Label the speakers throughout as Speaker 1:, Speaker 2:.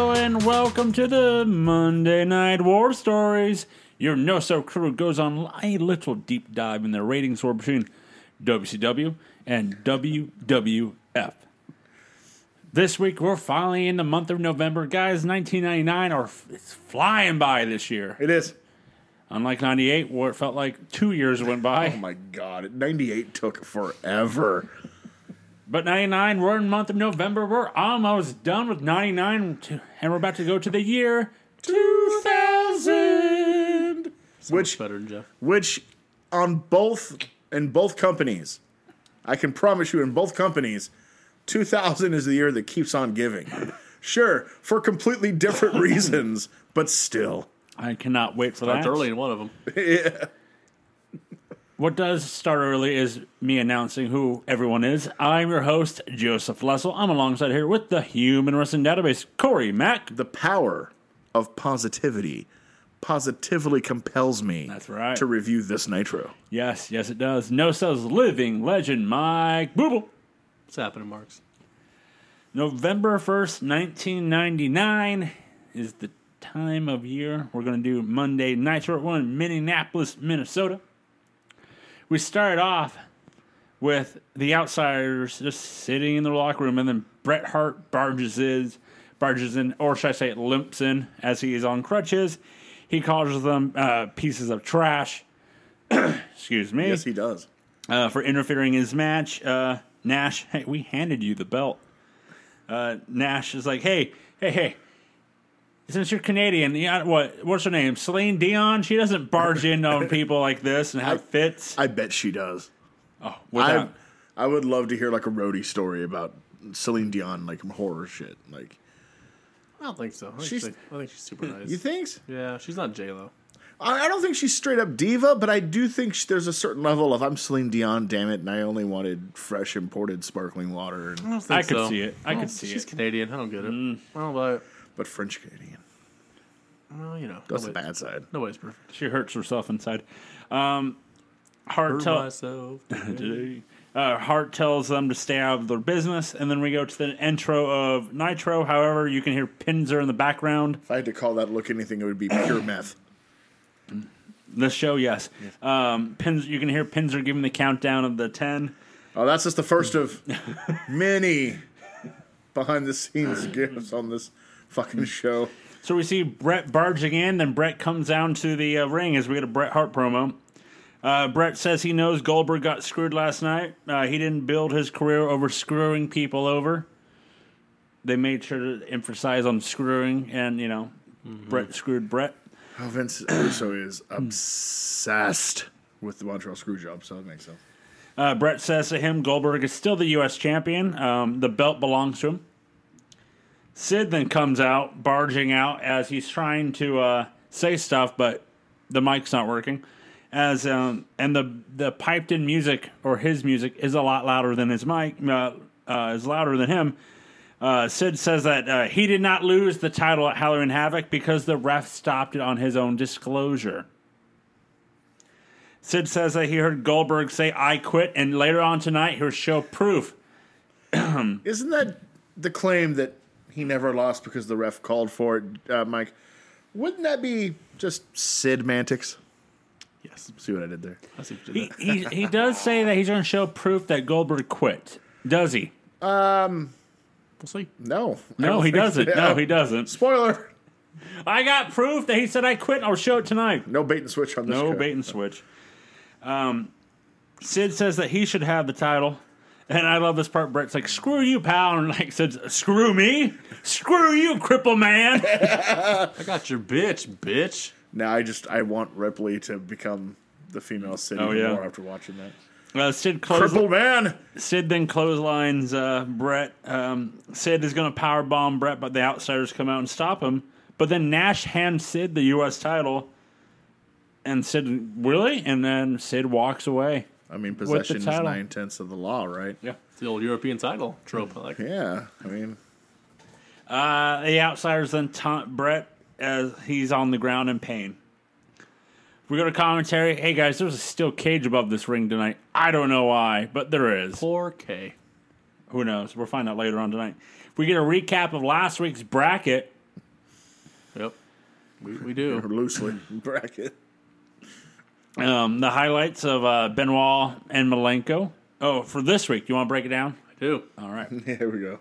Speaker 1: welcome to the Monday Night War Stories. Your No So crew goes on a little deep dive in the ratings war between WCW and WWF. This week we're finally in the month of November, guys. 1999 or it's flying by this year.
Speaker 2: It is.
Speaker 1: Unlike 98, where it felt like two years went by.
Speaker 2: Oh my god, 98 took forever.
Speaker 1: But 99, we're in month of November. We're almost done with 99, to- and we're about to go to the year 2000.
Speaker 2: Which
Speaker 3: better than Jeff.
Speaker 2: which on both in both companies, I can promise you in both companies, 2000 is the year that keeps on giving. Sure, for completely different reasons, but still.
Speaker 1: I cannot wait for that.
Speaker 3: That's early in one of them.
Speaker 1: What does start early is me announcing who everyone is. I'm your host, Joseph Lessel. I'm alongside here with the Human Wrestling Database, Corey Mack.
Speaker 2: The power of positivity positively compels me
Speaker 1: That's right.
Speaker 2: to review this Nitro.
Speaker 1: Yes, yes, it does. No Cells Living Legend, Mike Booble.
Speaker 3: It's happening, Marks.
Speaker 1: November 1st, 1999 is the time of year we're going to do Monday Nitro. We're in Minneapolis, Minnesota. We started off with the outsiders just sitting in the locker room, and then Bret Hart barges in, barges in, or should I say, limps in as he is on crutches. He calls them uh, pieces of trash. Excuse me
Speaker 2: Yes, he does.
Speaker 1: uh, for interfering in his match. Uh, Nash, hey, we handed you the belt. Uh, Nash is like, hey, hey, hey. Since you're Canadian, you got- what? What's her name? Celine Dion. She doesn't barge in on people like this and have fits.
Speaker 2: I bet she does. I,
Speaker 1: Without,
Speaker 2: I would love to hear like a roadie story about Celine Dion, like horror shit. Like
Speaker 3: I don't think so. I think
Speaker 2: She's-
Speaker 3: she's, I think she's super nice.
Speaker 2: you think?
Speaker 3: yeah, she's not J Lo.
Speaker 2: I, I don't think she's straight up diva, but I do think sh there's a certain level of I'm Celine Dion, damn it, and I only wanted fresh imported sparkling water, and,
Speaker 3: don't
Speaker 1: I could see it. I could see
Speaker 3: Oh, she's
Speaker 1: it. Mm.
Speaker 3: Canadian. I don't get it. Well, but
Speaker 2: but French Canadian.
Speaker 3: well, you know,
Speaker 2: That's the
Speaker 3: nobody-
Speaker 2: bad side.
Speaker 3: Nobody's perfect.
Speaker 1: she hurts herself inside. Um, Hart
Speaker 3: Hurt
Speaker 1: tells
Speaker 3: myself.
Speaker 1: uh, Hart tells them to stay out of their business, and then we go to the intro of Nitro. However, you can hear Pinzer in the background.
Speaker 2: If I had to call that look anything, it would be pure meth.
Speaker 1: The show, yes. Um, Pins, you can hear Pinzer giving the countdown of the ten.
Speaker 2: Oh, that's just the first of many behind the scenes gifts on this fucking show.
Speaker 1: So we see Brett barging in, then Brett comes down to the uh, ring as we get a Bret Hart promo. Uh, Brett says he knows Goldberg got screwed last night. Uh, he didn't build his career over screwing people over. They made sure to emphasize on screwing, and you know, Brett screwed Brett.
Speaker 2: Oh, Vince Russo is
Speaker 1: Hmm.
Speaker 2: obsessed with the Montreal Screwjob, so that makes sense.
Speaker 1: Uh, Brett says to him, Goldberg is still the U.S. champion. Um, the belt belongs to him. Sid then comes out, barging out as he's trying to uh, say stuff, but the mic's not working. As um, and the the piped in music or his music is a lot louder than his mic uh, uh, is louder than him. Uh, Sid says that uh, he did not lose the title at Halloween Havoc because the ref stopped it on his own disclosure. Sid says that he heard Goldberg say "I quit," and later on tonight he'll show proof.
Speaker 2: Isn't that the claim that he never lost because the ref called for it, uh, Mike? Wouldn't that be just Sid Mantics?
Speaker 3: Yes,
Speaker 2: See what I did there?
Speaker 3: I see what you
Speaker 1: He
Speaker 3: did there.
Speaker 1: he, he does say that he's going to show proof that Goldberg quit. Does he?
Speaker 3: We'll see.
Speaker 2: No. I
Speaker 1: No,
Speaker 2: don't
Speaker 1: he
Speaker 2: think-
Speaker 1: doesn't.
Speaker 2: Yeah.
Speaker 1: No, he doesn't.
Speaker 2: Spoiler.
Speaker 1: I got proof that he said I quit. I'll show it tonight.
Speaker 2: No bait and switch on this.
Speaker 1: No
Speaker 2: show.
Speaker 1: bait and switch. Um, Sid says that he should have the title. And I love this part. Brett's like, screw you, pal. And like says, screw me? Screw you, cripple man.
Speaker 3: I got your bitch, bitch.
Speaker 2: Now I just I want Ripley to become the female Sid
Speaker 1: Oh,
Speaker 2: even
Speaker 1: yeah.
Speaker 2: more after watching that.
Speaker 1: Uh, Sid closes.
Speaker 2: Crippled man.
Speaker 1: Sid then clotheslines uh, Brett. Um, Sid is going to power bomb Brett, but the outsiders come out and stop him. But then Nash hands Sid the U.S. title, and Sid really, and then Sid walks away.
Speaker 2: I mean, possession is
Speaker 1: title.
Speaker 2: nine tenths of the law, right?
Speaker 1: Yeah.
Speaker 3: It's the old European title trope. I like it.
Speaker 2: Yeah. I mean,
Speaker 1: Uh, the outsiders then taunt Brett as he's on the ground in pain. We go to commentary. Hey guys, there's a steel cage above this ring tonight. I don't know why, but there is.
Speaker 3: Poor K.
Speaker 1: Who knows? We'll find out later on tonight. We get a recap of last week's bracket.
Speaker 3: Yep. We, we do.
Speaker 2: loosely bracket.
Speaker 1: Um, the highlights of uh, Benoit and Malenko. Oh, for this week, you want to break it down?
Speaker 3: I do.
Speaker 1: All right.
Speaker 2: Here we go.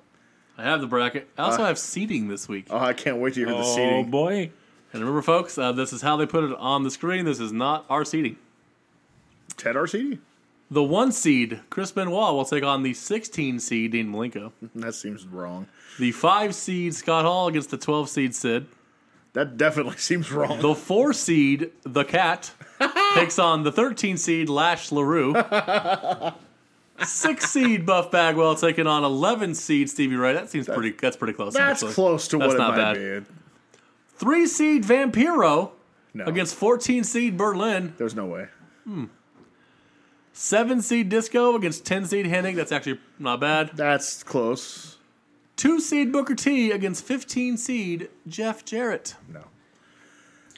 Speaker 3: I have the bracket. I also have seating this week.
Speaker 2: Oh, I can't wait to hear the
Speaker 1: Oh
Speaker 2: seating.
Speaker 1: boy.
Speaker 3: And remember, folks, uh, this is how they put it on the screen. This is not our seating.
Speaker 2: Ted Arcidi.
Speaker 3: The one seed, Chris Benoit, will take on the 16 seed, Dean Malenko.
Speaker 2: That seems wrong.
Speaker 3: The five seed, Scott Hall, against the 12 seed, Sid.
Speaker 2: That definitely seems wrong.
Speaker 3: The four seed, The Cat, takes on the 13 seed, Lash LaRue. Six seed, Buff Bagwell, taking on 11 seed, Stevie Ray. That seems pretty, that's pretty close.
Speaker 2: That's
Speaker 3: actually.
Speaker 2: close to
Speaker 3: That's
Speaker 2: what it
Speaker 3: not
Speaker 2: might
Speaker 3: bad.
Speaker 2: be. It-
Speaker 3: Three seed, Vampiro,
Speaker 2: No,
Speaker 3: against 14 seed, Berlin.
Speaker 2: there's no way.
Speaker 3: Seven seed Disco against ten seed Hennig. That's actually not bad.
Speaker 2: That's close.
Speaker 3: Two seed Booker T against fifteen seed Jeff Jarrett.
Speaker 2: No,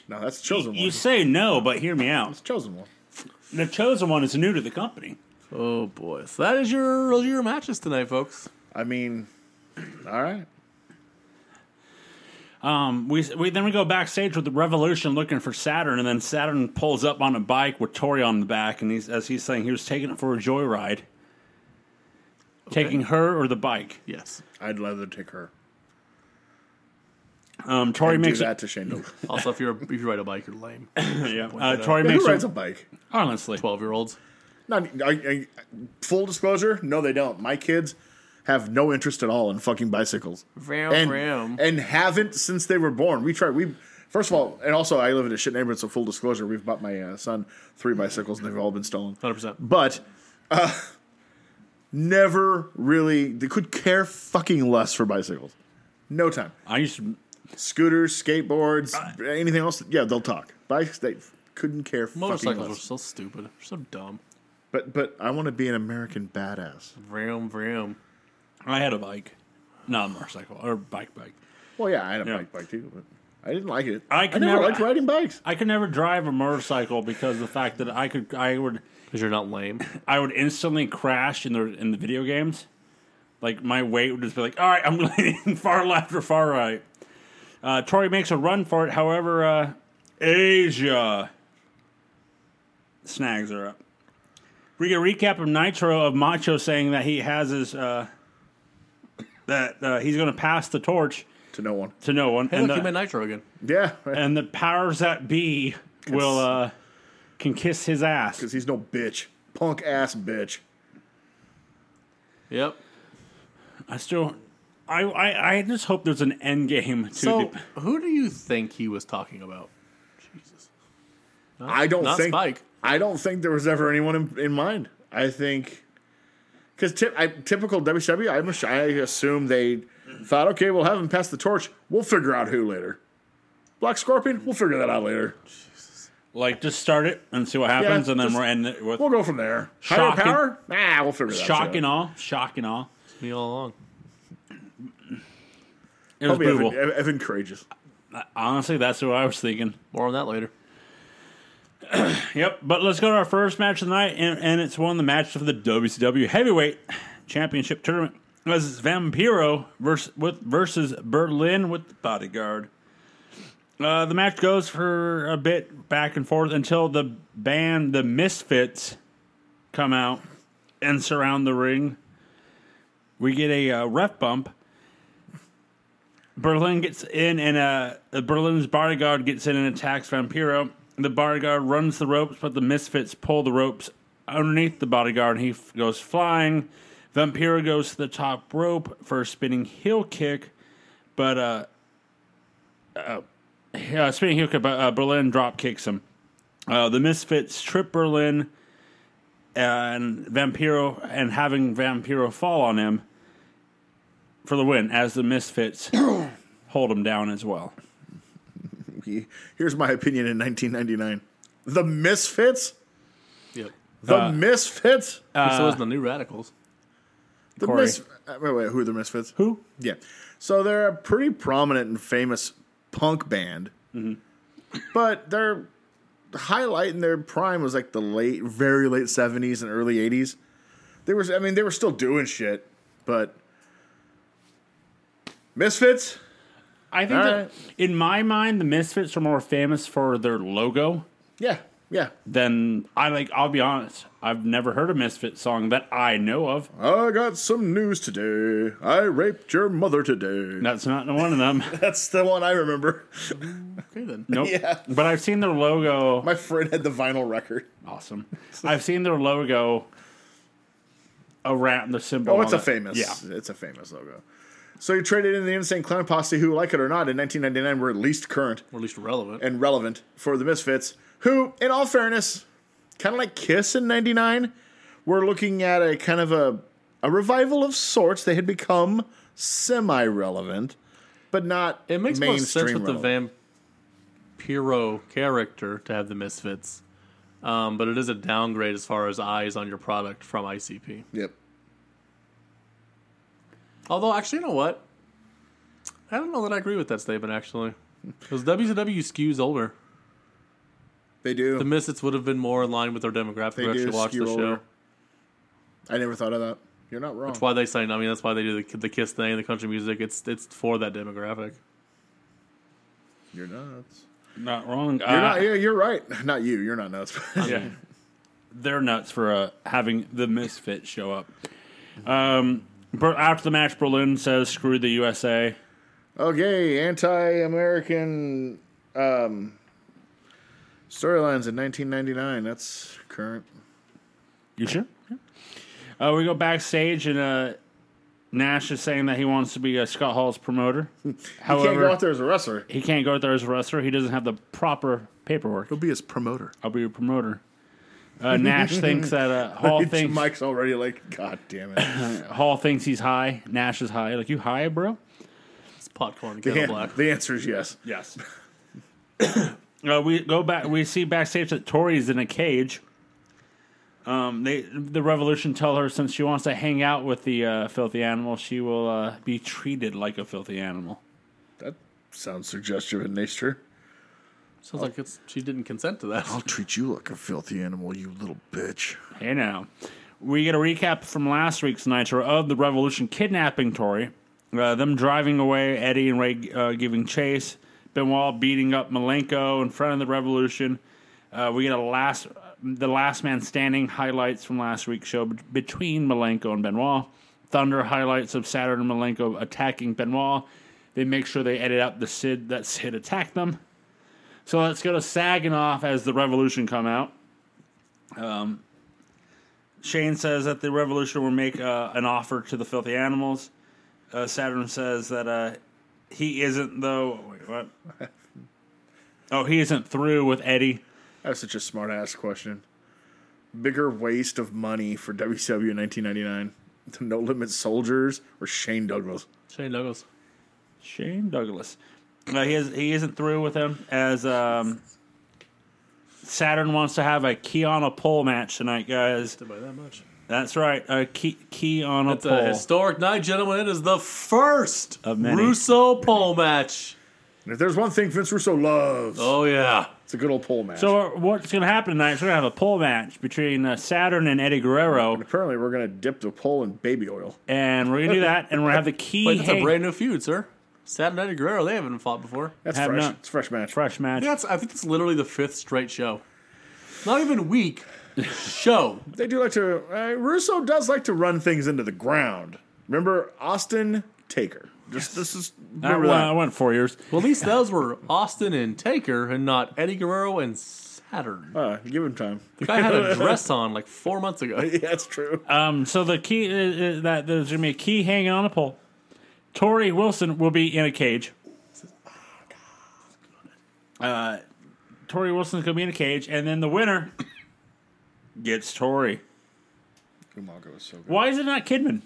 Speaker 2: no, that's the chosen
Speaker 1: You
Speaker 2: one.
Speaker 1: say no, but hear me out.
Speaker 2: It's chosen one.
Speaker 1: The chosen one is new to the company.
Speaker 3: Oh boy, so that is your those are your matches tonight, folks.
Speaker 2: I mean, all right.
Speaker 1: Um, we, we then we go backstage with the Revolution looking for Saturn, and then Saturn pulls up on a bike with Tori on the back, and he's as he's saying he was taking it for a joyride, taking her or the bike.
Speaker 3: Yes.
Speaker 2: I'd rather take her.
Speaker 1: Um, Tori
Speaker 2: And do
Speaker 1: makes
Speaker 2: that to Shane. Douglas.
Speaker 3: Also, if you're if you ride a bike, you're lame.
Speaker 1: yeah. Uh,
Speaker 3: that
Speaker 1: Tori
Speaker 2: Who
Speaker 1: makes
Speaker 2: rides
Speaker 1: a,
Speaker 2: a bike?
Speaker 1: honestly.
Speaker 3: Twelve year olds.
Speaker 2: Not I, I, full disclosure. No, they don't. My kids have no interest at all in fucking bicycles.
Speaker 3: Vroom
Speaker 2: and,
Speaker 3: vroom.
Speaker 2: and haven't since they were born. We tried. We first of all, and also, I live in a shit neighborhood. So full disclosure, we've bought my uh, son three bicycles, and they've all been stolen.
Speaker 3: Hundred percent.
Speaker 2: But uh, never really they could care fucking less for bicycles. No time.
Speaker 1: I used to,
Speaker 2: Scooters, skateboards, anything else. Yeah, they'll talk. Bikes, they couldn't care fucking
Speaker 3: Motorcycles are
Speaker 2: less.
Speaker 3: so stupid. They're so dumb.
Speaker 2: But but I want to be an American badass.
Speaker 3: Vroom vroom.
Speaker 1: I had a bike, not a motorcycle or bike bike.
Speaker 2: Well, yeah, I had a
Speaker 1: Yeah.
Speaker 2: bike bike too, but I didn't like it.
Speaker 1: I
Speaker 2: I,
Speaker 1: could
Speaker 2: never,
Speaker 1: never-
Speaker 2: liked riding bikes.
Speaker 1: I could never drive a motorcycle because the fact that I could I would
Speaker 3: Because you're not lame.
Speaker 1: I would instantly crash in the in the video games. Like my weight would just be like, all right, I'm leaning far left or far right. Uh, Tori makes a run for it. However, uh, Asia snags her up. We get a recap of Nitro of Macho saying that he has his uh, that uh, he's going to pass the torch
Speaker 2: To no one.
Speaker 1: to no one,
Speaker 3: Hey,
Speaker 1: and,
Speaker 3: look, you
Speaker 1: the,
Speaker 3: made Nitro again.
Speaker 2: Yeah, because
Speaker 1: and the powers that be will uh, can kiss his ass.
Speaker 2: he's no bitch, punk ass bitch.
Speaker 3: Yep.
Speaker 1: I still, I, I, I just hope there's an end game to
Speaker 3: So,
Speaker 1: the.
Speaker 3: who do you think he was talking about? Jesus.
Speaker 2: I don't
Speaker 3: Not
Speaker 2: think.
Speaker 3: Spike.
Speaker 2: I don't think there was ever anyone in, in mind. I think because tip, I, typical WWE, I'm ass- I assume they thought, okay, we'll have him pass the torch. We'll figure out who later. Black Scorpion. We'll figure that out later.
Speaker 1: Like, just start it and see what happens, and then
Speaker 2: just-
Speaker 1: we're ending it with
Speaker 2: We'll go from there. Higher
Speaker 1: Shock and-
Speaker 2: power? Nah, we'll figure that
Speaker 1: shock
Speaker 2: shit
Speaker 1: and
Speaker 2: out.
Speaker 1: all, shock and all.
Speaker 3: Me all along.
Speaker 1: It was
Speaker 2: Probably Evan,
Speaker 1: brutal.
Speaker 2: Evan, Evan Courageous.
Speaker 1: Honestly, that's what I was thinking.
Speaker 3: More on that later.
Speaker 1: Yep. But let's go to our first match of the night, and, and it's one of the matches of the WCW Heavyweight Championship Tournament. As it's Vampiro versus, with, versus Berlin with the bodyguard. Uh, the match goes for a bit back and forth until the band, the Misfits, come out and surround the ring. We get a uh, ref bump. Berlin gets in, and uh, Berlin's bodyguard gets in and attacks Vampiro. The bodyguard runs the ropes, but the misfits pull the ropes underneath the bodyguard, and he f- goes flying. Vampiro goes to the top rope for a spinning heel kick, but uh, uh, yeah, spinning heel kick, but uh, Berlin drop kicks him. Uh, the misfits trip Berlin and Vampiro, and having Vampiro fall on him for the win as the Misfits hold him down as well.
Speaker 2: He- Here's my opinion in 1999. The Misfits?
Speaker 3: Yep. Uh,
Speaker 2: The
Speaker 1: Uh,
Speaker 2: Misfits?
Speaker 3: so is the New Radicals.
Speaker 2: the
Speaker 1: Corey.
Speaker 2: Mis- uh, wait, wait, who are the Misfits?
Speaker 1: Who?
Speaker 2: Yeah. So they're a pretty prominent and famous punk band, Mm-hmm. but their highlight in their prime was like the late, very late 70s and early 80s. They was, I mean, they were still doing shit, but Misfits,
Speaker 1: I think
Speaker 2: All
Speaker 1: that
Speaker 2: right.
Speaker 1: in my mind, the Misfits are more famous for their logo
Speaker 2: Yeah, yeah.
Speaker 1: than I like. I'll be honest, I've never heard a Misfit song that I know of.
Speaker 2: I got some news today. I raped your mother today.
Speaker 1: That's not one of them.
Speaker 2: That's the one I remember.
Speaker 3: Okay then.
Speaker 1: Nope. But I've seen their logo.
Speaker 2: My friend had the vinyl record.
Speaker 1: awesome. I've seen their logo around the symbol.
Speaker 2: Oh,
Speaker 1: on
Speaker 2: it's a
Speaker 1: it.
Speaker 2: famous.
Speaker 1: Yeah.
Speaker 2: It's a famous logo. So you traded in the Insane Clown Posse, who, like it or not, in 1999 were at least current
Speaker 3: Or at least relevant.
Speaker 2: and relevant for the Misfits, who, in all fairness, kind of like Kiss in 99, were looking at a kind of a, a revival of sorts. They had become semi relevant, but not
Speaker 3: It makes more sense
Speaker 2: mainstream
Speaker 3: with
Speaker 2: relevant.
Speaker 3: the vampiro character to have the misfits, um, but it is a downgrade as far as eyes on your product from ICP.
Speaker 2: Yep.
Speaker 3: Although, actually, you know what? I don't know that I agree with that statement. Actually, because WCW skews older,
Speaker 2: They do.
Speaker 3: the misfits would have been more in line with their demographic
Speaker 2: they
Speaker 3: who actually
Speaker 2: do
Speaker 3: watched the
Speaker 2: skew
Speaker 3: show.
Speaker 2: older. I never thought of that. You're not wrong.
Speaker 3: That's why they sang. I mean, that's why they do the, the Kiss thing, the country music. It's it's for that demographic.
Speaker 2: You're nuts.
Speaker 1: Not wrong. Uh,
Speaker 2: You're not. Yeah, you're right. Not you. You're not nuts.
Speaker 1: yeah. They're nuts for uh, having the misfit show up. Um, Ber- after the match, Berlin says, "Screw the USA."
Speaker 2: Okay, anti-American um, storylines in 1999. That's current.
Speaker 1: You sure? Uh, we go backstage, and uh, Nash is saying that he wants to be uh, Scott Hall's promoter.
Speaker 2: He can't go
Speaker 1: However,
Speaker 2: out there as a wrestler.
Speaker 1: he can't go out there as a wrestler. He doesn't have the proper paperwork.
Speaker 2: He'll be his promoter.
Speaker 1: I'll be your promoter. Uh, Nash thinks that uh, Hall thinks
Speaker 2: Mike's already like, God damn it!
Speaker 1: Hall thinks he's high. Nash is high. Like you high, bro?
Speaker 3: It's popcorn,
Speaker 2: the,
Speaker 3: kettle
Speaker 2: an-
Speaker 3: black.
Speaker 2: the answer is yes.
Speaker 1: Yes. uh, we go back. We see backstage that Tori's in a cage. Um, they the Revolution tell her since she wants to hang out with the uh, filthy animal, she will uh, be treated like a filthy animal.
Speaker 2: That sounds suggestive in nature.
Speaker 3: Sounds like it's she didn't consent to that.
Speaker 2: treat you like a filthy animal, you little bitch.
Speaker 1: Hey now, we get a recap from last week's Nitro of the Revolution kidnapping Tori, uh, them driving away, Eddie and Ray uh, giving chase, Benoit beating up Malenko in front of the Revolution. Uh, we get a last, the last man standing highlights from last week's show bet- between Malenko and Benoit. Thunder highlights of Saturn and Malenko attacking Benoit. They make sure they edit out the Sid that Sid attacked them. So let's go to Saginoff as the Revolution come out. Shane says that the Revolution will make uh, an offer to the filthy animals. Uh, Saturn says that uh, he isn't though. Wait, what? Oh, he isn't through with Eddie.
Speaker 2: That's such a smart ass question. Bigger waste of money for WCW in 1999: the No Limit Soldiers or Shane Douglas?
Speaker 3: Shane Douglas.
Speaker 1: Shane Douglas. Uh, he is he isn't through with him as um, Saturn wants to have a key on a pole match tonight, guys.
Speaker 3: Did by that much.
Speaker 1: That's right, a key key on a
Speaker 3: It's a
Speaker 1: pole.
Speaker 3: historic night, gentlemen. It is the first
Speaker 1: Of many.
Speaker 3: Russo pole match.
Speaker 2: And if there's one thing Vince Russo loves,
Speaker 3: Oh yeah,
Speaker 2: it's a good old pole match.
Speaker 1: so uh, what's going to happen tonight? is We're going to have a pole match between uh, Saturn and Eddie Guerrero,
Speaker 2: apparently, we're gonna dip the pole in baby oil.
Speaker 1: and we're going to do that, and we're going to have the key.
Speaker 3: wait, that's a
Speaker 1: hang-
Speaker 3: brand new feud, sir. Saturn and Eddie Guerrero, they haven't fought before. I
Speaker 2: That's
Speaker 1: Have
Speaker 2: fresh.
Speaker 1: not-
Speaker 2: It's a fresh match.
Speaker 1: fresh match.
Speaker 3: think that's I think it's literally the fifth straight show. Not even week. show.
Speaker 2: They do like to. Uh, Russo does like to run things into the ground. Remember Austin Taker. Just this is
Speaker 1: I
Speaker 2: remember
Speaker 1: went, I
Speaker 2: that.
Speaker 1: went four years.
Speaker 3: Well, at least those were Austin and Taker, and not Eddie Guerrero and Saturn.
Speaker 2: Uh, give him time.
Speaker 3: The guy had a dress on like four months ago.
Speaker 2: yeah, that's true.
Speaker 1: Um, so the key is that there's gonna be a key hanging on a pole. Tori Wilson will be in a cage. Uh,
Speaker 2: Oh,
Speaker 1: Tori Wilson's gonna be in a cage, and then the winner gets Tori.
Speaker 2: Umaga was so good.
Speaker 1: Why is it not Kidman?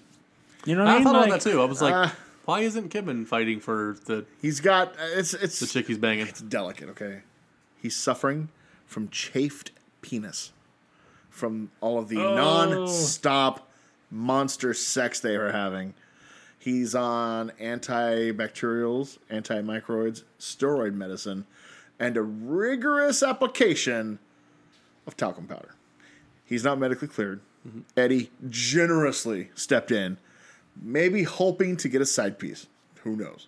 Speaker 1: You know what I,
Speaker 3: I
Speaker 1: mean?
Speaker 3: thought
Speaker 1: Like,
Speaker 3: about that too. I was like,
Speaker 2: uh,
Speaker 3: why isn't Kidman fighting for the,
Speaker 2: He's got. Uh, it's it's
Speaker 3: the chick he's banging?
Speaker 2: delicate. Okay, he's suffering from chafed penis from all of the non-stop monster sex they are having. He's on antibacterials, antimicroids, steroid medicine, and a rigorous application of talcum powder. He's not medically cleared. Eddie generously stepped in, maybe hoping to get a side piece. Who knows?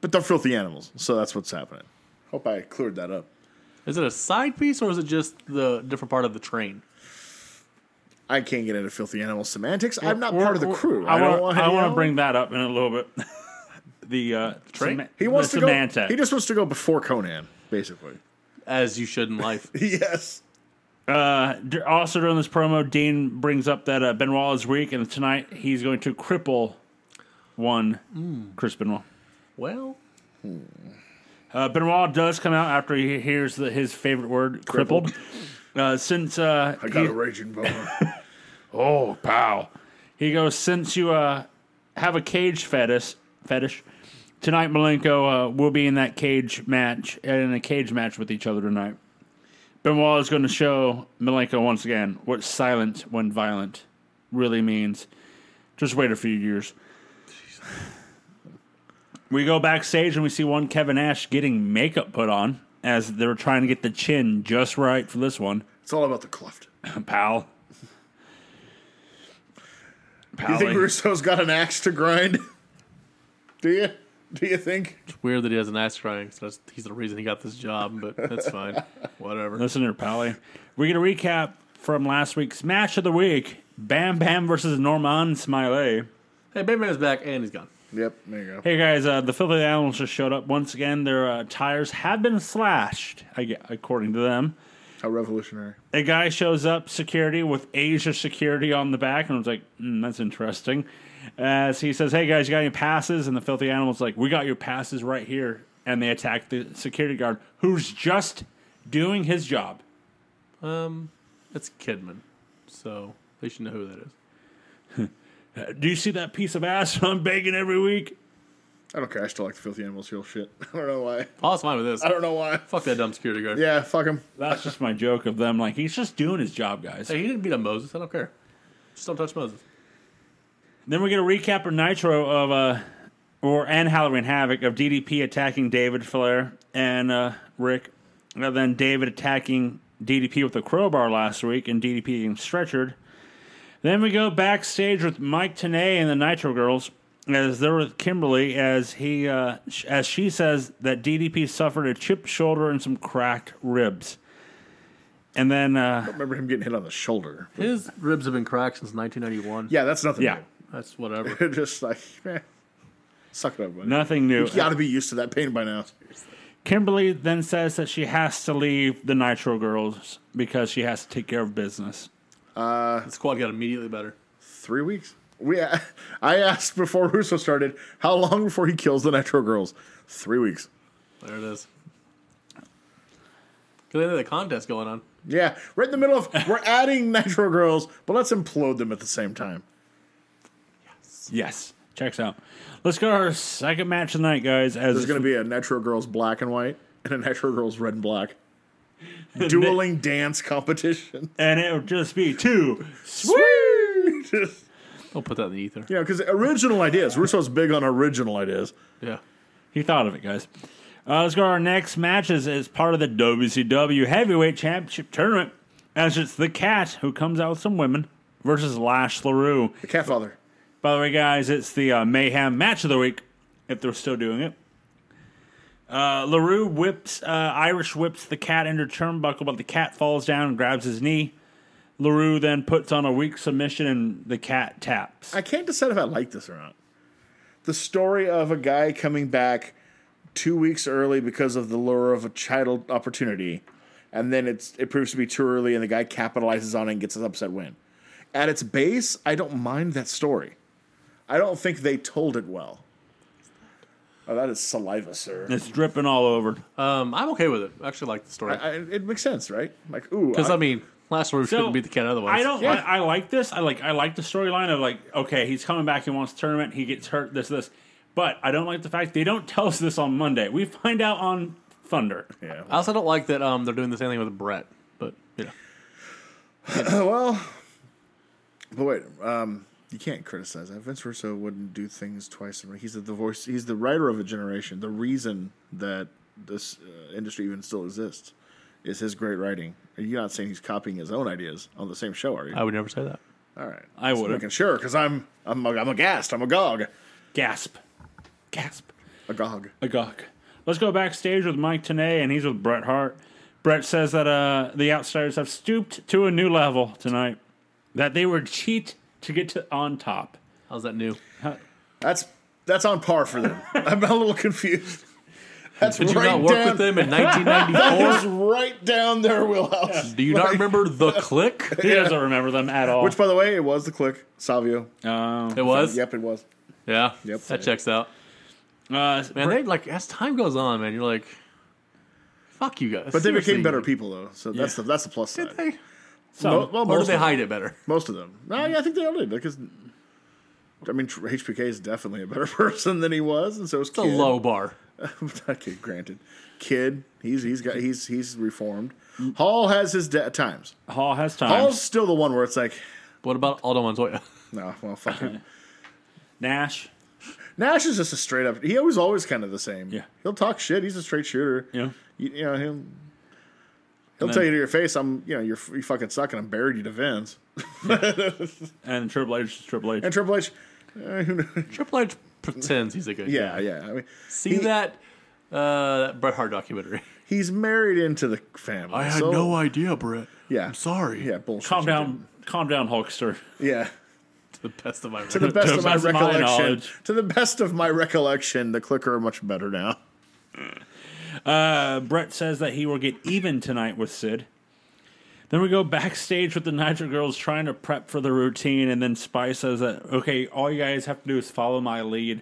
Speaker 2: But they're filthy animals, so that's what's happening. Hope I cleared that up.
Speaker 3: Is it a side piece or is it just the different part of the train?
Speaker 2: I can't get into filthy animal semantics. I'm not
Speaker 1: We're-
Speaker 2: part of the
Speaker 1: we're-
Speaker 2: crew.
Speaker 1: I,
Speaker 2: don't
Speaker 1: want.
Speaker 2: to
Speaker 1: I
Speaker 2: hang
Speaker 1: want
Speaker 2: out.
Speaker 1: to bring that up in a little bit. the uh,
Speaker 3: Train?
Speaker 1: Sema-
Speaker 2: He wants
Speaker 1: the
Speaker 2: to go.
Speaker 1: Symantec.
Speaker 2: He just wants to go before Conan, basically.
Speaker 3: As you should in life.
Speaker 2: yes.
Speaker 1: Uh, d- also during this promo, Dean brings up that uh, Benoit is weak, and tonight he's going to cripple one Chris Benoit.
Speaker 3: well,
Speaker 1: Uh, Benoit does come out after he hears the, his favorite word, crippled. Uh, since uh,
Speaker 2: I got
Speaker 1: he-
Speaker 2: a raging boner.
Speaker 1: oh pow, he goes since you uh, have a cage fetish, fetish tonight, Malenko uh, will be in that cage match in a cage match with each other tonight. Benoit is going to show Malenko once again what silent when violent really means. Just wait a few years. We go backstage and we see one Kevin Ash getting makeup put on as they were trying to get the chin just right for this one.
Speaker 2: it's all about the cleft.
Speaker 1: Pal.
Speaker 2: You think
Speaker 1: Pally.
Speaker 2: Russo's got an axe to grind? Do you? Do you think?
Speaker 3: it's weird that he has an axe crying. 'cause that's, he's the reason he got this job, but that's fine. Whatever.
Speaker 1: Listen here, Pally. We're going to recap from last week's match of the week Bam Bam versus Norman Smiley.
Speaker 3: Hey, Batman's back and he's gone.
Speaker 2: Yep. There you go.
Speaker 1: Hey guys, uh, the filthy animals just showed up once again. Their uh, tires have been slashed, I gue- according to them.
Speaker 2: How revolutionary.
Speaker 1: A guy shows up, security with Asia security on the back, and I was like, mm, "That's interesting." As he says, "Hey guys, you got any passes?" and the filthy animals like, "We got your passes right here," and they attack the security guard who's just doing his job.
Speaker 3: It's Kidman. So they should know who that is.
Speaker 1: Do you see that piece of ass I'm begging every week?
Speaker 2: I don't care. I still like the filthy animals heel shit. I don't know why.
Speaker 3: Paul's fine with this.
Speaker 2: I don't know why.
Speaker 3: Fuck that dumb security guard.
Speaker 2: Yeah. Fuck him.
Speaker 1: That's just my joke of them. Like he's just doing his job, guys.
Speaker 3: Hey, he didn't beat up Moses. I don't care. Just don't touch Moses.
Speaker 1: Then we get a recap of Nitro of uh, or and Halloween Havoc of DDP attacking David Flair and uh, Rick, and then David attacking DDP with a crowbar last week and DDP getting stretchered. Then we go backstage with Mike Tanay and the Nitro Girls as they're with Kimberly as he uh, sh- as she says that DDP suffered a chipped shoulder and some cracked ribs. And then uh,
Speaker 2: Remember him getting hit on the shoulder?
Speaker 3: His ribs have been cracked since 1991.
Speaker 2: Yeah. That's nothing.
Speaker 1: yeah,
Speaker 3: That's whatever.
Speaker 2: New. Just like, eh, suck it up, buddy.
Speaker 1: nothing new.
Speaker 2: You got to be used to that pain by now.
Speaker 1: Kimberly then says that she has to leave the Nitro Girls because she has to take care of business.
Speaker 3: The squad got immediately better.
Speaker 2: Three weeks. We. uh, I asked before Russo started how long before he kills the Nitro Girls. Three weeks.
Speaker 3: There it is. Because they had the contest going on.
Speaker 2: Yeah, right in the middle of we're adding Nitro Girls, but let's implode them at the same time.
Speaker 1: Yes, checks out. Let's go to our second match tonight, guys. As
Speaker 2: There's going to be a Nitro Girls black and white and a Nitro Girls red and black dueling dance competition.
Speaker 1: and it would just be two.
Speaker 2: Sweet. Just-
Speaker 3: Don't put that in the ether.
Speaker 2: you know, because original ideas. Russo's big on original ideas.
Speaker 3: Yeah.
Speaker 1: He thought of it, guys. Uh, let's go to our next matches as part of the WCW Heavyweight Championship Tournament. As it's the Cat who comes out with some women versus Lash LaRue.
Speaker 2: The Catfather.
Speaker 1: By the way, guys, it's the uh, Mayhem match of the week, if they're still doing it. Uh, LaRue whips, uh, Irish whips the cat into turnbuckle, but the cat falls down and grabs his knee. LaRue then puts on a weak submission and the cat taps.
Speaker 2: I can't decide if I like this or not. The story of a guy coming back two weeks early because of the lure of a child opportunity, and then it's it proves to be too early, and the guy capitalizes on it and gets an upset win. At its base, I don't mind that story. I don't think they told it well. Oh, that is saliva, sir.
Speaker 1: It's dripping all over.
Speaker 3: Um, I'm okay with it. I actually like the story.
Speaker 2: I, it makes sense, right? Like, ooh,
Speaker 3: Because,
Speaker 2: I-
Speaker 3: I mean, last week shouldn't beat the cat otherwise.
Speaker 1: I don't.
Speaker 2: Yeah.
Speaker 1: Li- I like this. I like. I like the storyline of like. Okay, he's coming back. He wants tournament. He gets hurt. This. This. But I don't like the fact they don't tell us this on Monday. We find out on Thunder.
Speaker 2: yeah.
Speaker 3: I also don't like that um, they're doing the same thing with Brett. But, you know.
Speaker 2: Oh, well, but wait, um, you can't criticize that. Vince Russo wouldn't do things twice. in a row. He's the, the voice. He's the writer of a generation. The reason that this uh, industry even still exists is his great writing. Are you not saying he's copying his own ideas on the same show? Are you?
Speaker 3: I would never say that.
Speaker 2: All right,
Speaker 1: I
Speaker 2: Just
Speaker 1: would've.
Speaker 2: making sure because I'm I'm a, I'm aghast. I'm agog.
Speaker 1: Gasp. Gasp.
Speaker 2: Agog.
Speaker 1: agog. Let's go backstage with Mike Tanay, and he's with Bret Hart. Bret says that uh, the outsiders have stooped to a new level tonight, that they would cheat to get to on top.
Speaker 3: How's that new?
Speaker 2: That's that's on par for them. I'm a little confused. That's
Speaker 3: Did you
Speaker 2: right
Speaker 3: not work
Speaker 2: down.
Speaker 3: with them in 1994?
Speaker 2: That's right down their wheelhouse.
Speaker 3: Do you not remember the click?
Speaker 1: He doesn't remember them at all. Um,
Speaker 2: Which, by the way, it was the click Savio.
Speaker 3: It was.
Speaker 2: Yep, it was.
Speaker 3: Yeah.
Speaker 2: Yep.
Speaker 3: That checks out.
Speaker 1: uh,
Speaker 3: Man, they like as time goes on, man, you're like, fuck you guys.
Speaker 2: But they became
Speaker 3: Seriously.
Speaker 2: better people though, so that's the that's the plus side.
Speaker 3: Did they?
Speaker 1: some-
Speaker 2: Mo- well,
Speaker 3: Or did
Speaker 2: most
Speaker 3: they
Speaker 2: of them.
Speaker 3: hide it better?
Speaker 2: Most of them. No, yeah, I think they all did because. I mean, Tr- HBK is definitely a better person than he was, and so is
Speaker 3: It's a
Speaker 2: Kid.
Speaker 3: low bar.
Speaker 2: okay, granted. Kid, he's he's got he's he's reformed.
Speaker 3: Mm.
Speaker 2: Hall has his de- times.
Speaker 1: Hall has time.
Speaker 2: Hall's still the one where it's like,
Speaker 3: What about Aldo Montoya?
Speaker 2: no, well, fuck him.
Speaker 1: Nash.
Speaker 2: Nash is just a straight up. He was always kind of the same.
Speaker 1: Yeah.
Speaker 2: he'll talk shit. He's a straight shooter.
Speaker 1: Yeah.
Speaker 2: you, you know him. He'll
Speaker 1: And
Speaker 2: tell
Speaker 1: then-
Speaker 2: you to your face, "I'm, you know, you're you fucking suck, and I'm buried you to Vince."
Speaker 1: And Triple H is Triple H.
Speaker 2: And Triple H, eh, who knows?
Speaker 3: Triple H pretends he's a good guy.
Speaker 2: yeah, yeah. I mean,
Speaker 3: See that uh, that Bret Hart documentary?
Speaker 2: he's married into the family. so-
Speaker 3: idea, Bret.
Speaker 2: Yeah,
Speaker 3: sorry.
Speaker 2: Yeah, bullshit.
Speaker 1: calm
Speaker 2: you
Speaker 1: down. Calm down, Hulkster.
Speaker 2: did. Yeah.
Speaker 3: To the best of my
Speaker 2: To the best of my
Speaker 1: best of my
Speaker 2: recollection,
Speaker 1: knowledge.
Speaker 2: to the best of my recollection, the clicker are much better now.
Speaker 1: Uh, Brett says that he will get even tonight with Sid. Then we go backstage with the Nitro Girls trying to prep for the routine, and then Spy says that okay, all you guys have to do is follow my lead.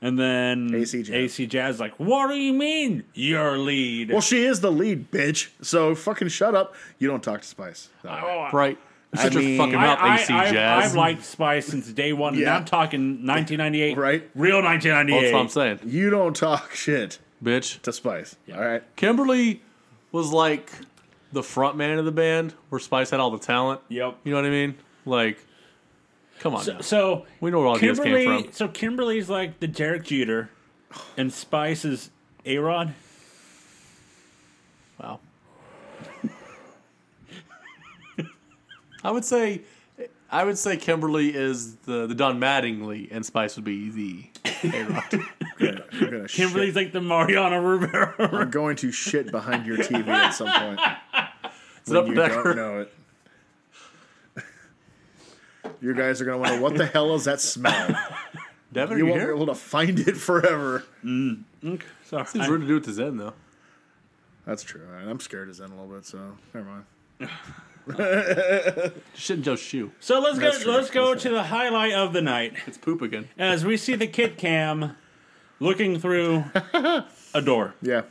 Speaker 1: And then
Speaker 2: AC Jazz.
Speaker 1: AC Jazz is like, what do you mean your lead?
Speaker 2: Well, she is the lead, bitch. So fucking shut up. You don't talk to Spice. No.
Speaker 3: Right. Shut your
Speaker 2: mean-
Speaker 3: fucking
Speaker 1: Oh, I,
Speaker 3: mouth,
Speaker 1: I,
Speaker 3: AC
Speaker 1: I've,
Speaker 3: Jazz.
Speaker 1: I've liked Spy since day one, and
Speaker 2: Yeah.
Speaker 1: I'm talking 1998,
Speaker 2: Right.
Speaker 1: Real
Speaker 3: Well,
Speaker 1: 1998.
Speaker 3: that's what I'm saying,
Speaker 2: You don't talk shit
Speaker 3: bitch.
Speaker 2: to Spice. All right.
Speaker 3: Kimberly was like the front man of the band, where Spice had all the talent.
Speaker 1: Yep.
Speaker 3: You know what I mean? Like, come on. now.
Speaker 1: So
Speaker 3: We know where all the ideas came
Speaker 1: Kimberly-
Speaker 3: from.
Speaker 1: So Kimberly's like the Derek Jeter, and Spice is A Rod.
Speaker 3: Wow. I would say, I would say Kimberly is the the Don Mattingly, and Spice would be the A-Rod.
Speaker 2: We're gonna- we're gonna
Speaker 1: Kimberly's
Speaker 2: shit.
Speaker 1: like the Mariana Rivera.
Speaker 2: I'm going to shit behind your TV at some point.
Speaker 3: Is it up
Speaker 2: You
Speaker 3: Decker?
Speaker 2: don't know it. You guys are gonna wonder what the hell is that smell?
Speaker 3: Devin, are
Speaker 2: You
Speaker 3: you
Speaker 2: won't be
Speaker 3: here?
Speaker 2: able to find it forever.
Speaker 1: Sorry.
Speaker 3: It's rude to do it to Zen though.
Speaker 2: That's true. All right, I'm scared as in a little bit, so never mind.
Speaker 3: Just shit in Joe's shoe.
Speaker 1: So let's go.
Speaker 2: That's true.
Speaker 1: Let's go to the highlight of the night
Speaker 3: It's poop again.
Speaker 1: as we see the kid cam looking through a door,
Speaker 2: Yeah.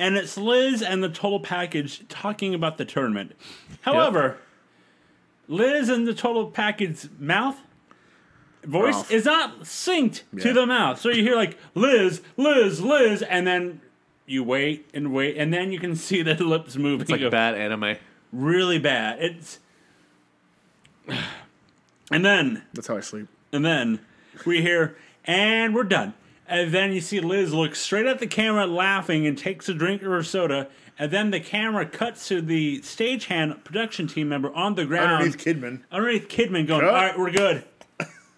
Speaker 1: and it's Liz and the total package talking about the tournament. However, Liz and the total package mouth. Voice
Speaker 2: Off.
Speaker 1: is not synced
Speaker 2: Yeah.
Speaker 1: to the mouth, so you hear like Liz, Liz, Liz, and then you wait and wait, and then you can see the lips moving.
Speaker 3: It's like
Speaker 1: of-
Speaker 3: bad anime.
Speaker 1: really bad. It's and then
Speaker 2: That's how I sleep.
Speaker 1: and then we hear and we're done. And then you see Liz look straight at the camera, laughing, and takes a drink of her soda. And then the camera cuts to the stagehand production team member on the ground
Speaker 2: Underneath Kidman.
Speaker 1: underneath Kidman, going,
Speaker 2: Cut.
Speaker 1: "All right, we're good,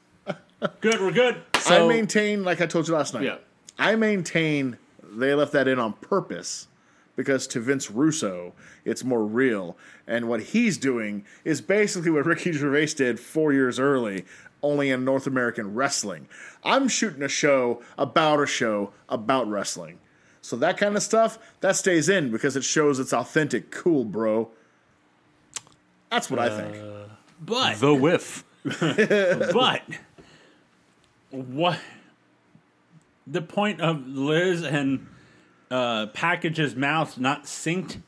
Speaker 1: good, we're good."
Speaker 3: So
Speaker 2: I maintain, like I told you last night,
Speaker 3: Yeah.
Speaker 2: I maintain they left that in on purpose because to Vince Russo, it's more real. And what he's doing is basically what Ricky Gervais did four years early, only in North American wrestling. I'm shooting a show about a show about wrestling. So that kind of stuff, that stays in because it shows it's authentic, cool, bro. That's what I
Speaker 3: Uh,
Speaker 2: think.
Speaker 1: But
Speaker 3: the whiff.
Speaker 1: but what the point of Liz and uh, Package's mouth not synced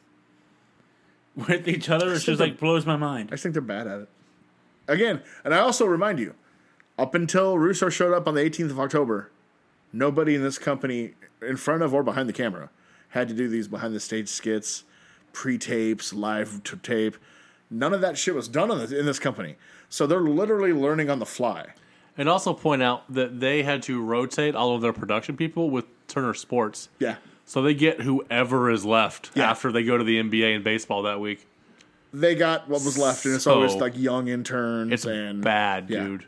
Speaker 1: with each other is just like blows my
Speaker 2: I
Speaker 1: mind.
Speaker 2: just think they're bad at it. Again, and I also remind you, up until Russo showed up on the 18th of October, nobody in this company, in front of or behind the camera, had to do these behind the stage skits, pre tapes, live to tape. None of that shit was done in this, in this company. So they're literally learning on the fly.
Speaker 3: And also point out that they had to rotate all of their production people with Turner Sports.
Speaker 2: Yeah.
Speaker 3: So they get whoever is left
Speaker 2: Yeah.
Speaker 3: after they go to the NBA and baseball that week.
Speaker 2: They got what was left, and it's
Speaker 3: So-
Speaker 2: always like young interns
Speaker 3: It's
Speaker 2: and
Speaker 3: bad,
Speaker 2: yeah.
Speaker 3: dude.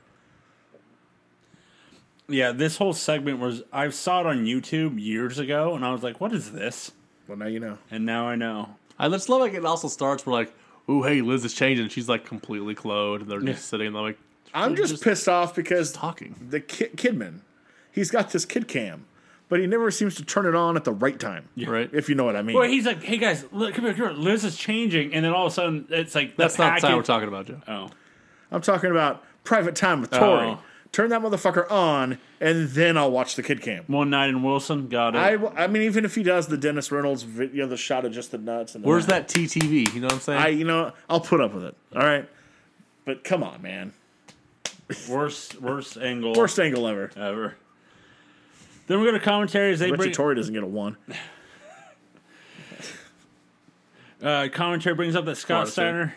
Speaker 1: Yeah, this whole segment was I saw it on YouTube years ago, and I was like, "What is this?"
Speaker 2: Well, now you know.
Speaker 1: And now I know.
Speaker 3: I just love like it also starts where like, ooh, hey, Liz is changing. She's like completely clothed, and they're just sitting and they're like,
Speaker 2: I'm
Speaker 3: they're
Speaker 2: just, pissed off because
Speaker 3: talking.
Speaker 2: the kid, Kidman, he's got this kid cam, but he never seems to turn it on at the right time.
Speaker 3: Right.
Speaker 2: If you know what I mean.
Speaker 1: But he's like, "Hey guys, look, come here, come here." Liz is changing, and then all of a sudden, it's like the
Speaker 3: That's not the time we're
Speaker 1: package-
Speaker 3: talking about, Joe.
Speaker 1: Oh,
Speaker 2: I'm talking about private time with Tori.
Speaker 1: Oh.
Speaker 2: Turn that motherfucker on, and then I'll watch the kid cam.
Speaker 1: one night in Wilson, got it.
Speaker 2: I, w- I mean, even if he does the Dennis Reynolds video, the shot of just the nuts. And the-
Speaker 3: Where's that TTV? You know what I'm saying?
Speaker 2: I, you know, I'll put up with it. All right, but come on, man.
Speaker 1: worst, worst angle
Speaker 2: Worst angle ever.
Speaker 1: ever. Then we go to commentaries. They
Speaker 2: Richie
Speaker 1: Uh, bring
Speaker 2: Tori doesn't get a one.
Speaker 1: uh, commentary brings up that Scott
Speaker 3: Marcy.
Speaker 1: Steiner.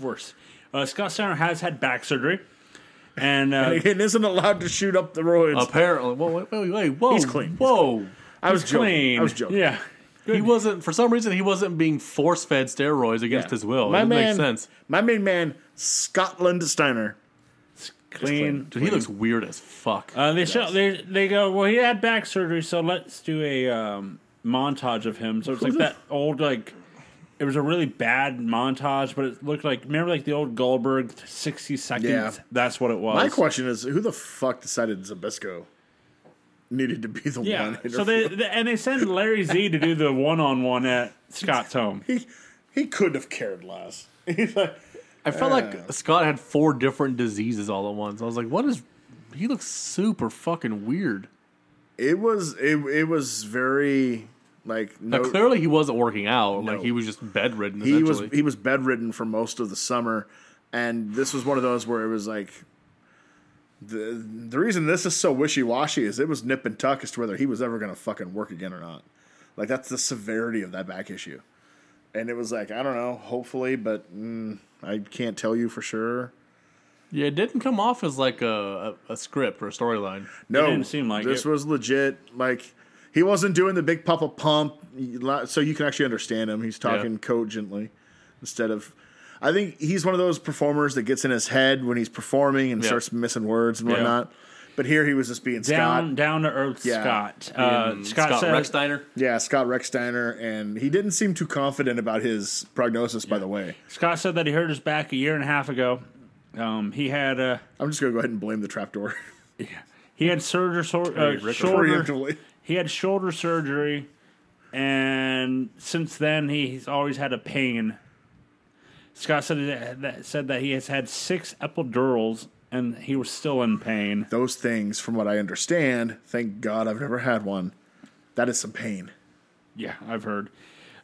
Speaker 1: Worse. Uh, Scott Steiner has had back surgery, and uh,
Speaker 2: And isn't allowed to shoot up the roids.
Speaker 3: Apparently, whoa, wait, wait, wait, whoa,
Speaker 2: He's clean. He's
Speaker 3: whoa.
Speaker 2: I was joking.
Speaker 1: clean.
Speaker 2: I was joking.
Speaker 1: Yeah.
Speaker 3: He wasn't for some reason he wasn't being force fed steroids against his will.
Speaker 2: My
Speaker 3: it
Speaker 2: man,
Speaker 3: makes sense.
Speaker 2: My main man, Scotland Steiner.
Speaker 1: Clean.
Speaker 3: Dude, he looks weird as fuck.
Speaker 1: Uh, they show they they go. Well, he had back surgery, so let's do a um, montage of him. So it's like that old like. It was a really bad montage, but it looked like remember like the old Goldberg sixty seconds.
Speaker 2: Yeah.
Speaker 1: That's what it was.
Speaker 2: My question is, who the fuck decided Zabisco needed to be the
Speaker 1: yeah.
Speaker 2: one?
Speaker 1: So they,
Speaker 2: interview?
Speaker 1: they and they send Larry Z to do the one on one at Scott's home.
Speaker 2: he he couldn't have cared less. He's like,
Speaker 3: I felt like Scott had four different diseases all at once. I was like, what is? He looks super fucking weird.
Speaker 2: it was it, it was very like
Speaker 3: Now,
Speaker 2: no.
Speaker 3: clearly, he wasn't working out. Like he was just bedridden.
Speaker 2: he
Speaker 3: Essentially.
Speaker 2: was he was bedridden for most of the summer, and this was one of those where it was like. The, the reason this is so wishy washy is it was nip and tuck as to whether he was ever going to fucking work again or not. Like, that's the severity of that back issue. And it was like, I don't know, hopefully, but mm, I can't tell you for sure.
Speaker 3: yeah, it didn't come off as like a, a, a script or a storyline.
Speaker 2: No,
Speaker 1: didn't seem like
Speaker 2: this
Speaker 1: it.
Speaker 2: was legit. Like he wasn't doing the big papa pump, so you can actually understand him. He's talking
Speaker 3: Yeah.
Speaker 2: cogently instead of. I think he's one of those performers that gets in his head when he's performing and
Speaker 3: Yeah.
Speaker 2: starts missing words and whatnot. But here he was just being
Speaker 1: Down
Speaker 2: Scott,
Speaker 1: down to earth,
Speaker 2: Yeah.
Speaker 1: Scott. Uh,
Speaker 3: And
Speaker 1: Scott, said,
Speaker 3: Recksteiner.
Speaker 2: yeah, Scott Recksteiner, and he didn't seem too confident about his prognosis. By the way,
Speaker 1: Scott said that he hurt his back a year and a half ago. Um, he had a.
Speaker 2: I'm just gonna go ahead and blame the trapdoor
Speaker 1: He had surgery, sor- uh, shoulder.
Speaker 2: preemptively.
Speaker 1: He had shoulder surgery, and since then he's always had a pain. Scott said that- that said that he has had six epidurals, and he was still in pain.
Speaker 2: Those things, from what I understand, thank God I've never had one. That is some pain.
Speaker 1: Yeah, I've heard.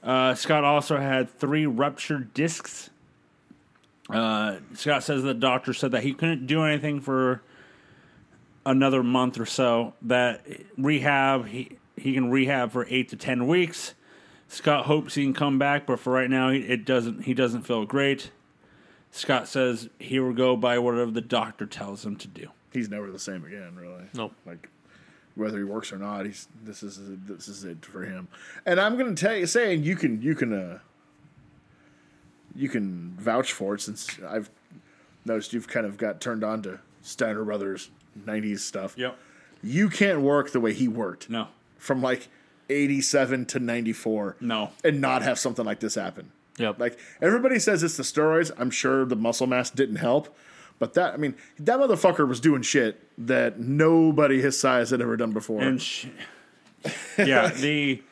Speaker 1: Uh, Scott also had three ruptured discs. Uh, Scott says the doctor said that he couldn't do anything for another month or so. That rehab, he he can rehab for eight to ten weeks. Scott hopes he can come back, but for right now, he, it doesn't. He doesn't feel great. Scott says he will go by whatever the doctor tells him to do.
Speaker 2: he's never the same again, really.
Speaker 3: Nope.
Speaker 2: Like whether he works or not, he's this is this is it for him. And I'm gonna tell you, saying you can you can uh, you can vouch for it since I've noticed you've kind of got turned on to Steiner Brothers '90s stuff. You can't work the way he worked
Speaker 1: No.
Speaker 2: from like '87 to '94.
Speaker 1: No.
Speaker 2: And not have something like this happen.
Speaker 3: Yep.
Speaker 2: Like everybody says it's the steroids. I'm sure the muscle mass didn't help. But that I mean, that motherfucker was doing shit that nobody his size had ever done before.
Speaker 1: and sh- yeah the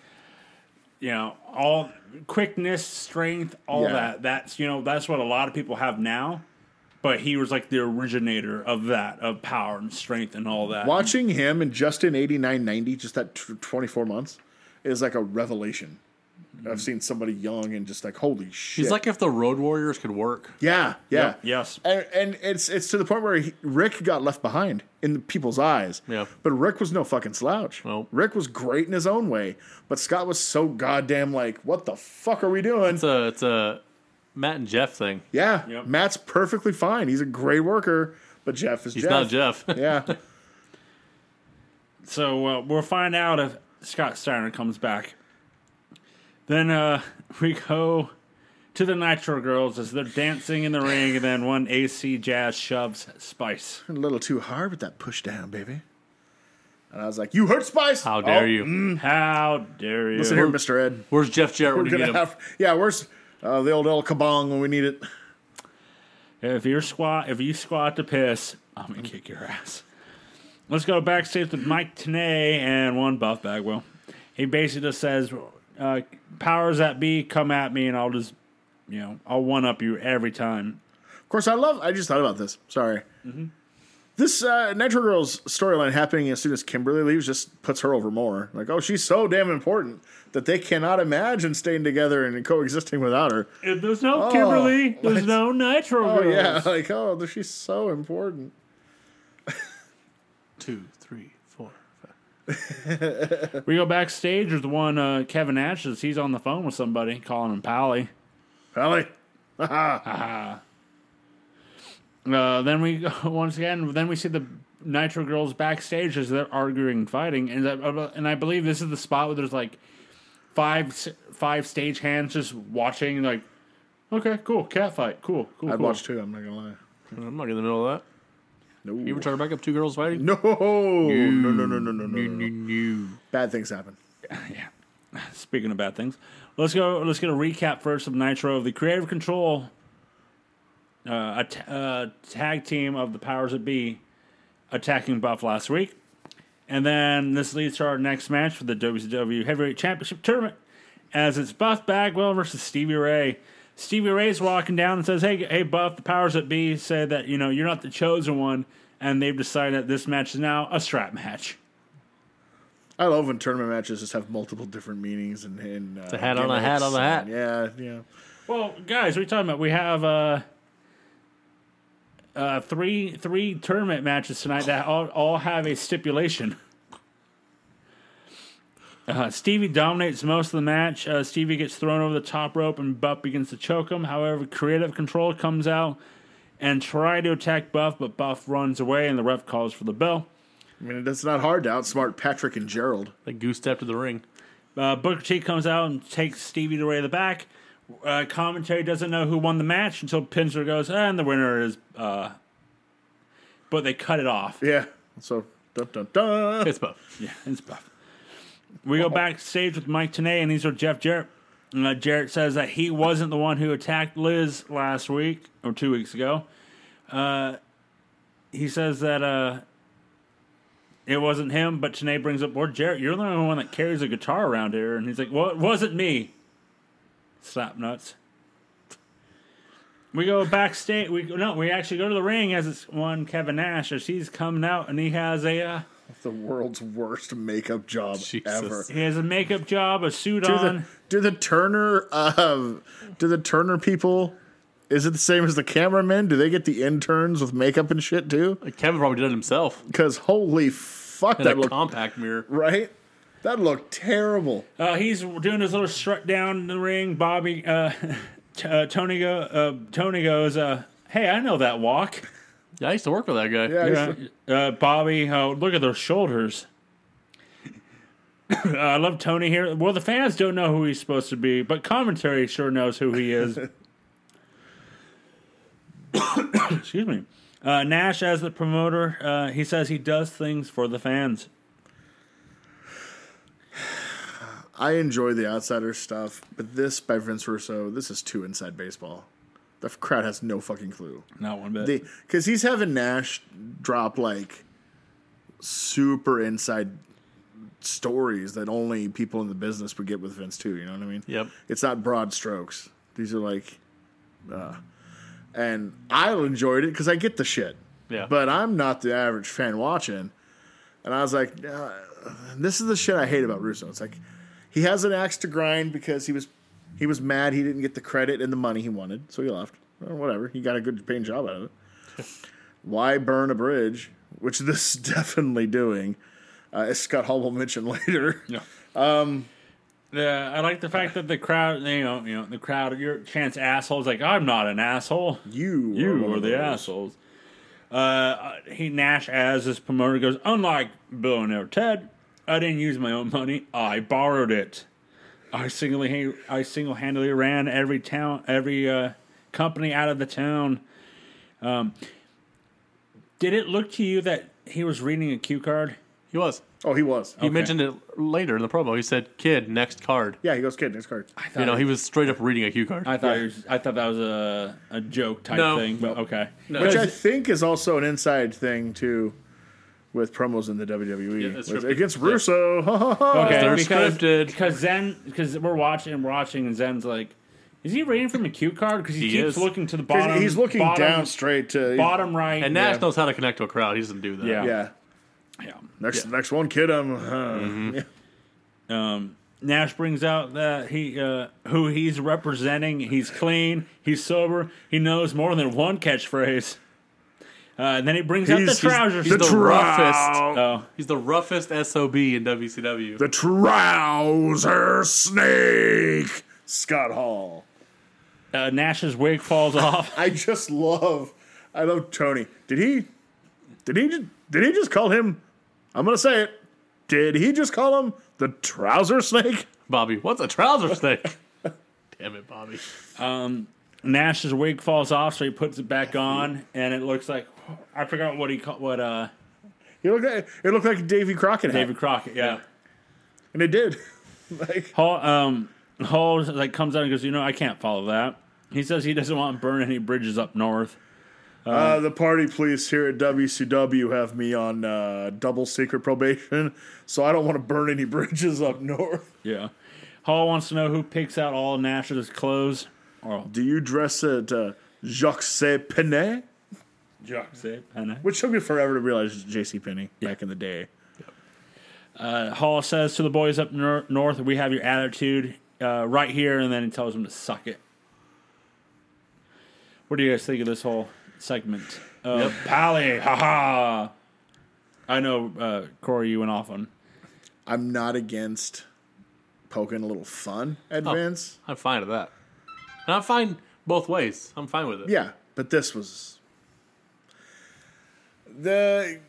Speaker 1: you know all quickness strength all
Speaker 2: Yeah.
Speaker 1: that that's you know that's what a lot of people have now but he was like the originator of that of power and strength and all that
Speaker 2: Watching him and Justin 89 90, just that t- 24 months, is like a revelation. I've seen somebody young and just like, holy shit.
Speaker 3: He's like if the Road Warriors could work.
Speaker 2: yeah, yeah.
Speaker 1: yes
Speaker 2: And, and it's it's to the point where he, Rick got left behind in the people's eyes.
Speaker 3: Yeah.
Speaker 2: But Rick was no fucking slouch.
Speaker 3: Nope.
Speaker 2: Rick was great in his own way, but Scott was so goddamn like, what the fuck are we doing?
Speaker 3: It's a it's a Matt and Jeff thing.
Speaker 2: Yeah,
Speaker 1: Yep.
Speaker 2: Matt's perfectly fine. He's a great worker, but Jeff is
Speaker 3: He's
Speaker 2: Jeff.
Speaker 3: not Jeff.
Speaker 2: Yeah,
Speaker 1: so uh, we'll find out if scott steiner comes back then uh we go to the Nitro Girls as they're dancing in the ring, and then one AC Jazz shoves Spice.
Speaker 2: A little too hard with that push down, baby. And I was like, "You hurt, Spice?
Speaker 3: How dare
Speaker 2: Oh,
Speaker 3: you?
Speaker 1: How dare you?
Speaker 2: Listen here, Mister Ed.
Speaker 3: Where's Jeff Jarrett
Speaker 2: We're
Speaker 3: when you
Speaker 2: gonna
Speaker 3: need him?
Speaker 2: have yeah. Where's uh, the old El Kabong when we need it?
Speaker 1: If you're squat, if you squat to piss, I'm gonna kick your ass. Let's go backstage with Mike Tenay and one Buff Bagwell. He basically just says, uh, "Powers that be, come at me, and I'll just, you know, I'll one up you every time."
Speaker 2: Of course, I love. I just thought about this. Sorry.
Speaker 3: Mm-hmm.
Speaker 2: This uh, Nitro Girls storyline happening as soon as Kimberly leaves just puts her over more. Like, oh, she's so damn important that they cannot imagine staying together and coexisting without her.
Speaker 1: If there's no
Speaker 2: Oh,
Speaker 1: Kimberly, there's
Speaker 2: what?
Speaker 1: no Nitro
Speaker 2: Oh
Speaker 1: Girls.
Speaker 2: yeah, like oh, she's so important.
Speaker 3: Two, three, four, five.
Speaker 1: We go backstage with one uh, Kevin Ashes. He's on the phone with somebody, calling him Pally.
Speaker 2: Pally,
Speaker 1: Uh, then we once again, then we see the Nitro girls backstage as they're arguing, and fighting, and I, and I believe this is the spot where there's like five s- five stage hands just watching, like, okay, cool, cat fight, cool, cool.
Speaker 2: I'd
Speaker 1: cool.
Speaker 2: watch too. I'm not gonna lie.
Speaker 3: I'm not in the middle of that.
Speaker 2: No,
Speaker 3: You were talking back up two girls fighting?
Speaker 2: no, no, no, no, no, no, no,
Speaker 3: No,
Speaker 2: no.
Speaker 3: no.
Speaker 2: Bad things happen.
Speaker 1: Speaking of bad things, let's go. Let's get a recap first of Nitro of the Creative Control, uh, a t- uh, tag team of the powers that be, attacking Buff last week, and then this leads to our next match for the WCW Heavyweight Championship tournament, as it's Buff Bagwell versus Stevie Ray. Stevie Ray's walking down and says, "Hey, hey, Buff, the powers that be said that you know you're not the chosen one, and they've decided that this match is now a strap match."
Speaker 2: I love when tournament matches just have multiple different meanings and, and uh, it's
Speaker 3: a hat on a hat on a hat.
Speaker 2: Yeah, yeah.
Speaker 1: Well, guys, what are you talking about? We have uh, uh, three three tournament matches tonight that all, all have a stipulation. Uh, Stevie dominates most of the match. Uh, Stevie gets thrown over the top rope and Buff begins to choke him. However, creative control comes out and try to attack Buff, but Buff runs away and the ref calls for the bell.
Speaker 2: I mean, it's not hard to outsmart Patrick and Gerald.
Speaker 3: They goose stepped to the ring.
Speaker 1: Uh, Booker T comes out and takes Stevie to Ray the back. Uh, commentary doesn't know who won the match until Pinsler goes, and the winner is. Uh, but they cut it off.
Speaker 2: Yeah. So dun dun dun.
Speaker 3: It's Buff.
Speaker 1: Yeah, it's buff. We go backstage with Mike Tenay, and these are Jeff Jarrett. Uh, Jarrett says that he wasn't the one who attacked Liz last week or two weeks ago. Uh, he says that uh, it wasn't him, but Tenay brings up, "Well, Jarrett, you're the only one that carries a guitar around here," and he's like, "Well, it wasn't me." Slap nuts. We go backstage. We no, we actually go to the ring as it's one Kevin Nash as he's coming out and he has a. Uh,
Speaker 2: the world's worst makeup job
Speaker 3: Jesus.
Speaker 2: ever.
Speaker 1: he has a makeup job, a suit
Speaker 2: Do
Speaker 1: on.
Speaker 2: the, do the Turner uh, do the Turner people? Is it the same as the cameramen? Do they get the interns with makeup and shit too?
Speaker 3: Kevin probably did it himself.
Speaker 2: Because holy fuck,
Speaker 3: Had
Speaker 2: that
Speaker 3: a
Speaker 2: looked
Speaker 3: compact mirror.
Speaker 2: right. That looked terrible.
Speaker 1: Uh, he's doing his little strut down in the ring. Bobby, uh, t- uh, Tony, go, uh, Tony goes, uh, "Hey, I know that walk."
Speaker 3: Yeah, I used to work with that guy.
Speaker 2: Yeah,
Speaker 1: Uh, uh, Bobby, oh, look at those shoulders. Uh, I love Tony here. Well, the fans don't know who he's supposed to be, but commentary sure knows who he is. Excuse me. Uh, Nash, as the promoter, uh, he says he does things for the fans.
Speaker 2: I enjoy the outsider stuff, but this by Vince Russo, this is too inside baseball. The f- crowd has no fucking clue.
Speaker 1: Not one bit.
Speaker 2: Because he's having Nash drop like super inside stories that only people in the business would get with Vince too. You know what I mean?
Speaker 3: Yep.
Speaker 2: It's not broad strokes. These are like, uh, and I enjoyed it because I get the shit,
Speaker 3: Yeah.
Speaker 2: but I'm not the average fan watching. And I was like, uh, this is the shit I hate about Russo. It's like he has an axe to grind because he was he was mad he didn't get the credit and the money he wanted, so he left. Well, whatever, he got a good paying job out of it. Why burn a bridge, which this is definitely doing, uh, as Scott Hall will mention later.
Speaker 1: Yeah, I like the fact that the crowd, you know, you know, the crowd, your chance assholes, like I'm not an asshole.
Speaker 2: You,
Speaker 1: You
Speaker 2: one
Speaker 1: are
Speaker 2: of
Speaker 1: the
Speaker 2: those.
Speaker 1: assholes. Uh, he Nash as his promoter goes, unlike billionaire Ted, I didn't use my own money. I borrowed it. I singly I single handedly ran every town every uh, company out of the town. Um, did it look to you that he was reading a cue card?
Speaker 3: He was.
Speaker 2: Oh, he was.
Speaker 3: He mentioned it later in the promo. He said, "Kid, next card."
Speaker 2: Yeah, he goes, kid, next card.
Speaker 1: I thought
Speaker 3: You know, he was straight up reading a cue card.
Speaker 1: I thought it was, I thought that was a, a joke type
Speaker 3: No.
Speaker 1: thing. okay,
Speaker 2: Which I think is also an inside thing, too, with promos in the WWE.
Speaker 3: Yeah, that's
Speaker 2: With-
Speaker 3: scripted.
Speaker 2: against Russo. Ha, ha, ha.
Speaker 1: okay,
Speaker 3: they're
Speaker 1: because,
Speaker 3: scripted.
Speaker 1: Because Zen, because we're watching and watching, and Zen's like, is he reading from a cue card? Because he,
Speaker 3: He
Speaker 1: keeps
Speaker 3: is.
Speaker 1: looking to the bottom.
Speaker 2: He's- He's looking
Speaker 1: bottom-
Speaker 2: down straight to.
Speaker 1: bottom right.
Speaker 3: and Nash knows how to connect to a crowd. He doesn't do that.
Speaker 1: Yeah.
Speaker 2: Yeah.
Speaker 1: Yeah.
Speaker 2: Next, next one, kid. I'm. Uh, yeah.
Speaker 1: Nash brings out that he uh, who he's representing. He's clean. He's sober. He knows more than one catchphrase. Uh, and then he brings out the
Speaker 2: He's- he's-
Speaker 1: trousers.
Speaker 2: the
Speaker 3: the roughest.
Speaker 1: oh,
Speaker 3: He's the roughest sob in WCW.
Speaker 2: The trouser snake, Scott Hall.
Speaker 1: uh, Nash's wig falls off.
Speaker 2: I just love, I love Tony. Did he, did he, ju- did he just call him? I'm gonna say it. Did he just call him the trouser snake?
Speaker 3: Bobby, what's a trouser snake? Damn it, Bobby.
Speaker 1: Nash's wig falls off, so he puts it back on, and it looks like I forgot what he called what uh,
Speaker 2: He looked like it looked like Davy Crockett, had,
Speaker 1: David Crockett. Yeah,
Speaker 2: and it did. like
Speaker 1: Hall um Hall like comes out and goes, you know, I can't follow that. He says he doesn't want to burn any bridges up north.
Speaker 2: uh, the party police here at WCW have me on uh, double secret probation, so I don't want to burn any bridges up north.
Speaker 1: Yeah, Hall wants to know who picks out all of Nash's clothes. Oh,
Speaker 2: Do you dress at uh, Jacques Penet?
Speaker 1: Jock said. I know.
Speaker 2: Which took me forever to realize is J.C. Penney back in the day.
Speaker 1: Hall says to the boys up nor- north, "We have your attitude uh, right here," and then he tells them to suck it. What do you guys think of this whole segment? Uh, Pally, haha. I know, uh, Corey, you went off on.
Speaker 2: I'm not against poking a little fun at Vince.
Speaker 3: I'm fine with that. And I'm fine both ways. I'm fine with it.
Speaker 2: Yeah, but this was the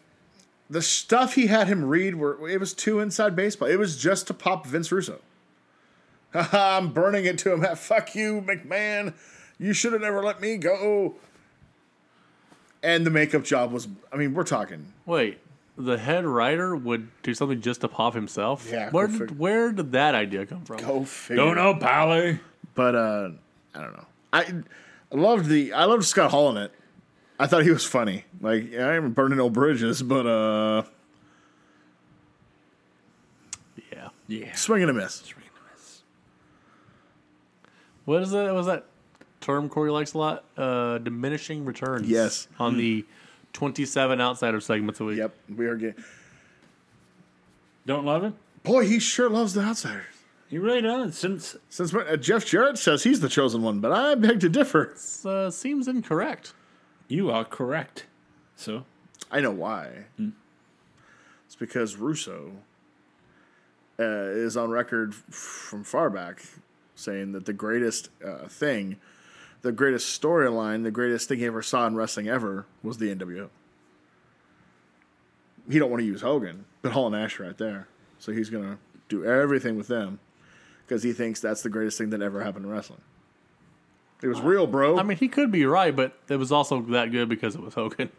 Speaker 2: the stuff he had him read. Were it was too inside baseball. It was just to pop Vince Russo. Haha, I'm burning it to him. Fuck you, McMahon. You should have never let me go. And the makeup job was. I mean, we're talking.
Speaker 3: Wait, the head writer would do something just to pop himself?
Speaker 2: Yeah,
Speaker 3: Where
Speaker 2: go
Speaker 3: did,
Speaker 2: fig-
Speaker 3: where did that idea come from?
Speaker 2: Go figure.
Speaker 1: Don't know, Pally.
Speaker 2: but uh, I don't know. I I loved the I loved Scott Hall in it. I thought he was funny. Like I am burning no bridges, but uh,
Speaker 3: Yeah.
Speaker 1: Yeah.
Speaker 2: swing and a miss.
Speaker 3: What is that? Was that term Corey likes a lot? Uh, diminishing returns.
Speaker 2: Yes. Mm-hmm.
Speaker 3: On the 27 outsider segments a week.
Speaker 2: Yep, we are getting.
Speaker 1: Don't love it.
Speaker 2: Boy, he sure loves the outsiders.
Speaker 1: He really does. Since
Speaker 2: Since uh, Jeff Jarrett says he's the chosen one, but I beg to differ.
Speaker 3: It's, uh, seems incorrect.
Speaker 1: you are correct, so
Speaker 2: I know why.
Speaker 3: Hmm.
Speaker 2: It's because Russo uh, is on record f- from far back saying that the greatest uh, thing, the greatest storyline, the greatest thing he ever saw in wrestling ever was the NWO. He don't want to use Hogan, but Hall and Nash are right there, so he's gonna do everything with them because he thinks that's the greatest thing that ever happened in wrestling. It was real, bro.
Speaker 3: I mean, he could be right, but it was also that good because it was Hogan.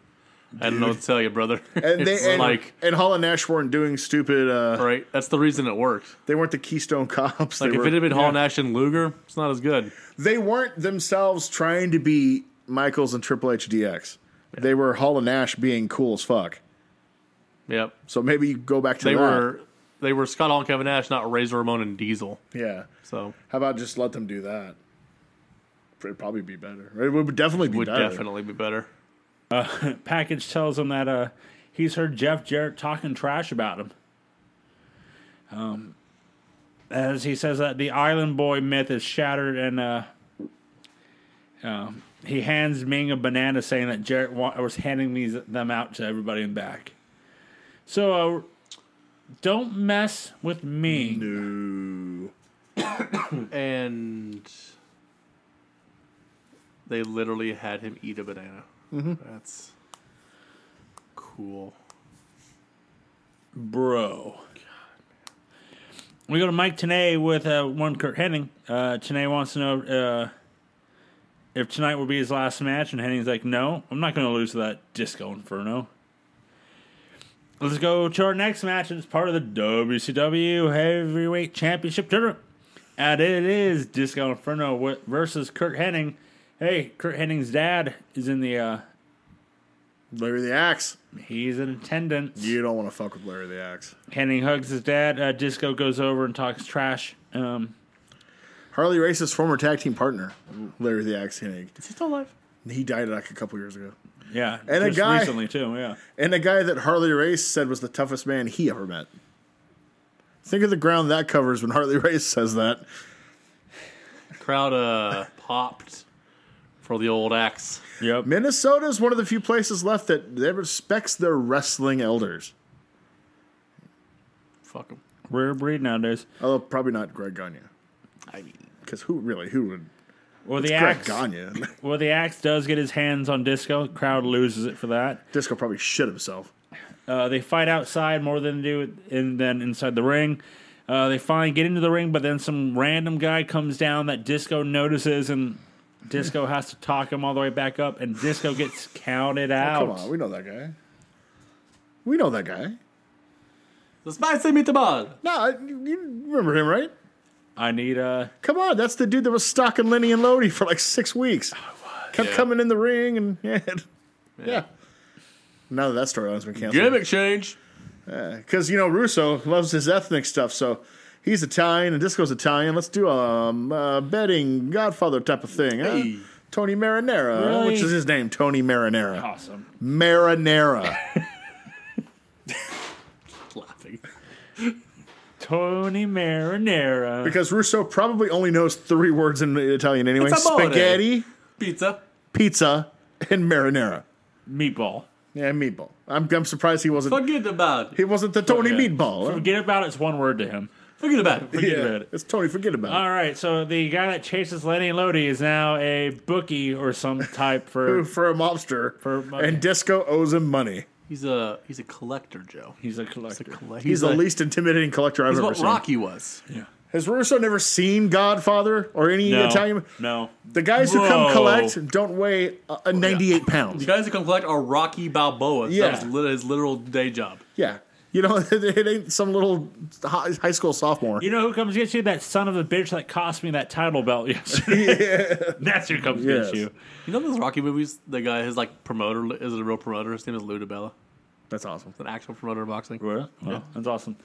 Speaker 3: I don't know what to tell you, brother.
Speaker 2: and
Speaker 3: it's
Speaker 2: they and,
Speaker 3: like,
Speaker 2: and Hall and Nash weren't doing stupid. Uh,
Speaker 3: right? That's the reason it worked.
Speaker 2: They weren't the Keystone Cops.
Speaker 3: Like,
Speaker 2: they,
Speaker 3: if
Speaker 2: were,
Speaker 3: it had been Hall, Nash, and Luger, it's not as good.
Speaker 2: they weren't themselves trying to be Michaels and Triple H DX. They were Hall and Nash being cool as fuck.
Speaker 3: Yep.
Speaker 2: So maybe you go back to
Speaker 3: They
Speaker 2: that.
Speaker 3: were they were Scott Hall and Kevin Nash, not Razor Ramon and Diesel.
Speaker 2: Yeah.
Speaker 3: So
Speaker 2: How about just let them do that? It'd probably be better. It would definitely be
Speaker 3: would
Speaker 2: better.
Speaker 3: definitely be better.
Speaker 1: package tells him that uh, he's heard Jeff Jarrett talking trash about him. Um, as he says that the Island Boy myth is shattered, and uh, um, he hands Ming a banana, saying that Jarrett wa- was handing these them out to everybody and back. So, uh, don't mess with Ming.
Speaker 3: And they literally had him eat a banana.
Speaker 2: Mm-hmm.
Speaker 3: That's cool.
Speaker 1: bro. We go to Mike Tanay with uh, one Kurt Henning. Uh, Tanay wants to know uh, if tonight will be his last match, and Henning's like, "No, I'm not going to lose to that Disco Inferno." Let's go to our next match. It's part of the WCW Heavyweight Championship tournament, and it is Disco Inferno wi- versus Kurt Henning. Hey, Kurt Henning's dad is in the. Uh,
Speaker 2: Larry the Axe.
Speaker 1: he's in attendance.
Speaker 2: You don't want to fuck with Larry the Axe.
Speaker 1: Henning hugs his dad. Uh, Disco goes over and talks trash. Um,
Speaker 2: Harley Race's former tag team partner, Larry the Axe Hennig.
Speaker 3: Is he still alive?
Speaker 2: He died like a couple years ago.
Speaker 1: yeah,
Speaker 2: And a
Speaker 1: just
Speaker 2: guy-
Speaker 1: recently too. Yeah,
Speaker 2: And a guy that Harley Race said was the toughest man he ever met. Think of the ground that covers when Harley Race says that.
Speaker 3: Crowd uh, popped for the old axe.
Speaker 1: yep.
Speaker 2: Minnesota is one of the few places left that that respects their wrestling elders.
Speaker 3: Fuck him.
Speaker 1: Rare breed nowadays.
Speaker 2: Although probably not Greg Gagne,
Speaker 3: I mean,
Speaker 2: because who really who would
Speaker 1: Well, the
Speaker 2: Greg
Speaker 1: axe.
Speaker 2: Gagne?
Speaker 1: Well, the axe does get his hands on Disco. Crowd loses it for that.
Speaker 2: Disco probably shit himself.
Speaker 1: Uh, they fight outside more than they do in, than inside the ring. Uh, they finally get into the ring, but then some random guy comes down that Disco notices, and Disco has to talk him all the way back up, and Disco gets counted out.
Speaker 2: Oh, Come on, we know that guy. We know that guy.
Speaker 3: the spicy meatball.
Speaker 2: No, I- you you remember him, right?
Speaker 1: I need a.
Speaker 2: Come on, that's the dude that was stalking Lenny and Lodi for like six weeks. Kept
Speaker 3: Oh, Yeah.
Speaker 2: coming in the ring and yeah. yeah. Now that that storyline's been canceled.
Speaker 3: Gimmick change.
Speaker 2: Because, you know, Russo loves his ethnic stuff, so he's Italian and Disco's Italian. Let's do a um, uh, betting Godfather type of thing. huh?
Speaker 3: Hey.
Speaker 2: Tony Marinara,
Speaker 1: Really?
Speaker 2: which is his name, Tony
Speaker 3: Oh.
Speaker 2: Marinara.
Speaker 1: Awesome.
Speaker 2: Marinara.
Speaker 3: Laughing.
Speaker 1: Tony Marinara.
Speaker 2: because Russo probably only knows three words in Italian anyway
Speaker 3: It's eh? amore.
Speaker 2: spaghetti,
Speaker 3: Pizza.
Speaker 2: pizza, and marinara.
Speaker 1: Meatball.
Speaker 2: Yeah, meatball. I'm, I'm surprised he wasn't.
Speaker 3: Forget about it.
Speaker 2: He wasn't the Tony
Speaker 1: Okay.
Speaker 2: Meatball.
Speaker 1: Forget about it. it's one word to him.
Speaker 3: Forget about it. Forget
Speaker 2: yeah,
Speaker 3: about it.
Speaker 2: It's Tony. Forget about
Speaker 1: All right, so the guy that chases Lenny Lodi is now a bookie or some type
Speaker 2: it.
Speaker 1: for.
Speaker 2: For a mobster.
Speaker 1: For a mobster.
Speaker 2: and Disco owes him money.
Speaker 3: He's a he's a collector, Joe.
Speaker 1: He's a
Speaker 3: He's,
Speaker 1: collector.
Speaker 3: a colle-
Speaker 2: He's, the
Speaker 3: a-
Speaker 2: least intimidating collector I've
Speaker 3: He's
Speaker 2: ever
Speaker 3: what
Speaker 2: seen.
Speaker 3: Rocky was.
Speaker 2: Has Russo never seen Godfather or any
Speaker 1: No,
Speaker 2: Italian?
Speaker 1: no.
Speaker 2: The guys who
Speaker 1: Whoa.
Speaker 2: come collect don't weigh a, a 98 pounds.
Speaker 3: The guys that come collect are Rocky Balboa.
Speaker 2: Yeah.
Speaker 3: That was lit- his literal day job.
Speaker 2: Yeah. You know, it ain't some little hi- high school sophomore.
Speaker 1: You know who comes gets you? That son of a bitch that cost me that title belt yesterday. That's who comes
Speaker 2: Yes.
Speaker 1: gets you.
Speaker 3: You know those Rocky movies? The guy, his like promoter li- is a real promoter. His name is Lou DiBella.
Speaker 2: That's awesome.
Speaker 3: An actual promoter of boxing.
Speaker 1: Well, That's awesome.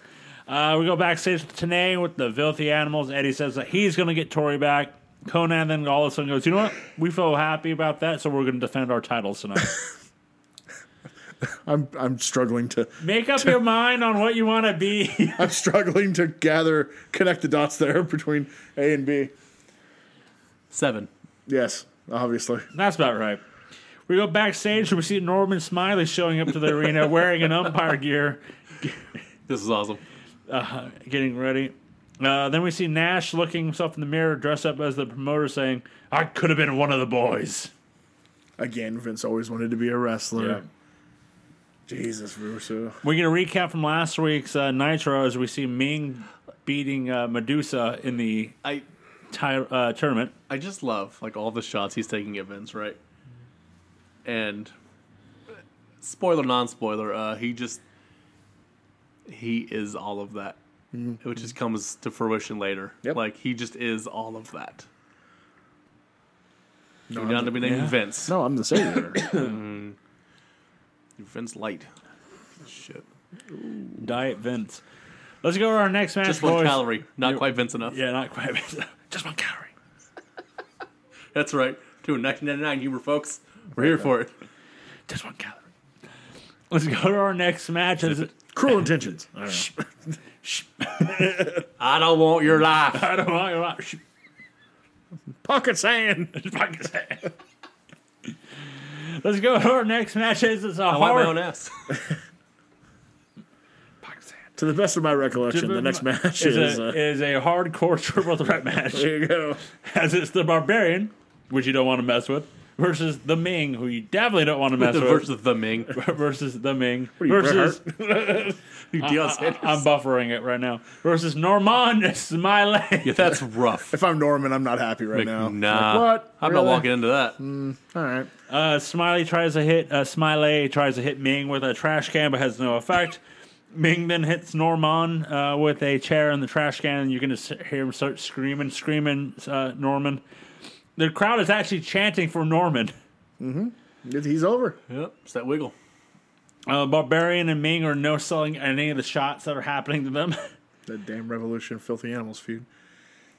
Speaker 1: Uh, we go backstage with Tanay with the filthy animals. Eddie says that he's going to get Tori back. Conan then all of a sudden goes, you know what? We feel happy about that, so we're going to defend our titles tonight.
Speaker 2: I'm I'm struggling to
Speaker 1: Make up your mind on what you want to be.
Speaker 2: I'm struggling to gather connect the dots there between A and B.
Speaker 3: Seven.
Speaker 2: Yes, obviously.
Speaker 1: That's about right. We go backstage and we see Norman Smiley showing up to the arena wearing an umpire gear,
Speaker 3: This is awesome.
Speaker 1: getting ready. Uh, then we see Nash looking himself in the mirror, dressed up as the promoter, saying, I could have been one of the boys.
Speaker 2: Again, Vince always wanted to be a wrestler.
Speaker 1: Yeah.
Speaker 2: Jesus, Russo.
Speaker 1: We're going to recap from last week's uh, Nitro as we see Ming beating uh, Medusa in the
Speaker 3: I
Speaker 1: ti- uh, tournament.
Speaker 3: I just love like all the shots he's taking at Vince, right? And spoiler, non-spoiler, uh, he just he is all of that, which just comes to fruition later.
Speaker 2: Mm-hmm. Yep.
Speaker 3: Like he just is all of that.
Speaker 2: No,
Speaker 3: You're down to be named Vince.
Speaker 2: no, I'm the savior.
Speaker 3: Vince Light. Shit.
Speaker 1: Diet Vince. Let's go to our next match,
Speaker 3: Just
Speaker 1: boys.
Speaker 3: one calorie, not quite Vince enough.
Speaker 1: Yeah, not quite. Vince. Just one calorie.
Speaker 3: That's right. To 1999 humor, folks. We're here for it.
Speaker 1: Just one calorie. Let's go to our next match. Is it-
Speaker 2: Cruel intentions. I don't know.
Speaker 3: I don't want your life.
Speaker 1: I don't know. I don't know.
Speaker 2: Pocket sand.
Speaker 1: Fuck is that? Let's go to our next match. This is a
Speaker 3: I want my own
Speaker 1: hard.
Speaker 3: ass.
Speaker 2: to the best of my recollection, the next match is.
Speaker 1: a,
Speaker 2: uh,
Speaker 1: is a hardcore triple threat match.
Speaker 2: there you go.
Speaker 1: As it's the Barbarian, which you don't want to mess with, versus the Ming, who you definitely don't want to mess
Speaker 3: The
Speaker 1: with, versus,
Speaker 3: versus the Ming.
Speaker 1: the Ming,
Speaker 2: you,
Speaker 1: versus
Speaker 3: Deion Sanders.
Speaker 1: I'm buffering it right now, versus Normand Smiley.
Speaker 3: yeah, that's rough.
Speaker 2: If I'm Norman, I'm not happy right now.
Speaker 3: Nah,
Speaker 2: Like, what?
Speaker 3: I'm
Speaker 2: Really?
Speaker 3: not walking into that.
Speaker 2: All right.
Speaker 1: Uh, Smiley tries to hit uh, Smiley tries to hit Ming with a trash can, but has no effect. Ming then hits Norman uh, with a chair in the trash can, and you can just hear him start screaming, screaming. Uh, Norman, the crowd is actually chanting for Norman.
Speaker 2: He's over.
Speaker 3: Yep, it's that wiggle.
Speaker 1: Uh, Barbarian and Ming are no selling any of the shots that are happening to them.
Speaker 2: That damn Revolution Filthy Animals feud.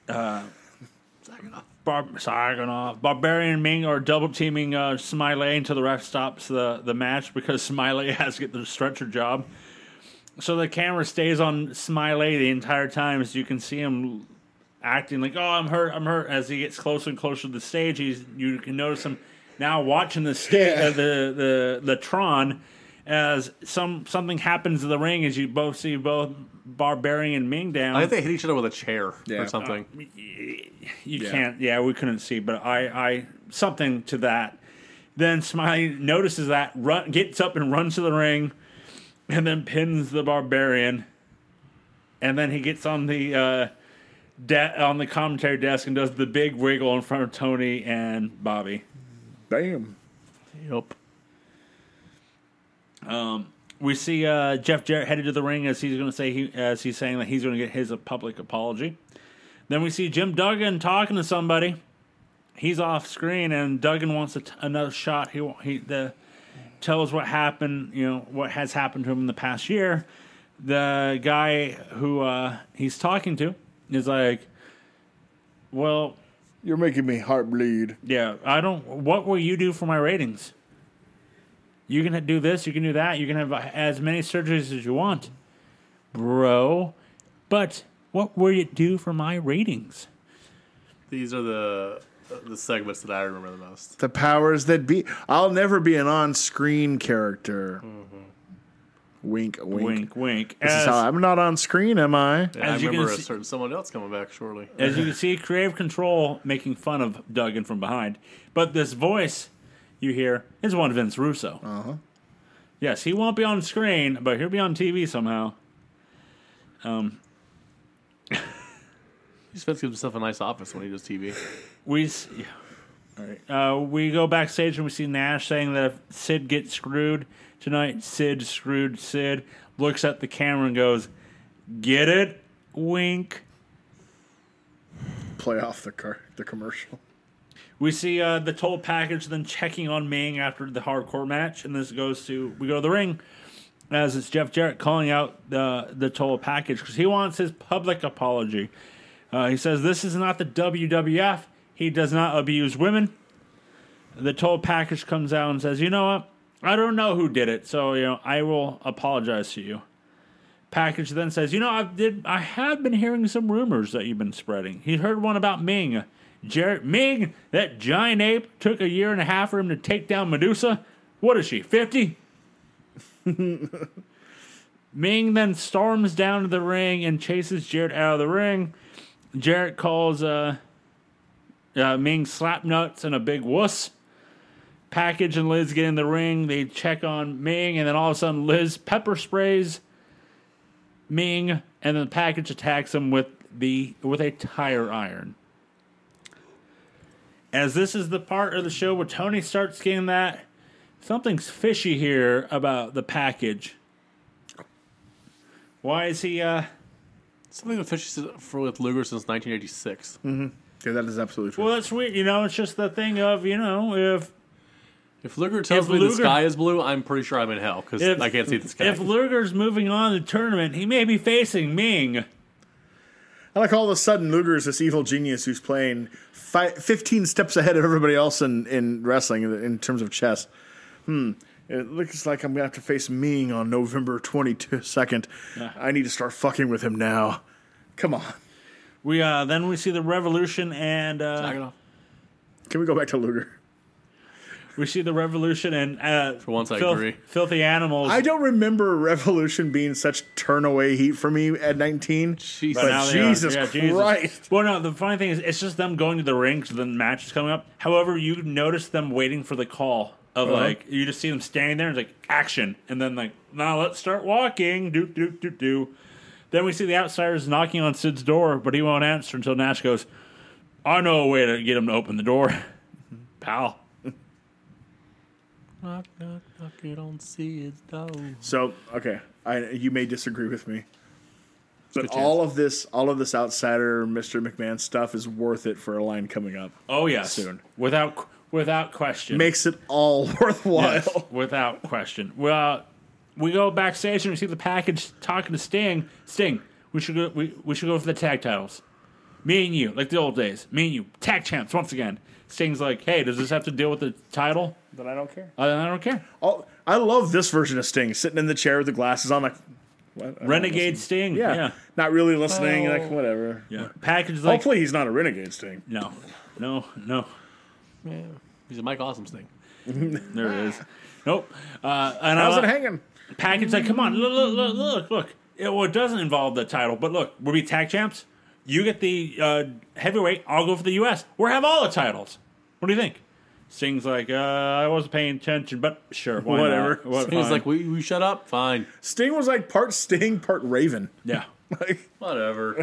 Speaker 1: Bar- Sargonov, Barbarian and Ming are double teaming uh, Smiley until the ref stops the, the match because Smiley has to get the stretcher job. So the camera stays on Smiley the entire time, as you can see him acting like, "Oh, I'm hurt, I'm hurt." As he gets closer and closer to the stage, he's you can notice him now watching the sta-
Speaker 2: Yeah.
Speaker 1: uh, the the the Tron as some something happens in the ring as you both see both Barbarian and Ming down.
Speaker 3: I think they hit each other with a chair
Speaker 2: Yeah.
Speaker 3: or something.
Speaker 1: You can't. Yeah, we couldn't see, but I, I something to that. Then Smiley notices that, run, gets up and runs to the ring, and then pins the barbarian. And then he gets on the uh, de- on the commentary desk and does the big wiggle in front of Tony and Bobby.
Speaker 2: Damn.
Speaker 3: yep.
Speaker 1: Um, We see uh, Jeff Jarrett headed to the ring as he's going to say he as he's saying that he's going to get his a public apology. Then we see Jim Duggan talking to somebody. He's off screen, and Duggan wants a t- another shot. He wa- he the tells what happened, you know, what has happened to him in the past year. The guy who uh, he's talking to is like, "Well,
Speaker 2: You're making me heart bleed.
Speaker 1: yeah, I don't. What will you do for my ratings? You can do this, you can do that, you can have as many surgeries as you want, bro. But what will it do for my ratings?
Speaker 3: These are the the segments that I remember the most.
Speaker 2: The powers that be. I'll never be an on screen character. Wink, Mm-hmm. wink.
Speaker 1: Wink, wink.
Speaker 2: This
Speaker 1: as,
Speaker 2: is how I'm not on screen, am I?
Speaker 3: Yeah, I
Speaker 1: As you can
Speaker 3: remember a
Speaker 1: see-
Speaker 3: certain someone else coming back shortly.
Speaker 1: as you can see, Creative Control making fun of Duggan from behind, but this voice you hear is one Vince Russo. Uh
Speaker 2: Uh-huh.
Speaker 1: huh. Yes, he won't be on screen, but he'll be on TV somehow.
Speaker 3: He just gives himself a nice office when he does TV.
Speaker 1: We s- yeah. Uh, we go backstage and we see Nash saying that if Sid gets screwed tonight, Sid screwed Sid. Looks at the camera and goes, "Get it? Wink."
Speaker 2: Play off the car, the commercial.
Speaker 1: We see uh, the toll package then checking on Ming after the hardcore match, and this goes to we go to the ring as it's Jeff Jarrett calling out the the toll package because he wants his public apology. Uh, he says this is not the WWF. He does not abuse women. The toll package comes out and says, "You know what? I don't know who did it, so you know I will apologize to you." Package then says, "You know, I did. I have been hearing some rumors that you've been spreading. He heard one about Ming, Jarrett Ming. That giant ape took a year and a half for him to take down Medusa. What is she? Fifty? Ming then storms down to the ring and chases Jarrett out of the ring. Jarrett calls uh, uh, Ming slap nuts and a big wuss. Package and Liz get in the ring. They check on Ming, and then all of a sudden, Liz pepper sprays Ming, and then the package attacks him with the with a tire iron. As this is the part of the show where Tony starts getting that something's fishy here about the package. Why is he? uh
Speaker 3: Something official for with Luger since 1986.
Speaker 2: Yeah, that is absolutely true.
Speaker 1: Well, that's weird. You know, it's just the thing of you know if
Speaker 3: If Luger tells
Speaker 1: If
Speaker 3: me the
Speaker 1: Luger-
Speaker 3: sky is blue, I'm pretty sure I'm in hell because
Speaker 1: If-
Speaker 3: I can't see the sky.
Speaker 1: if Luger's moving on the tournament, he may be facing Ming.
Speaker 2: I like all of a sudden Luger's this evil genius who's playing fi- 15 steps ahead of everybody else in, in wrestling in, in terms of chess. Hmm. It looks like I'm going to have to face Ming on November 22nd. I need to start fucking with him now. Come on.
Speaker 1: We uh then we see the Revolution and uh,
Speaker 3: Knock it off.
Speaker 2: Can we go back to Luger?
Speaker 1: We see the revolution and uh, for
Speaker 3: once I agree.
Speaker 1: Filthy animals.
Speaker 2: I don't remember Revolution being such turn away heat for me at 19.
Speaker 3: Jesus.
Speaker 2: But
Speaker 1: now they are.
Speaker 2: Jesus Christ.
Speaker 1: Well, no, the funny thing is, it's just them going to the ring because the match is coming up. However, you notice them waiting for the call of
Speaker 2: Uh-huh.
Speaker 1: like you just see them standing there and it's like action, and then like now let's start walking. Do do do do. Then we see the outsiders knocking on Sid's door, but he won't answer until Nash goes, "I know a way to get him to open the door, pal."
Speaker 3: Knock, knock, knock, you don't see it though.
Speaker 2: So okay, I, you may disagree with me, but
Speaker 3: chance.
Speaker 2: all of this, all of this outsider Mr. McMahon stuff is worth it for a line coming up.
Speaker 1: Oh yes,
Speaker 2: Soon.
Speaker 1: without without question.
Speaker 2: Makes it all worthwhile.
Speaker 1: Yes, without question. Well, we go backstage and we see the package talking to Sting. Sting, we should go. We, we should go for the tag titles. Me and you, like the old days. Me and you, tag champs once again. Sting's like, hey, does this have to deal with the title?
Speaker 2: But I don't care.
Speaker 1: I, I don't care.
Speaker 2: Oh, I love this version of Sting sitting in the chair with the glasses on, like what? I don't
Speaker 1: Renegade
Speaker 2: listen.
Speaker 1: Sting.
Speaker 2: Yeah,
Speaker 1: Yeah. yeah.
Speaker 2: not really listening.
Speaker 3: Well-
Speaker 2: like whatever.
Speaker 1: Package like
Speaker 2: Hopefully he's not a renegade Sting.
Speaker 1: no, no, no.
Speaker 3: Yeah. He's a Mike Awesome's thing.
Speaker 1: There it is. Nope. Uh, and
Speaker 2: How's
Speaker 1: I,
Speaker 2: it hanging?
Speaker 1: package like come on look look look look, look. It, well, it doesn't involve the title but look we'll be tag champs you get the uh, heavyweight i'll go for the us we'll have all the titles what do you think Sting's like uh, i wasn't paying attention but sure why not?
Speaker 2: Whatever.
Speaker 1: What-
Speaker 3: He was
Speaker 1: fine.
Speaker 3: like, we, we shut up? Fine.
Speaker 2: Sting was like part Sting, part Raven.
Speaker 1: yeah
Speaker 2: Like
Speaker 3: Whatever.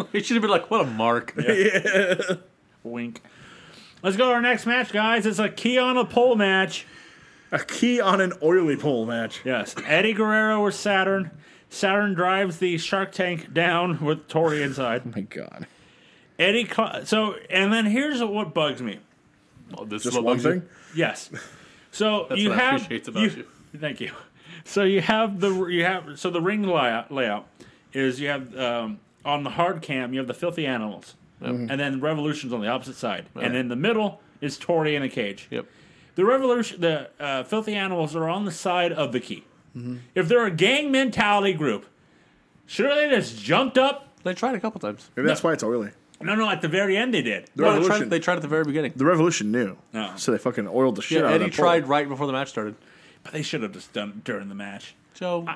Speaker 3: he should have been like, what a mark.
Speaker 1: wink let's go to our next match guys it's a key on a pole match
Speaker 2: a key on an oily pole match.
Speaker 1: yes eddie guerrero with saturn saturn drives the shark tank down with tori inside
Speaker 2: Oh My God.
Speaker 1: eddie cl- so and then here's what bugs me
Speaker 3: Oh, this is
Speaker 2: Just
Speaker 3: what
Speaker 2: one
Speaker 3: bugs you.
Speaker 2: thing.
Speaker 1: Yes. So
Speaker 3: That's
Speaker 1: you
Speaker 3: what I
Speaker 1: have
Speaker 3: appreciate about
Speaker 1: Thank you. So you have the you have so the ring layout, layout is you have um, on the hard cam you have the filthy animals, and then revolutions on the opposite side, and in the middle is Tori in a cage.
Speaker 3: Yep.
Speaker 1: The revolution, the uh, filthy animals are on the side of the key. If they're a gang mentality group, should they just jumped up?
Speaker 3: They tried a couple times.
Speaker 2: Maybe that's why it's oily.
Speaker 1: No, no. At the very end, they did.
Speaker 2: The
Speaker 3: No, they,
Speaker 2: revolution.
Speaker 3: tried, they tried at the very beginning.
Speaker 2: the revolution knew.
Speaker 1: No.
Speaker 2: So they fucking oiled the shit
Speaker 3: Yeah,
Speaker 2: out
Speaker 3: Eddie
Speaker 2: of that pole.
Speaker 3: tried right before the match started.
Speaker 1: But they should have just done it during the match.
Speaker 3: Joe,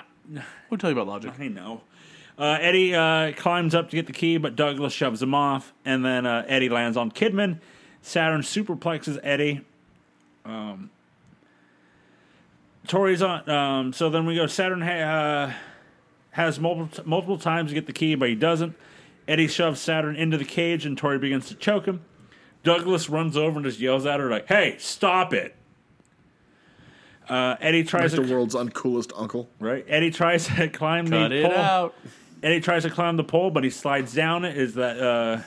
Speaker 3: we'll tell you about logic.
Speaker 1: I know. Uh, Eddie uh, climbs up to get the key, but Douglas shoves him off, and then uh, Eddie lands on Kidman. Saturn superplexes Eddie. Um, Tori's on. Um, so then we go. Saturn ha- uh, has multiple multiple times to get the key, but he doesn't. Eddie shoves Saturn into the cage, and Tori begins to choke him. Douglas runs over and just yells at her like, "Hey, stop it!" Uh, Eddie
Speaker 2: Like
Speaker 1: tries
Speaker 2: the
Speaker 1: to
Speaker 2: world's uncoolest uncle.
Speaker 1: right. Eddie tries to climb
Speaker 3: Cut
Speaker 1: the
Speaker 3: it
Speaker 1: pole.
Speaker 3: out.
Speaker 1: And he tries to climb the pole, but he slides down it. Is that uh,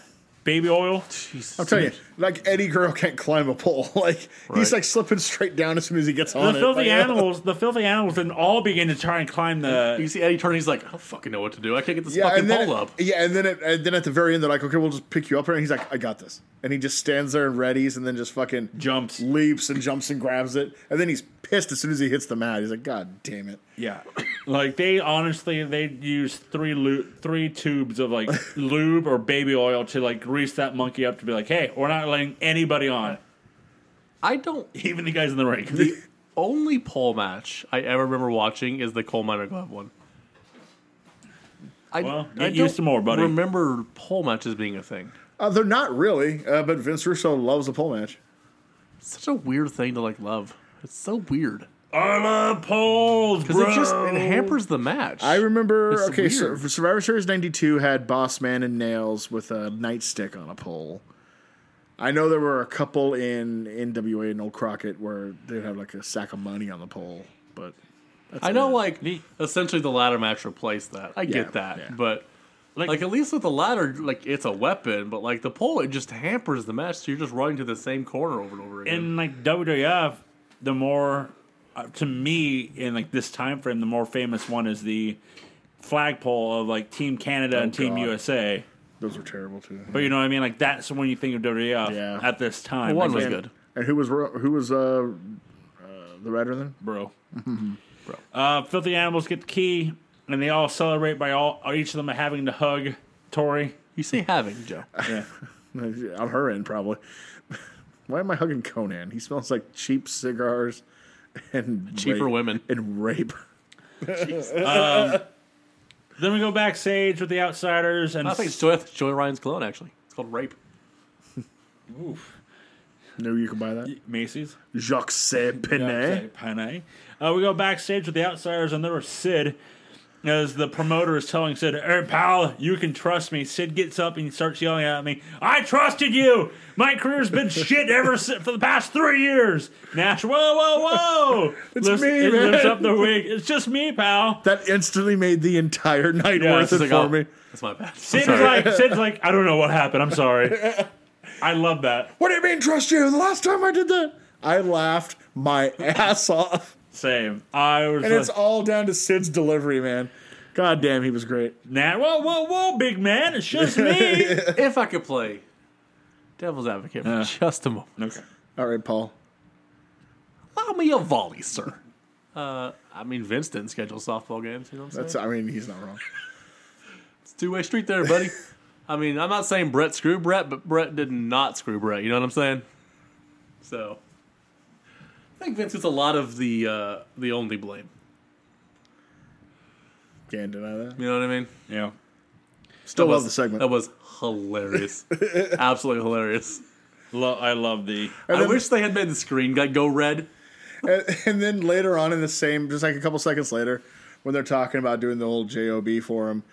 Speaker 1: baby oil?
Speaker 3: Jesus.
Speaker 2: I'm telling you, like Eddie Guerrero can't climb a pole. Like
Speaker 3: Right.
Speaker 2: he's like slipping straight down as soon as he gets
Speaker 1: The
Speaker 2: on it.
Speaker 1: filthy
Speaker 2: Like,
Speaker 1: animals, the filthy animals, then all begin to try and climb
Speaker 3: You
Speaker 1: the.
Speaker 3: see Eddie turn, he's like, I don't fucking know what to do. I can't get this
Speaker 2: Yeah,
Speaker 3: fucking
Speaker 2: and then
Speaker 3: pole
Speaker 2: it-
Speaker 3: up.
Speaker 2: yeah, and then it, and then at the very end they're like, okay, we'll just pick you up here. And he's like, I got this, and he just stands there and readies, and then just fucking
Speaker 1: Jumps.
Speaker 2: leaps and jumps and grabs it, and then he's pissed as soon as he hits the mat. He's like, God damn it!
Speaker 1: Yeah, like they honestly they use three lu- three tubes of like lube or baby oil to like grease that monkey up to be like, hey, we're not letting anybody on,
Speaker 3: I don't.
Speaker 1: even the guys in the ring.
Speaker 3: Only pole match I ever remember watching is the coal miner glove one. I,
Speaker 1: Well,
Speaker 3: I
Speaker 1: get used
Speaker 3: don't
Speaker 1: to more, buddy.
Speaker 3: Remember pole matches being a thing.
Speaker 2: Uh, they're not really, uh, but Vince Russo loves the pole match.
Speaker 3: It's such a weird thing to like love. It's so weird
Speaker 1: I love poles,
Speaker 3: because
Speaker 1: bro.
Speaker 3: it just it hampers the match.
Speaker 2: I remember.
Speaker 3: It's
Speaker 2: okay, so
Speaker 3: weird.
Speaker 2: Survivor Series '92 had Boss Man and Nails with a nightstick on a pole. I know there were a couple in NWA and Old Crockett where they'd have like a sack of money on the pole, but
Speaker 3: I know, like essentially the ladder match replaced that. I get that,
Speaker 2: yeah.
Speaker 3: but like,
Speaker 1: Like-
Speaker 3: at least with the ladder, like it's a weapon. But like the pole, it just hampers the match. So you're just running to the same corner over and over again.
Speaker 1: in like WWF, the more uh, to me in like this time frame, the more famous one is the flagpole of like Team Canada and Team
Speaker 2: God.
Speaker 1: USA.
Speaker 2: those were terrible too.
Speaker 1: But you know what I mean? Like that's when you think of WWF
Speaker 2: Yeah.
Speaker 1: at this time.
Speaker 3: one
Speaker 1: Like,
Speaker 3: was
Speaker 1: man,
Speaker 3: good.
Speaker 2: And who was Ro- who was uh, uh, the writer then?
Speaker 1: bro. bro. Uh, filthy animals get the key, and they all celebrate by all uh, each of them having to hug Tori.
Speaker 3: You say having Joe.
Speaker 1: Yeah.
Speaker 2: On her end, probably. Why am I hugging Conan? He smells like cheap cigars and
Speaker 3: Cheaper
Speaker 2: rape-
Speaker 3: women.
Speaker 2: and rape.
Speaker 1: Then we go backstage with the outsiders, and
Speaker 3: I think it's Joy, that's Joy Ryan's cologne, actually. It's called Rape.
Speaker 2: Knew you could buy that.
Speaker 1: Macy's.
Speaker 2: Jacques Penet.
Speaker 1: Panay. Uh, we go backstage with the outsiders, and there was Sid. As the promoter is telling Sid, "Er, pal, you can trust me." Sid gets up and starts yelling at me, "I trusted you. My career's been shit ever si- for the past three years." Nash, whoa, whoa, whoa! it's
Speaker 2: me,
Speaker 1: it
Speaker 2: man.
Speaker 1: Lifts up the wig. It's just me, pal.
Speaker 2: That instantly made the entire night
Speaker 1: Yeah, it's
Speaker 2: worth it
Speaker 3: It's
Speaker 2: for
Speaker 3: like, oh,
Speaker 2: me.
Speaker 3: That's my bad. I'm
Speaker 1: Sid's
Speaker 3: sorry.
Speaker 1: like, Sid's like, I don't know what happened. I'm sorry. I love that.
Speaker 2: What do you mean, trust you? The last time I did that, I laughed my ass off.
Speaker 1: Same. I was
Speaker 2: And
Speaker 1: like,
Speaker 2: it's all down to Sid's delivery, man. God damn, he was great.
Speaker 1: Nash, whoa, whoa, whoa, big man. It's just me.
Speaker 3: if I could play devil's advocate for just a moment,
Speaker 1: okay.
Speaker 2: All right, Paul.
Speaker 3: allow me a volley, sir. Uh, I mean, Vince didn't schedule softball games. You know what I'm saying?
Speaker 2: That's, I mean, he's not wrong.
Speaker 3: It's two way street there, buddy. I mean, I'm not saying Brett screwed Brett, but Brett did not screw Brett. You know what I'm saying? So, I think Vince gets a lot of the uh, the only blame.
Speaker 2: Can't deny that.
Speaker 3: You know what I mean?
Speaker 1: Yeah.
Speaker 2: Still
Speaker 3: That
Speaker 2: love
Speaker 3: was-
Speaker 2: the segment.
Speaker 3: That was hilarious. Absolutely hilarious.
Speaker 1: Lo- I love the.
Speaker 3: I
Speaker 2: then-
Speaker 3: wish they had made the screen guy go red.
Speaker 2: and, and then later on in the same, just like a couple seconds later, when they're talking about doing the old job for him,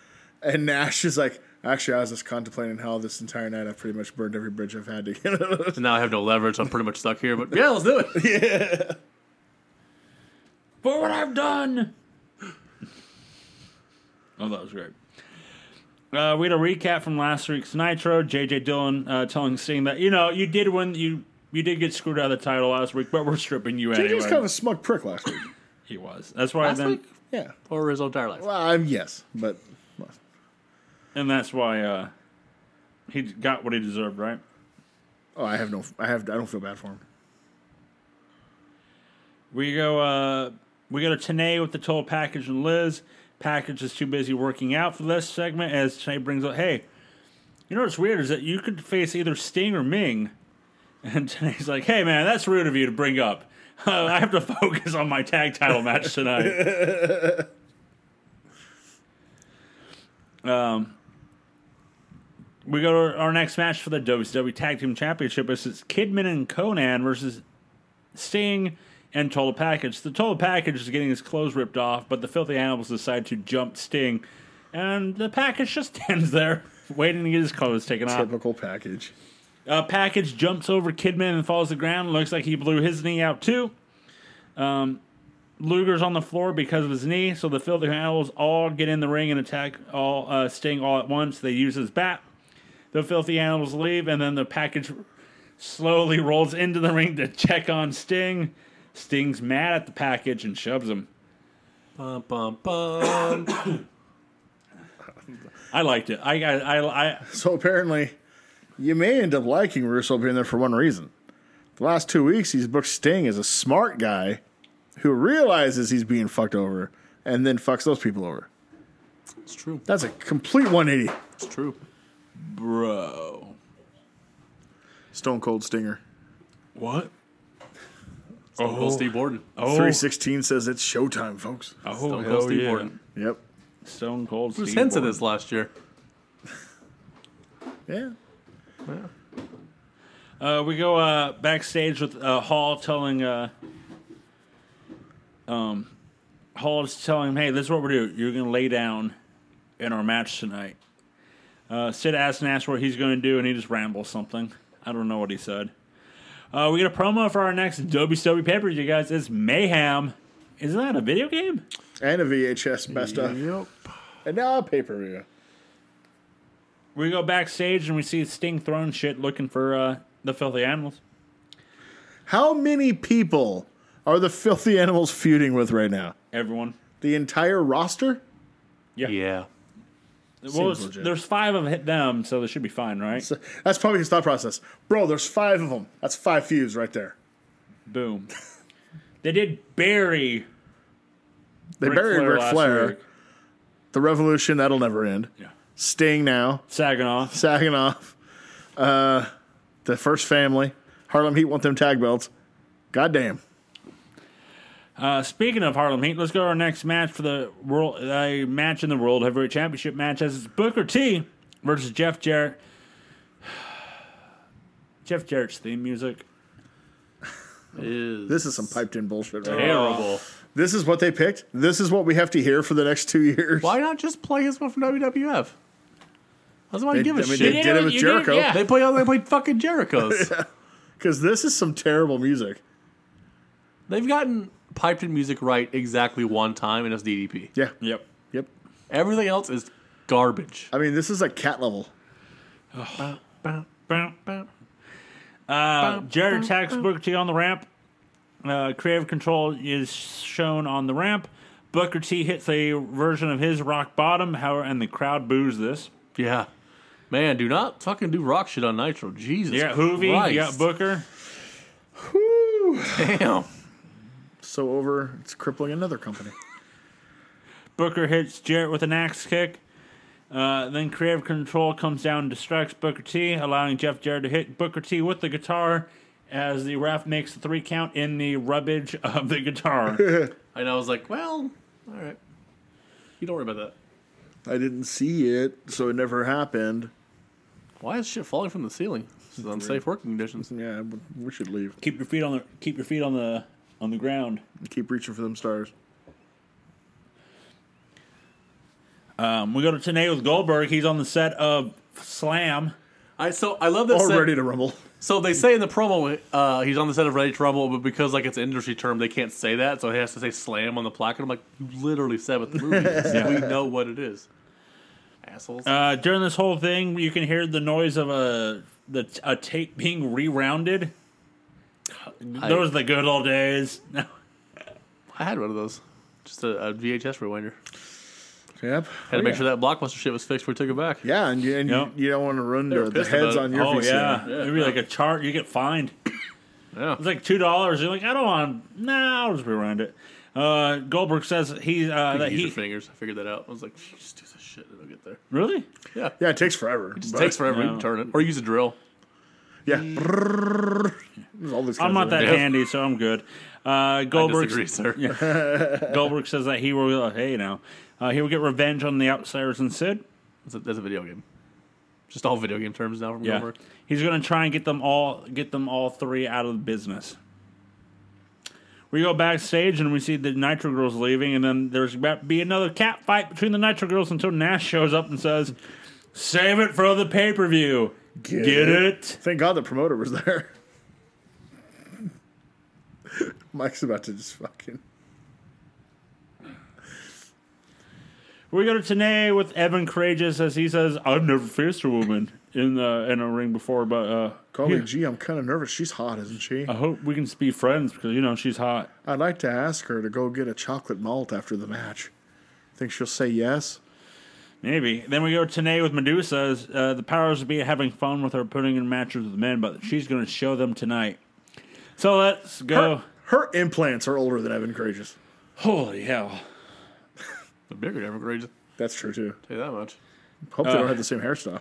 Speaker 2: and Nash is like, "Actually, I was just contemplating how this entire night I've pretty much burned every bridge I've had to get."
Speaker 3: And now I have no leverage. I'm pretty much stuck here. But yeah, let's do it.
Speaker 1: For what I've done. oh, that was great. Uh, we had a recap from last week's Nitro. JJ Dillon uh, telling Sting that you know you did win you you did get screwed out of the title last week, but we're stripping you
Speaker 2: He
Speaker 1: anyway.
Speaker 2: was kind of a smug prick last week.
Speaker 1: he was. That's why
Speaker 3: Last
Speaker 1: then,
Speaker 3: week
Speaker 2: Yeah,
Speaker 3: or his entire life.
Speaker 2: well, I'm yes, but
Speaker 1: and that's why uh, he got what he deserved, right?
Speaker 2: oh, I have no, I have, I don't feel bad for him.
Speaker 1: We go. Uh, we go to Tanae with the toll package and Liz. Package is too busy working out for this segment as Tanae brings up, "Hey, you know what's weird is that you could face either Sting or Ming." And Tanae's like, "Hey, man, that's rude of you to bring up. Uh, I have to focus on my tag title match tonight." um. We go to our next match for the WCW Tag Team Championship. This is Kidman and Conan versus Sting and Total Package. The Total Package is getting his clothes ripped off, but the Filthy Animals decide to jump Sting, and the package just stands there waiting to get his clothes taken off.
Speaker 2: Typical package.
Speaker 1: Uh, package jumps over Kidman and falls to the ground. Looks like he blew his knee out too. Um, Luger's on the floor because of his knee, so the Filthy Animals all get in the ring and attack all uh, Sting all at once. They use his bat. The Filthy Animals leave, and then the package slowly rolls into the ring to check on Sting. Sting's mad at the package and shoves him.
Speaker 3: Bum, bum, bum.
Speaker 1: I liked it. I I I, I
Speaker 2: So apparently, you may end up liking Russo being there for one reason. The last two weeks, he's booked Sting as a smart guy who realizes he's being fucked over and then fucks those people over.
Speaker 3: it's true.
Speaker 2: That's a complete 180.
Speaker 3: It's true.
Speaker 1: bro.
Speaker 2: Stone Cold Stinger.
Speaker 1: What?
Speaker 3: Stone Cold Steve Borden.
Speaker 1: Oh,
Speaker 2: 316 says it's showtime, folks.
Speaker 1: oh,
Speaker 3: Stone Cold
Speaker 1: hell
Speaker 3: Steve
Speaker 1: yeah.
Speaker 3: Borden.
Speaker 2: Yep.
Speaker 1: Stone Cold
Speaker 3: Who's
Speaker 1: Steve
Speaker 3: hints of
Speaker 1: Borden.
Speaker 3: this last year?
Speaker 2: Yeah.
Speaker 1: Uh, we go uh, backstage with uh, Hall telling uh, um, Hall's telling him, "Hey, this is what we're doing. You're gonna lay down in our match tonight." Uh, Sid asks Nash what he's going to do, and he just rambles something. I don't know what he said. Uh, we get a promo for our next WCW paper. You guys, it's Mayhem. Isn't that a video game?
Speaker 2: And a VHS best of.
Speaker 3: Yep.
Speaker 2: And now a pay per view.
Speaker 1: We go backstage and we see Sting throwing shit, looking for uh, the filthy animals.
Speaker 2: How many people are the filthy animals feuding with right now?
Speaker 1: Everyone.
Speaker 2: The entire roster?
Speaker 3: Yeah.
Speaker 1: well,
Speaker 2: Seems
Speaker 1: it's-
Speaker 2: legit.
Speaker 1: there's five of hit them, so they should be fine, right?
Speaker 2: So that's probably his thought process. Bro, there's five of them. That's five feuds right there.
Speaker 1: Boom. They did bury.
Speaker 2: They
Speaker 1: Ric
Speaker 2: buried
Speaker 1: Flair
Speaker 2: Ric
Speaker 1: last
Speaker 2: Flair.
Speaker 1: week.
Speaker 2: The revolution, that'll never end.
Speaker 1: Yeah.
Speaker 2: Sting now,
Speaker 1: Saginaw.
Speaker 2: Saginaw, uh, the first family, Harlem Heat want them tag belts. Goddamn.
Speaker 1: Uh, speaking of Harlem Heat, let's go to our next match for the world uh, match in the World Heavyweight Championship match as it's Booker T versus Jeff Jarrett. Jeff Jarrett's theme music.
Speaker 3: Is
Speaker 2: This is some piped in bullshit. Right now.
Speaker 3: terrible.
Speaker 2: This is what they picked. This is what we have to hear for the next two years.
Speaker 3: Why not just play his one from WWF? That's why I
Speaker 2: They,
Speaker 3: give
Speaker 2: I
Speaker 3: a
Speaker 2: mean,
Speaker 3: shit.
Speaker 2: they
Speaker 1: You
Speaker 2: did
Speaker 1: did
Speaker 2: it
Speaker 1: it-
Speaker 2: with
Speaker 1: you did it, yeah.
Speaker 2: Jericho
Speaker 3: They play they play fucking Jericho's.
Speaker 2: because this is some terrible music.
Speaker 3: They've gotten piped in music right exactly one time, and it's DDP.
Speaker 2: Yeah.
Speaker 1: Yep.
Speaker 2: Yep.
Speaker 3: Everything else is garbage.
Speaker 2: I mean, this is like cat level.
Speaker 1: Bow, bow. Uh, Jared attacks Booker T on the ramp. Uh, creative control is shown on the ramp. Booker T hits a version of his rock bottom, however, and the crowd boos this.
Speaker 3: Yeah, man, do not fucking do rock shit on Nitro. Jesus,
Speaker 1: You got Hoovy, you got
Speaker 3: Christ.
Speaker 1: Booker.
Speaker 3: Damn.
Speaker 2: So over, it's crippling another company.
Speaker 1: Booker hits Jarrett with an axe kick. Uh, then creative control comes down and distracts Booker T, allowing Jeff Jarrett to hit Booker T with the guitar as the ref makes the three count in the rubbage of the guitar.
Speaker 3: And I was like, well, all right. You don't worry about that.
Speaker 2: I didn't see it, so it never happened.
Speaker 3: Why is shit falling from the ceiling? This is unsafe working conditions.
Speaker 2: Yeah, but we should leave.
Speaker 1: keep your feet on the keep your feet on the on the ground.
Speaker 2: Keep reaching for them stars.
Speaker 1: Um, we go to Tanay with Goldberg. He's on the set of Slam.
Speaker 3: I so I love that.
Speaker 2: All
Speaker 3: set-
Speaker 2: ready to rumble.
Speaker 3: So they say in the promo, uh, he's on the set of Ready to Rumble, but because like it's an industry term, they can't say that, so he has to say slam on the plaque. And I'm like, you literally said what the movie is. We know what it is. Assholes.
Speaker 1: Uh, during this whole thing, you can hear the noise of a the a tape being rerounded. Those are the good old days.
Speaker 3: I had one of those. Just a, a VHS rewinder.
Speaker 2: Yep.
Speaker 3: Had to make sure that blockbuster shit was fixed before we took it back.
Speaker 2: Yeah, and you, and
Speaker 1: Yep.
Speaker 2: you, you don't want to run to
Speaker 3: were
Speaker 2: the
Speaker 3: pissed about
Speaker 2: heads
Speaker 3: it.
Speaker 2: on your
Speaker 1: Oh
Speaker 2: VCR.
Speaker 1: yeah. it'd be like a chart. You get fined.
Speaker 3: Yeah.
Speaker 1: It's like two dollars. You're like, I don't want. Nah, I'll just rewind it. Uh, Goldberg says he uh, that
Speaker 3: Use your
Speaker 1: he
Speaker 3: fingers. I figured that out. I was like, just do this shit and it'll get there.
Speaker 1: really.
Speaker 3: Yeah.
Speaker 2: Yeah, it takes forever.
Speaker 3: It
Speaker 2: but-
Speaker 3: takes forever. You
Speaker 1: No.
Speaker 3: can turn it. Or use a drill.
Speaker 2: Yeah. Brrrr. There's all this
Speaker 1: I'm not that
Speaker 3: Yeah.
Speaker 1: handy, so I'm good. Uh,
Speaker 3: I
Speaker 1: Goldberg
Speaker 3: disagree, sir.
Speaker 1: Goldberg says that he will. Uh, hey, now uh, he will get revenge on the outsiders and Sid.
Speaker 3: That's, a, that's a video game. Just all video game terms now from
Speaker 1: Yeah,
Speaker 3: Goldberg.
Speaker 1: he's going to try and get them all get them all three out of the business. We go backstage and we see the Nitro Girls leaving, and then there's about to be another cat fight between the Nitro Girls until Nash shows up and says, "Save it for the pay per view. Get, it?
Speaker 2: Thank God the promoter was there. Mike's about to just fucking.
Speaker 1: We go to Tanay with Evan Courageous as he says, "I've never faced a woman in the in a ring before, but uh,
Speaker 2: Call
Speaker 1: Yeah. Uh.
Speaker 2: me G. I'm kind of nervous. She's hot, isn't she?
Speaker 1: I hope we can be friends because you know she's hot."
Speaker 2: I'd like to ask her to go get a chocolate malt after the match. Think she'll say yes?
Speaker 1: Maybe. Then we go Tanae with Medusa. Uh, the powers to be having fun with her putting in matches with men, but she's going to show them tonight. So let's go.
Speaker 2: Her implants are older than Evan Courageous.
Speaker 1: Holy hell.
Speaker 3: The bigger damn courageous.
Speaker 2: That's true too.
Speaker 3: Tell you that much.
Speaker 2: Hope
Speaker 1: Uh.
Speaker 2: they don't have the same hairstyle.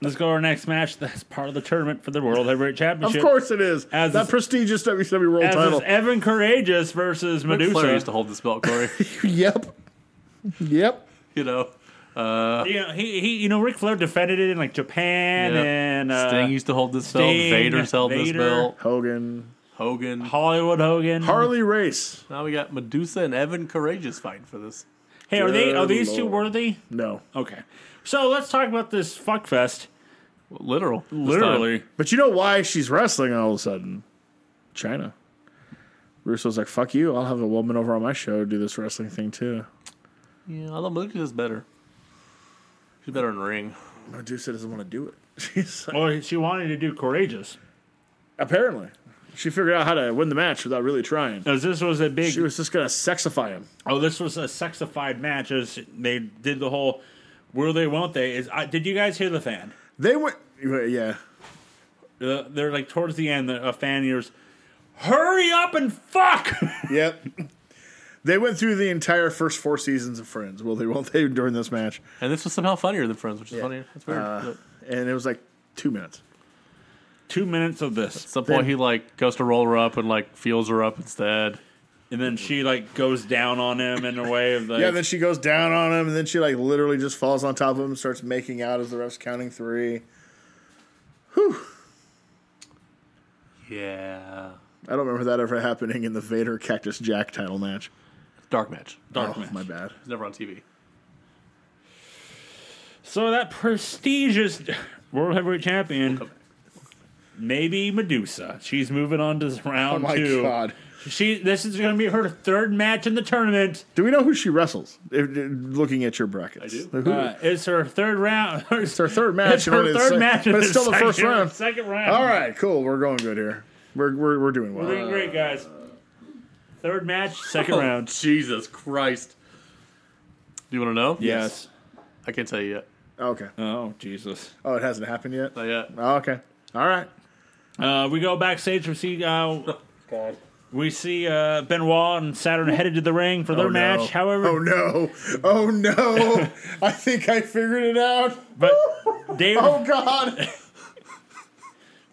Speaker 1: Let's go to our next match. That's part of the tournament for the World Heavyweight
Speaker 2: Of
Speaker 1: Championship.
Speaker 2: course it is.
Speaker 1: As
Speaker 2: that
Speaker 1: is-
Speaker 2: prestigious WWE World
Speaker 1: As
Speaker 2: title.
Speaker 1: is Evan Courageous versus
Speaker 3: Ric Flair used
Speaker 1: Medusa.
Speaker 3: to hold this belt, Corey.
Speaker 2: yep. Yep.
Speaker 3: you know,
Speaker 1: You know, he, he, you know, Ric Flair defended it in like Japan
Speaker 3: Yeah.
Speaker 1: and uh,
Speaker 3: Sting used to hold this belt.
Speaker 1: Sting,
Speaker 3: Vader's held this
Speaker 1: Vader.
Speaker 3: belt.
Speaker 2: Hogan.
Speaker 3: Hogan.
Speaker 1: Hollywood Hogan.
Speaker 2: Harley Race.
Speaker 3: now we got Medusa and Evan Courageous fighting for this.
Speaker 1: hey, are they are
Speaker 2: Good
Speaker 1: these two
Speaker 2: lord.
Speaker 1: worthy?
Speaker 2: No.
Speaker 1: Okay. So let's talk about this fuckfest.
Speaker 3: Literal. this
Speaker 1: Literally.
Speaker 3: time.
Speaker 2: But you know why she's wrestling all of a sudden? China. Russo's like, fuck you. I'll have a woman over on my show do this wrestling thing too.
Speaker 3: Yeah, although Medusa's better. She's better in the ring.
Speaker 2: Medusa doesn't want to do it. She's like-
Speaker 1: Well, she wanted to do Courageous.
Speaker 2: apparently. She figured out how to win the match without really trying.
Speaker 1: As this was a big
Speaker 2: She was just going to sexify him.
Speaker 1: Oh, this was a sexified match. As they did the whole "will they, won't they?" Is I, did you guys hear the fan?
Speaker 2: They went. Yeah.
Speaker 1: Uh, they're like towards the end. A fan hears, "Hurry up and fuck!"
Speaker 2: Yep. They went through the entire first four seasons of Friends. Will they? Won't they? During this match,
Speaker 1: Uh,
Speaker 3: And this was somehow funnier than Friends, which is funny. That's weird.
Speaker 2: and it was like two minutes.
Speaker 1: two minutes of this,
Speaker 3: some point, he like goes to roll her up and like feels her up instead.
Speaker 1: and then she like goes down on him in a way of like,
Speaker 2: Yeah, then she goes down on him, and then she like literally just falls on top of him and starts making out as the ref's counting three.
Speaker 3: Yeah,
Speaker 2: I don't remember that ever happening in the Vader Cactus Jack title match.
Speaker 3: dark match.
Speaker 1: dark
Speaker 2: oh,
Speaker 1: match.
Speaker 2: my bad.
Speaker 3: It's never on TV.
Speaker 1: So that prestigious world heavyweight champion, maybe Medusa. She's moving on to
Speaker 2: Oh
Speaker 1: round
Speaker 2: my
Speaker 1: two.
Speaker 2: god.
Speaker 1: She this is going to be her third match in the tournament.
Speaker 2: Do we know who she wrestles? If, if- looking at your brackets,
Speaker 3: I do.
Speaker 2: Like, who-
Speaker 1: Uh, it's her third round.
Speaker 2: it's her third match.
Speaker 1: It's
Speaker 2: and
Speaker 1: her
Speaker 2: only the
Speaker 1: third
Speaker 2: sec-
Speaker 1: match,
Speaker 2: but
Speaker 1: in
Speaker 2: it's still the first
Speaker 1: second-
Speaker 2: round.
Speaker 1: Second round.
Speaker 2: All right, cool. We're going good here. We're we're, we're doing well.
Speaker 1: We're doing great, guys. Third match, second
Speaker 2: Oh.
Speaker 1: round.
Speaker 3: Jesus Christ! Do you want to know?
Speaker 1: Yes.
Speaker 3: I can't tell you yet.
Speaker 2: okay.
Speaker 1: Oh Jesus.
Speaker 2: Oh, it hasn't happened yet.
Speaker 3: Not yet.
Speaker 2: Oh, okay. All right.
Speaker 1: Uh, we go backstage. We see. Uh, We see uh, Benoit and Saturn headed to the ring for their
Speaker 2: Oh, no.
Speaker 1: match. However,
Speaker 2: Oh no! Oh no! I think I figured it out.
Speaker 1: but David
Speaker 2: Oh god!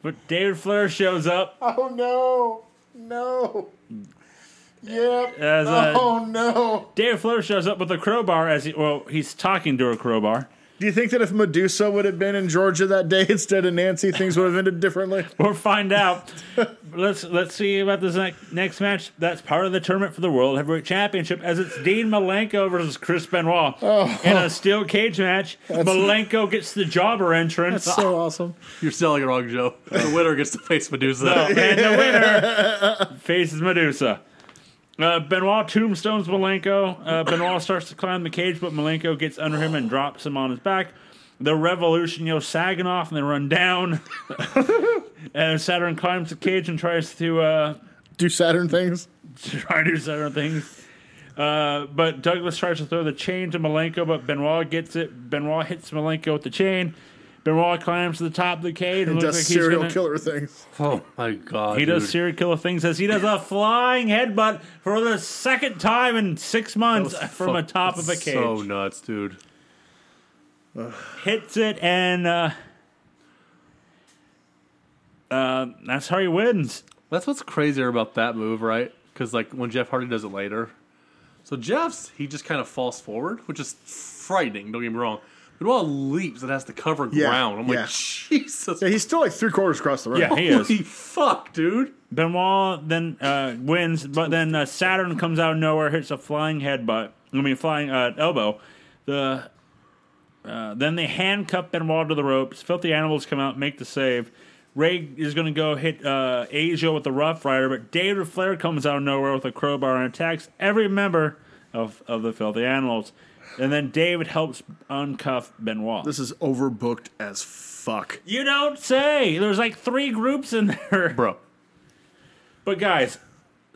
Speaker 1: but David Flair shows up
Speaker 2: Oh no! No! Yep.
Speaker 1: as uh,
Speaker 2: oh no!
Speaker 1: David Flair shows up with a crowbar as he well he's talking to a crowbar.
Speaker 2: Do you think that if Medusa would have been in Georgia that day instead of Nancy, things would have ended differently?
Speaker 1: We'll find out. let's let's see about this next, next match. That's part of the tournament for the World Heavyweight Championship, as it's Dean Malenko versus Chris Benoit in a steel cage match. Malenko gets the jobber entrance,
Speaker 2: So awesome.
Speaker 3: You're selling it wrong, Joe. The winner gets to face Medusa.
Speaker 1: and Oh, the winner faces Medusa. Uh, Benoit tombstones Malenko. Uh, Benoit starts to climb the cage, but Malenko gets under him and drops him on his back. The revolution yells sagging off and they run down. and Saturn climbs the cage and tries to uh,
Speaker 2: Do Saturn things.
Speaker 1: try to do certain things. Uh, but Douglas tries to throw the chain to Malenko, but Benoit gets it. Benoit hits Malenko with the chain. Benoit climbs to the top of the cage and
Speaker 2: Does
Speaker 1: looks like he's
Speaker 2: serial
Speaker 1: gonna,
Speaker 2: killer things.
Speaker 3: Oh my God!
Speaker 1: He does
Speaker 3: dude.
Speaker 1: serial killer things as he does a flying headbutt for the second time in six months from the
Speaker 3: Fuck,
Speaker 1: top of a
Speaker 3: that's
Speaker 1: cage.
Speaker 3: So nuts, dude.
Speaker 1: Hits it and uh, uh, that's how he wins.
Speaker 3: That's what's crazier about that move, right? Because like when Jeff Hardy does it later, so Jeff's he just kind of falls forward, which is frightening. Don't get me wrong. Benoit leaps and has to cover
Speaker 2: Yeah,
Speaker 3: ground. I'm
Speaker 2: yeah.
Speaker 3: like, Jesus,
Speaker 2: Yeah, he's still like three quarters across the ring.
Speaker 1: Yeah, he is.
Speaker 3: holy fuck, dude!
Speaker 1: Benoit then uh, wins, but then uh, Saturn comes out of nowhere, hits a flying headbutt. I mean, flying uh, elbow. The uh, then they handcuff Benoit to the ropes. Filthy animals come out, make the save. Ray is going to go hit uh, Asia with the Rough Rider, but David Flair comes out of nowhere with a crowbar and attacks every member of, of the Filthy Animals. And then David helps uncuff Benoit.
Speaker 2: This is overbooked as fuck.
Speaker 1: you don't say. There's like three groups in there.
Speaker 3: Bro,
Speaker 1: But guys,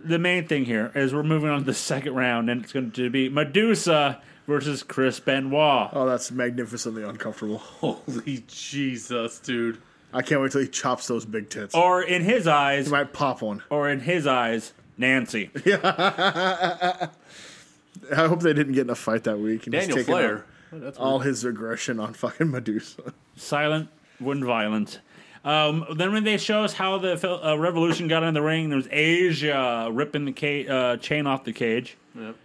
Speaker 1: the main thing here is we're moving on to the second round, and it's going to be Medusa versus Chris Benoit.
Speaker 2: Oh, that's magnificently uncomfortable.
Speaker 3: holy Jesus, dude!
Speaker 2: I can't wait till he chops those big tits. Oh.
Speaker 1: Or in his eyes,
Speaker 2: He might pop one.
Speaker 1: or in his eyes, Nancy.
Speaker 2: I hope they didn't get in a fight that week. and he's
Speaker 3: Daniel
Speaker 2: taking
Speaker 3: Flair.
Speaker 2: out
Speaker 3: Oh, that's
Speaker 2: All his aggression on fucking Medusa.
Speaker 1: Silent, wouldn't violent. Um, then when they show us how the fel- uh, revolution got in the ring, there was Asia ripping the ca- uh, chain off the cage.
Speaker 3: Yep.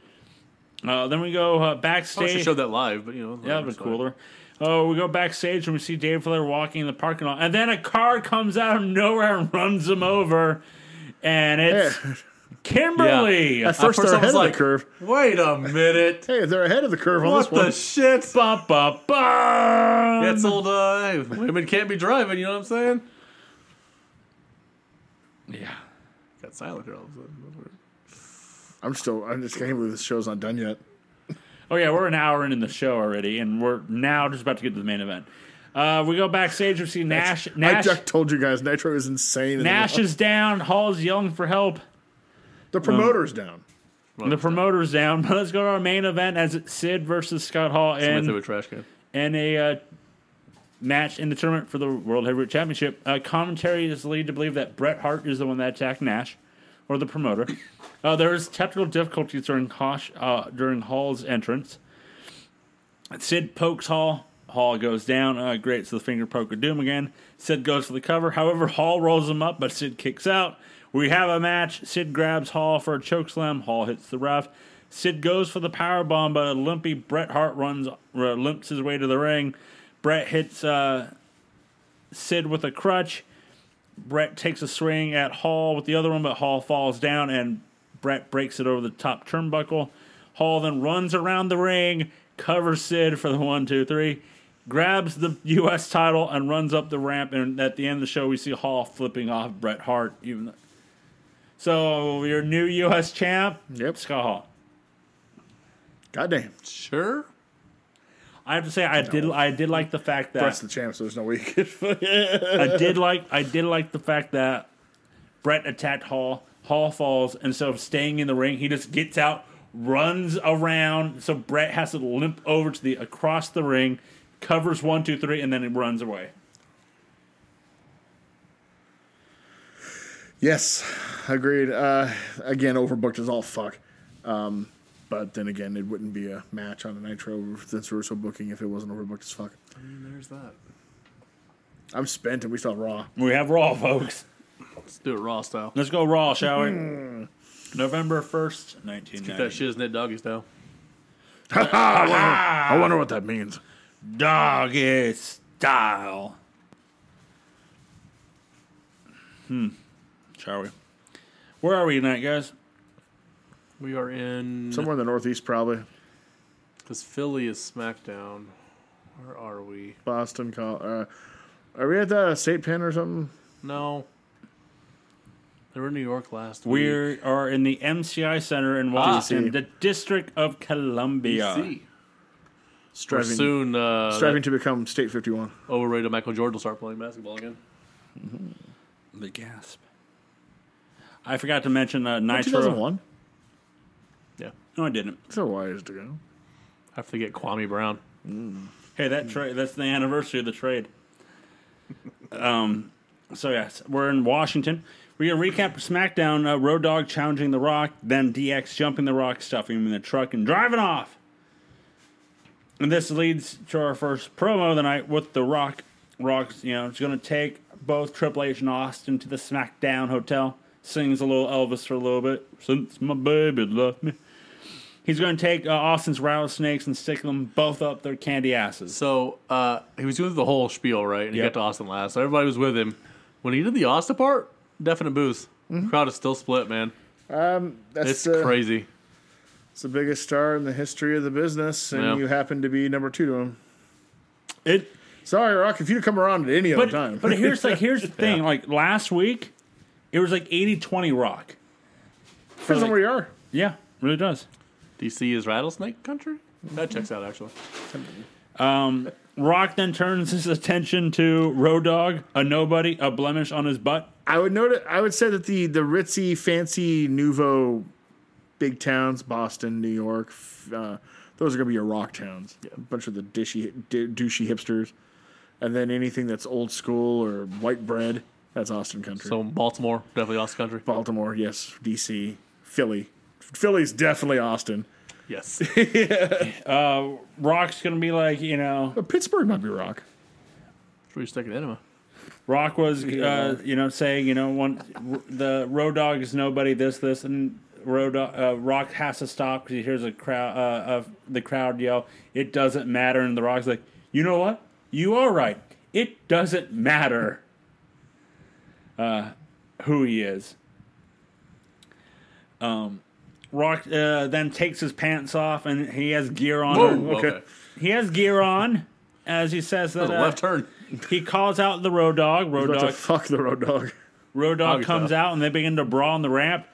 Speaker 3: Oh,
Speaker 1: Uh, then we go uh,
Speaker 3: I should
Speaker 1: backstage.
Speaker 3: show that live, but you know,
Speaker 1: Yeah, that'd be cooler. Oh, we go backstage and we see Dave Flair walking in the parking lot, and then a car comes out of nowhere and runs him over, and it's Kimberly.
Speaker 3: Yeah.
Speaker 2: At first,
Speaker 3: first
Speaker 2: they're
Speaker 3: I was
Speaker 2: ahead of
Speaker 3: like-
Speaker 2: the curve.
Speaker 3: Wait a minute!
Speaker 2: Hey, they're ahead of the curve on this
Speaker 3: what
Speaker 2: one.
Speaker 3: the shit?
Speaker 1: Ba, ba, ba.
Speaker 3: That's old. Uh, hey, women can't be driving. You know what I'm saying?
Speaker 1: Yeah.
Speaker 3: Got silent here all of a sudden.
Speaker 2: I'm still. I'm just. I can't believe this show's not done yet.
Speaker 1: Oh yeah, we're an hour into the show already, and we're now just about to get to the main event. Uh, we go backstage. We see Nash. Nash.
Speaker 2: I just told you guys Nitro is insane. and
Speaker 1: Nash is down. Hall's yelling for help.
Speaker 2: the promoter's down.
Speaker 1: The promoter's down. Let's go to our main event as it's Sid versus Scott Hall
Speaker 3: Went
Speaker 1: and
Speaker 3: through a trash can.
Speaker 1: and a uh, match in the tournament for the World Heavyweight Championship. Uh, commentary is led to believe that Bret Hart is the one that attacked Nash, or the promoter. Uh, there is technical difficulties during Hosh, uh, during Hall's entrance. Sid pokes Hall. Hall goes down, uh, great, so the finger poke of doom again. Sid goes for the cover. However, Hall rolls him up, but Sid kicks out. We have a match. Sid grabs Hall for a chokeslam. Hall hits the ref. Sid goes for the power bomb, but a limpy Bret Hart runs, uh, limps his way to the ring. Bret hits uh, Sid with a crutch. Brett takes a swing at Hall with the other one, but Hall falls down and Brett breaks it over the top turnbuckle. Hall then runs around the ring, covers Sid for the one, two, three, grabs the U.S. title and runs up the ramp. And at the end of the show, we see Hall flipping off Bret Hart. Even though... so, your new U.S. champ,
Speaker 2: Yep.
Speaker 1: Scott Hall.
Speaker 2: Goddamn.
Speaker 3: Sure.
Speaker 1: I have to say, I did, I did like the fact that
Speaker 2: Brett's the champ, so there's no way you could.
Speaker 1: I did like I did like the fact that Brett attacked Hall. Hall falls instead of staying in the ring, he just gets out, runs around. So Brett has to limp over to the across the ring, covers one, two, three, and then he runs away.
Speaker 2: Yes, agreed. Uh, again, overbooked is all fuck. Um, but then again, it wouldn't be a match on a Nitro since Russo booking if it wasn't overbooked as fuck.
Speaker 3: And there's that.
Speaker 2: I'm spent and we still have Raw.
Speaker 1: We have Raw, folks.
Speaker 3: Let's do it raw style.
Speaker 1: Let's go Raw, shall we? November first, nineteen
Speaker 3: Hmm. Get that
Speaker 1: ninety.
Speaker 3: shiznit doggy style.
Speaker 2: I wonder what that means.
Speaker 1: Doggy style. Hmm. Shall we? Where are we tonight, guys?
Speaker 3: We are in
Speaker 2: Somewhere in the Northeast, probably.
Speaker 3: because Philly is SmackDown. Where are we?
Speaker 2: Boston, Col- uh, Are we at the state pen or something?
Speaker 3: No. They were in New York last
Speaker 1: We
Speaker 3: week.
Speaker 1: are in the MCI Center in
Speaker 3: Ah.
Speaker 1: Washington,
Speaker 2: DC.
Speaker 1: the District of Columbia.
Speaker 3: See. We're
Speaker 2: Striving,
Speaker 3: soon uh,
Speaker 2: striving to become State 51.
Speaker 3: that overrated Michael Jordan will start playing basketball again.
Speaker 1: The gasp. I forgot to mention uh, Nitro.
Speaker 2: 2001?
Speaker 3: Yeah.
Speaker 1: No, I didn't.
Speaker 2: So wise to go.
Speaker 3: I have to get Kwame Brown.
Speaker 1: Hey, that trade. That's the anniversary of the trade. um. So yes, we're in Washington. We gonna recap SmackDown. Uh, Road Dog challenging The Rock, then DX jumping The Rock, stuffing him in the truck, and driving off. And this leads to our first promo of the night with The Rock. Rock's, you know, it's going to take both Triple H and Austin to the SmackDown Hotel. Sings a little Elvis for a little bit. Since my baby left me. He's going to take uh, Austin's rattlesnakes and stick them both up their candy asses.
Speaker 3: So uh, he was doing the whole spiel, right? And he
Speaker 1: Yep.
Speaker 3: got to Austin last. So everybody was with him. When he did the Austin part, definite boost. Crowd is still split, man.
Speaker 2: That's
Speaker 3: It's
Speaker 2: the,
Speaker 3: crazy.
Speaker 2: it's the biggest star in the history of the business, and
Speaker 3: Yeah.
Speaker 2: you happen to be number two to him.
Speaker 1: It,
Speaker 2: Sorry, Rock, if you'd come around at any other
Speaker 1: but
Speaker 2: time.
Speaker 1: but here's like here's the thing. Like last week, it was like 80-20 Rock.
Speaker 2: Depends on where you are.
Speaker 1: Yeah, really does.
Speaker 3: DC is rattlesnake country. That checks out actually.
Speaker 1: Rock then turns his attention to Road Dog, a nobody, a blemish on his butt.
Speaker 2: I would note. I would say that the the ritzy, fancy, nouveau, big towns, Boston, New York, f- uh, those are gonna be your rock towns. A bunch of the dishy, d- douchey hipsters, and then anything that's old school or white bread, that's Austin country.
Speaker 3: So Baltimore, definitely Austin country.
Speaker 2: Baltimore, yes, D.C., Philly, Philly's definitely Austin.
Speaker 3: Yes.
Speaker 1: Rock's gonna be like, you know,
Speaker 2: But Pittsburgh might be rock.
Speaker 3: Pretty stuck in enema.
Speaker 1: Rock was, uh, you know, saying, you know, one the Road Dog is nobody, this, this, and Road Dog, uh, Rock has to stop because he hears a crowd uh, of the crowd yell, "It doesn't matter," and the Rock's like, you know what? You are right. It doesn't matter uh, who he is. Um, Rock uh, then takes his pants off and he has gear on.
Speaker 3: Whoa,
Speaker 2: okay.
Speaker 3: okay.
Speaker 1: He has gear on. As he says that,
Speaker 3: The
Speaker 1: uh,
Speaker 3: left turn.
Speaker 1: he calls out the road dog. Road
Speaker 2: What
Speaker 1: dog
Speaker 2: the fuck, the road dog?
Speaker 1: Road Dog
Speaker 3: Obviously.
Speaker 1: comes out and they begin to brawl on the ramp.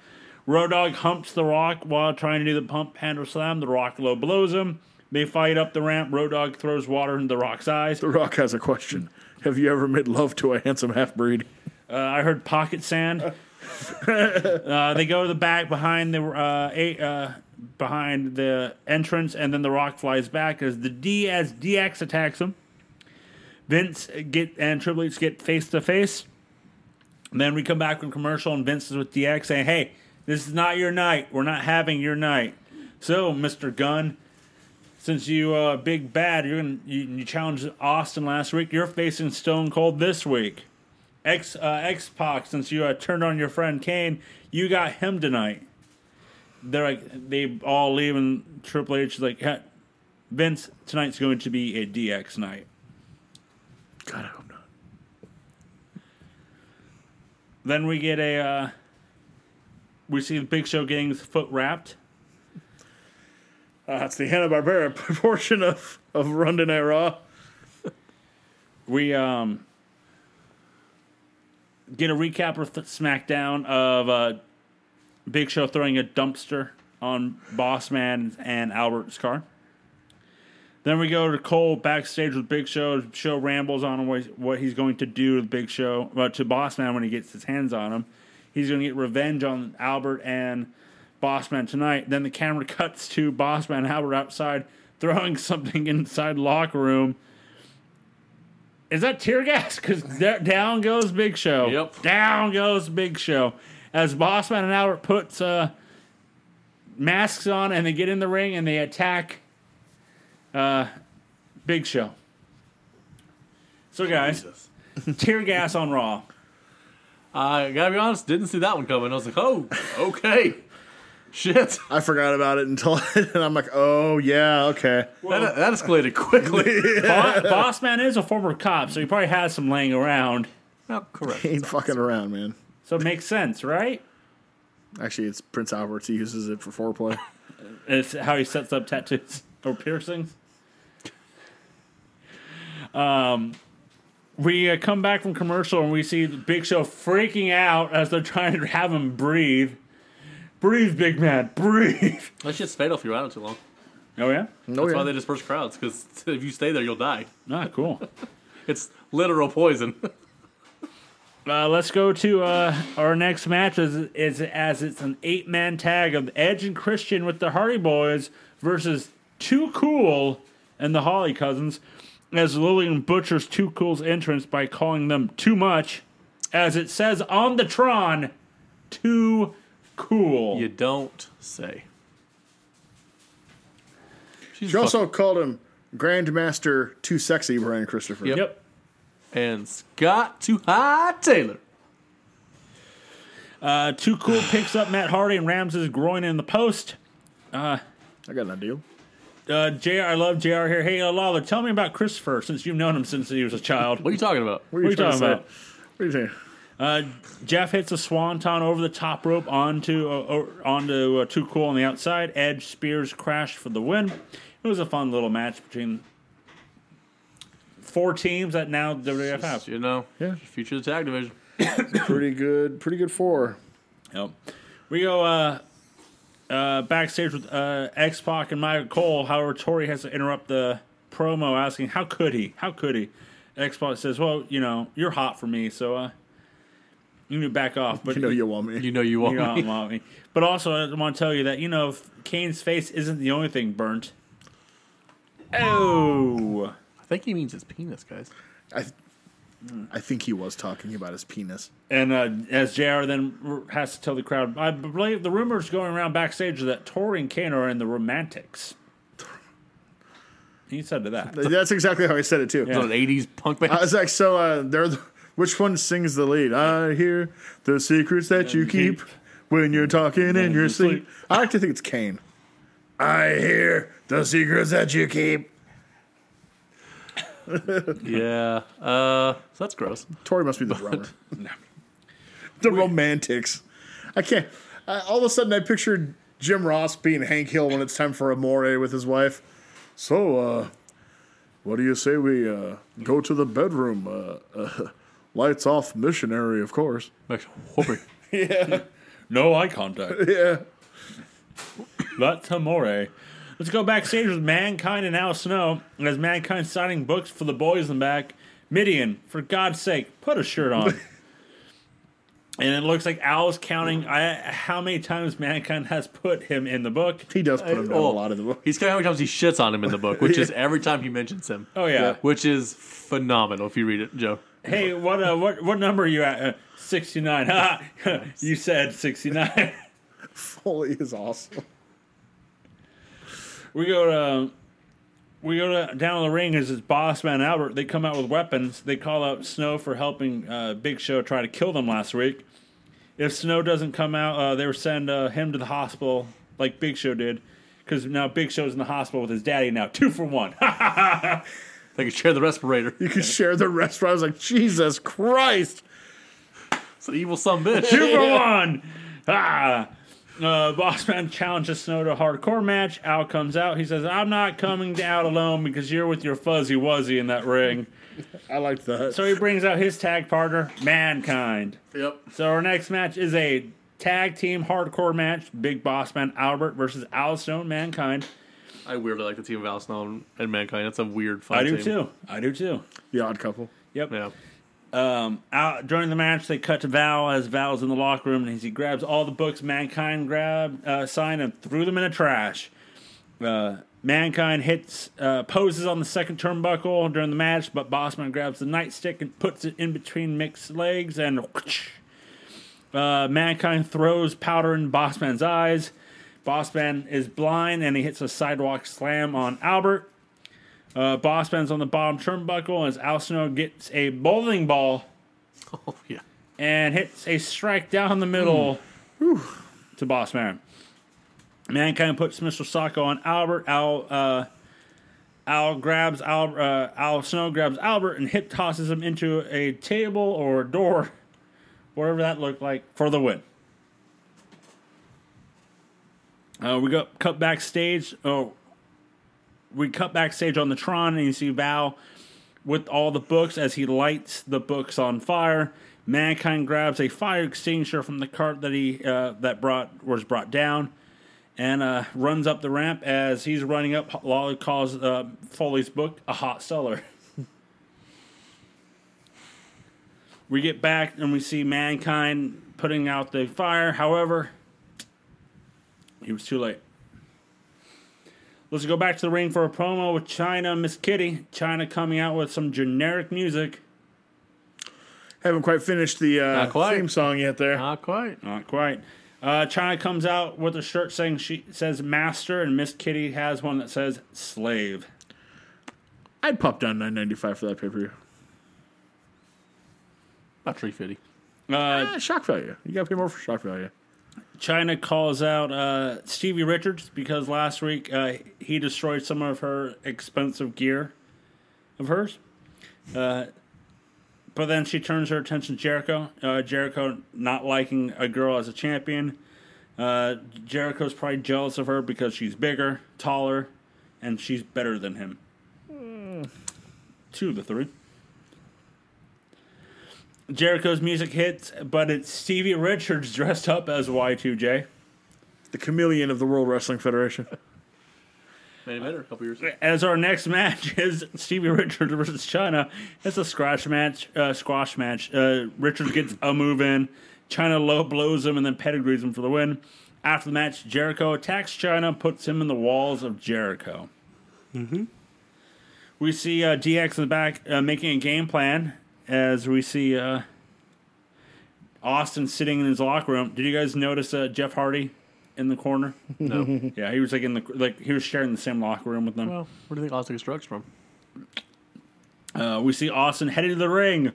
Speaker 1: Road Dog humps the rock while trying to do the pump handle slam. The rock low blows him. They fight up the ramp. Road Dog throws water into the rock's eyes.
Speaker 2: The rock has a question. Have you ever made love to a handsome half breed?
Speaker 1: Uh, I heard pocket sand. uh, they go to the back behind the uh, eight, uh, behind the entrance, and then the Rock flies back as the D as DX attacks him. Vince get and Triple H get face to face. Then we come back from commercial, and Vince is with DX saying, "Hey, this is not your night. We're not having your night." So, Mister Gunn, since you uh, big bad, you're gonna, you you challenged Austin last week. You're facing Stone Cold this week. X uh, X Pac, since you uh, turned on your friend Kane, you got him tonight. They're like they all leave, and Triple H is like, "Hey, Vince, tonight's going to be a DX night.
Speaker 2: God, I hope not.
Speaker 1: Then we get a. Uh, we see the Big Show getting his foot wrapped.
Speaker 2: Uh, that's the Hanna Barbera portion of of Run Tonight Raw.
Speaker 1: We um get a recap of th- SmackDown of uh, Big Show throwing a dumpster on Boss Man and Albert's car. Then we go to Cole backstage with Big Show. Show rambles on what, what he's going to do with Big Show uh, to Boss Man when he gets his hands on him. He's going to get revenge on Albert and Boss Man tonight. Then the camera cuts to Boss Man and Albert outside throwing something inside locker room. Is that tear gas? Because down goes Big Show.
Speaker 3: Yep.
Speaker 1: Down goes Big Show. As Bossman and Albert puts uh, masks on and they get in the ring and they attack uh, Big Show. So, guys,
Speaker 3: Jesus.
Speaker 1: tear gas on Raw.
Speaker 3: I gotta be honest, didn't see that one coming. I was like, oh, okay. Shit.
Speaker 2: I forgot about it until and I'm like, oh yeah, okay.
Speaker 3: that, that escalated quickly.
Speaker 1: Bo- Bossman is a former cop, so he probably has some laying around.
Speaker 3: oh, correct.
Speaker 2: He ain't fucking around, man.
Speaker 1: So it makes sense, right?
Speaker 2: Actually, it's Prince Albert. He uses it for foreplay.
Speaker 1: It's how he sets up tattoos or piercings. Um, we uh, come back from commercial and we see Big Show freaking out as they're trying to have him breathe. Breathe, big man, breathe.
Speaker 3: That shit's fatal if you're around it too long.
Speaker 1: Oh yeah,
Speaker 2: No,
Speaker 3: That's why
Speaker 2: yeah.
Speaker 3: they disperse crowds, because if you stay there, you'll die.
Speaker 1: ah, cool.
Speaker 3: It's literal poison.
Speaker 1: Uh, let's go to uh, our next match. Is, is as it's an eight man tag of Edge and Christian with the Hardy Boys versus Too Cool and the Holly Cousins. As Lillian butchers Too Cool's entrance by calling them too much, as it says on the Tron, too cool.
Speaker 3: you don't say. She's
Speaker 2: She also called him Grandmaster Too Sexy Brian Christopher.
Speaker 3: Yep.
Speaker 1: Yep.
Speaker 3: and Scott to High Taylor.
Speaker 1: Uh, too cool picks up Matt Hardy and rams his groin in the post.
Speaker 2: I got an idea.
Speaker 1: Uh, Jr. I love Jr. here. Hey, Lala, tell me about Christopher since you've known him since he was a child.
Speaker 3: What are you talking about?
Speaker 2: What
Speaker 1: What are you
Speaker 2: trying to
Speaker 1: talking
Speaker 2: say? What are you saying?
Speaker 1: Uh, Jeff hits a swanton over the top rope onto uh, o- onto uh, Too Cool on the outside. Edge spears crash for the win. It was a fun little match between four teams that now WWF
Speaker 3: Just,
Speaker 1: have.
Speaker 3: you know,
Speaker 2: Yeah.
Speaker 3: future of the tag division.
Speaker 2: Pretty good. Pretty good four.
Speaker 1: Yep. We go uh, uh, backstage with uh, X Pac and Michael Cole. However, Tori has to interrupt the promo, asking, "How could he? How could he?" X Pac says, "Well, you know, you're hot for me, so uh, you need to back off." But
Speaker 2: You know you want me.
Speaker 3: You know you want
Speaker 1: You don't
Speaker 3: me.
Speaker 1: want me. But also, I want to tell you that, you know, if Kane's face isn't the only thing burnt. Oh.
Speaker 3: I think he means his penis, guys.
Speaker 2: I, th- I think he was talking about his penis.
Speaker 1: And uh, as JR then r- has to tell the crowd, I believe the rumors going around backstage that Tori and Kane are in the Romantics. He said to that.
Speaker 2: That's exactly how I said it too.
Speaker 3: It's an 80s punk band.
Speaker 2: I was like, so uh, they're the, which one sings the lead? I hear the secrets that you keep when you're talking in your sleep. I like to think it's Kane. I hear the secrets that you keep.
Speaker 3: yeah. Uh, so that's gross.
Speaker 2: Tori must be the drummer. the Romantics. I can't. I, all of a sudden, I pictured Jim Ross being Hank Hill when it's time for Amore with his wife. So, uh, what do you say we uh, go to the bedroom? Uh, uh, lights off, missionary, of course.
Speaker 3: Like, whooper.
Speaker 1: No eye contact.
Speaker 2: Yeah.
Speaker 1: That's amore. Let's go backstage with Mankind and Al Snow as Mankind signing books for the boys in the back. Midian, for God's sake, put a shirt on. and it looks like Al's counting I, how many times Mankind has put him in the book.
Speaker 2: He does put him down a
Speaker 3: Oh.
Speaker 2: lot of the book.
Speaker 3: He's kind of how many times he shits on him in the book, which is every time he mentions him.
Speaker 1: Oh yeah.
Speaker 3: Which is phenomenal if you read it, Joe.
Speaker 1: Hey, what uh, what what number are you at? Uh, sixty nine. you said sixty nine.
Speaker 2: Foley is awesome.
Speaker 1: we go to we go to, down in the ring as his boss man Albert. They come out with weapons. They call out Snow for helping uh, Big Show try to kill them last week. If Snow doesn't come out, uh, they will send uh, him to the hospital like Big Show did, because now Big Show's in the hospital with his daddy now. Two for one.
Speaker 3: They could share the respirator.
Speaker 2: You could share the restaurant. I was like, Jesus Christ.
Speaker 3: It's an evil son of a bitch.
Speaker 1: Two for one. Ah. Uh, Bossman challenges Snow to a hardcore match. Al comes out. He says, I'm not coming out alone because you're with your fuzzy wuzzy in that ring.
Speaker 2: I liked that.
Speaker 1: So he brings out his tag partner, Mankind.
Speaker 3: Yep.
Speaker 1: So our next match is a tag team hardcore match Big Bossman Albert versus Al Stone Mankind.
Speaker 3: I weirdly like the team of Al Snow and Mankind. That's a weird fun
Speaker 1: I do
Speaker 3: team.
Speaker 1: too. I do too.
Speaker 2: the odd couple.
Speaker 1: Yep.
Speaker 3: Yeah.
Speaker 1: Um, out, during the match, they cut to Val as Val's in the locker room, and as he grabs all the books Mankind grabbed, uh, signed, and threw them in the trash. Uh, Mankind hits uh, poses on the second turnbuckle during the match, but Bossman grabs the nightstick and puts it in between Mick's legs, and uh, Mankind throws powder in Bossman's eyes. Bossman is blind, and he hits a sidewalk slam on Albert. Uh, Bossman's on the bottom turnbuckle as Al Snow gets a bowling ball
Speaker 3: Oh yeah.
Speaker 1: and hits a strike down the middle to Bossman. Mankind puts Mr. Socko on Albert. Al uh, Al grabs Al, uh, Al Snow grabs Albert and hip tosses him into a table or a door, whatever that looked like, for the win. Uh, we got cut backstage. Oh, we cut backstage on the Tron, and you see Val with all the books as he lights the books on fire. Mankind grabs a fire extinguisher from the cart that he uh, that brought was brought down, and uh, runs up the ramp. As he's running up, Lolly calls uh, Foley's book a hot seller. we get back and we see Mankind putting out the fire. However, he was too late. Let's go back to the ring for a promo with China Miss Kitty. China coming out with some generic music.
Speaker 2: Haven't quite finished the uh,
Speaker 3: Not quite.
Speaker 2: theme song yet there.
Speaker 3: Not quite.
Speaker 1: Not quite. Uh, China comes out with a shirt saying she says master, and Miss Kitty has one that says slave.
Speaker 2: I'd pop down 995 for that pay per view.
Speaker 3: About three fifty.
Speaker 1: Uh,
Speaker 2: Eh, shock value. You got to pay more for shock value.
Speaker 1: China calls out uh, Stevie Richards because last week uh, he destroyed some of her expensive gear of hers. Uh, but then she turns her attention to Jericho. Uh, Jericho not liking a girl as a champion. Uh, Jericho's probably jealous of her because she's bigger, taller, and she's better than him. Two of the three. Jericho's music hits, but it's Stevie Richards dressed up as Y2J.
Speaker 2: The chameleon of the World Wrestling Federation.
Speaker 3: Made it better a couple years. ago.
Speaker 1: As our next match is Stevie Richards versus China. It's a scratch match, uh, squash match. Uh, Richards gets a move in. China low blows him and then pedigrees him for the win. After the match, Jericho attacks China, puts him in the walls of Jericho. We see uh, DX in the back uh, making a game plan as we see uh, Austin sitting in his locker room. Did you guys notice uh, Jeff Hardy in the corner?
Speaker 3: No.
Speaker 1: Yeah, he was like in the like he was sharing the same locker room with them.
Speaker 3: well, where do you think Austin gets drugs from?
Speaker 1: Uh, we see Austin headed to the ring.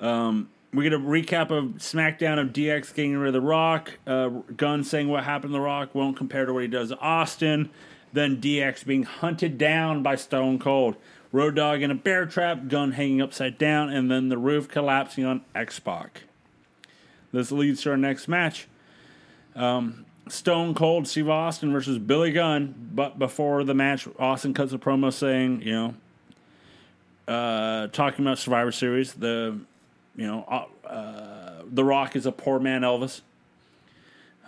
Speaker 1: Um, we get a recap of SmackDown of DX getting rid of The Rock. Uh, Gunn saying what happened to The Rock won't compare to what he does to Austin. Then DX being hunted down by Stone Cold. Road Dog in a bear trap, Gunn hanging upside down, and then the roof collapsing on X Pac. This leads to our next match. Um, Stone Cold Steve Austin versus Billy Gunn. But before the match, Austin cuts a promo saying, you know, uh, talking about Survivor Series, the you know, uh, uh, The Rock is a poor man Elvis.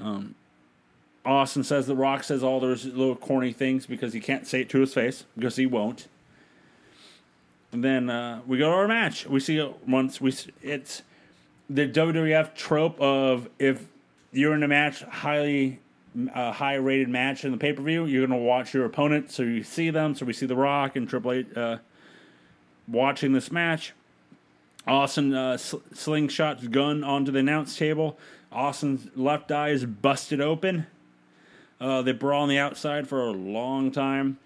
Speaker 1: Um, Austin says The Rock says all those little corny things because he can't say it to his face because he won't. And then uh, we go to our match. We see it once we s- it's the WWF trope of if you're in a match highly a high rated match in the pay per view, you're gonna watch your opponent so you see them. So we see The Rock and Triple H. Uh, watching this match. Austin uh, sl- slingshots gun onto the announce table. Austin's left eye is busted open. Uh, they brawl on the outside for a long time.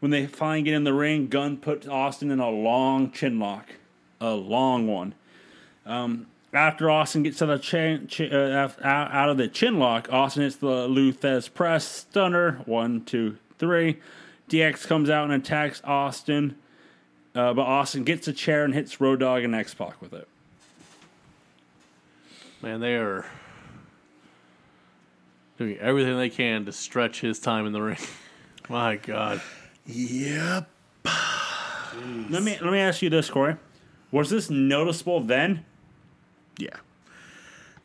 Speaker 1: When they finally get in the ring, Gunn puts Austin in a long chin lock, a long one. Um, after Austin gets out of, chin, chi- uh, af- out out of the chin lock, Austin hits the Luthez press stunner. One, two, three. DX comes out and attacks Austin, uh, but Austin gets a chair and hits Road Dog and X Pac with it.
Speaker 3: Man, they are doing everything they can to stretch his time in the ring. My God.
Speaker 2: Yep.
Speaker 1: Let me let me ask you this, Corey. Was this noticeable then?
Speaker 2: Yeah.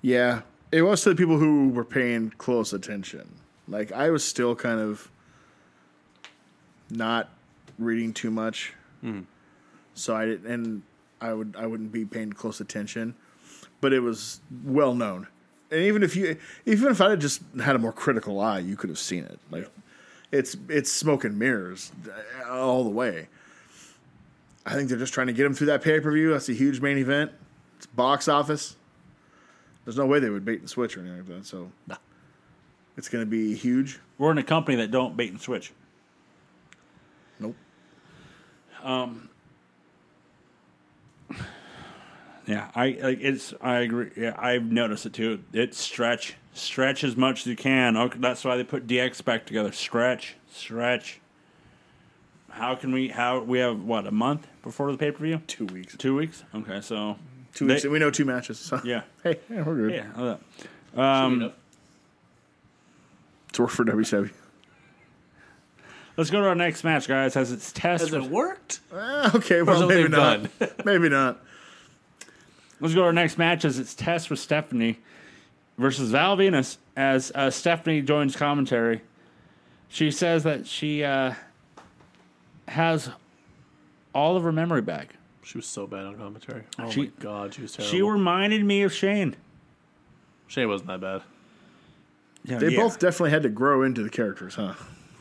Speaker 2: Yeah. It was to the people who were paying close attention. Like I was still kind of not reading too much. So I didn't and I would I wouldn't be paying close attention. But it was well known. And even if you even if I had just had a more critical eye, you could have seen it. Like it's it's smoke and mirrors all the way. I think they're just trying to get him through that pay per view. That's a huge main event. It's box office. There's no way they would bait and switch or anything like that. So
Speaker 3: Nah.
Speaker 2: it's going to be huge.
Speaker 1: We're in a company that don't bait and switch.
Speaker 2: Nope.
Speaker 1: Yeah, I like it's. I agree. Yeah, I've noticed it too. It's stretch, stretch as much as you can. Okay, that's why they put DX back together. Stretch, stretch. How can we? How we have what a month before the pay per view?
Speaker 2: Two weeks.
Speaker 1: Two weeks. Okay, so
Speaker 2: Two
Speaker 1: They-
Speaker 2: weeks. And we know two matches. So.
Speaker 1: Yeah,
Speaker 2: Hey, yeah, we're good.
Speaker 1: yeah. I'll do that. Um,
Speaker 2: It's work for E. WCW.
Speaker 1: let's go to our next match, guys. As it's test.
Speaker 3: Has it worked?
Speaker 2: Ah, okay, well,
Speaker 3: something
Speaker 2: maybe
Speaker 3: they've
Speaker 2: not. maybe not.
Speaker 1: Let's go to our next match as it's Tess with Stephanie versus Val Venus as uh, Stephanie joins commentary. She says that she uh, has all of her memory back.
Speaker 3: She was so bad on commentary. Oh
Speaker 1: She-
Speaker 3: my God, she was terrible.
Speaker 1: She reminded me of Shane.
Speaker 3: Shane wasn't that bad.
Speaker 2: They both definitely had to grow into the characters, huh?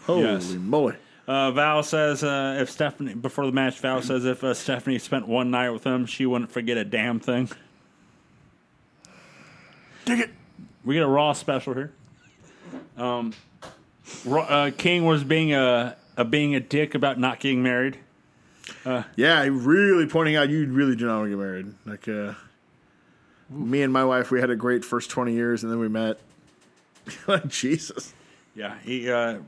Speaker 2: Holy
Speaker 1: Yes.
Speaker 2: moly.
Speaker 1: Uh, Val says uh, if Stephanie before the match, Val says if uh, Stephanie spent one night with him, she wouldn't forget a damn thing.
Speaker 2: Dig it.
Speaker 1: We get a Raw special here. Um, Ra- uh, King was being a, a being a dick about not getting married.
Speaker 2: Yeah, really pointing out you really do not want to get married. Like, uh, me and my wife, we had a great first 20 years and then we met. Like, Jesus.
Speaker 1: Yeah, he uh,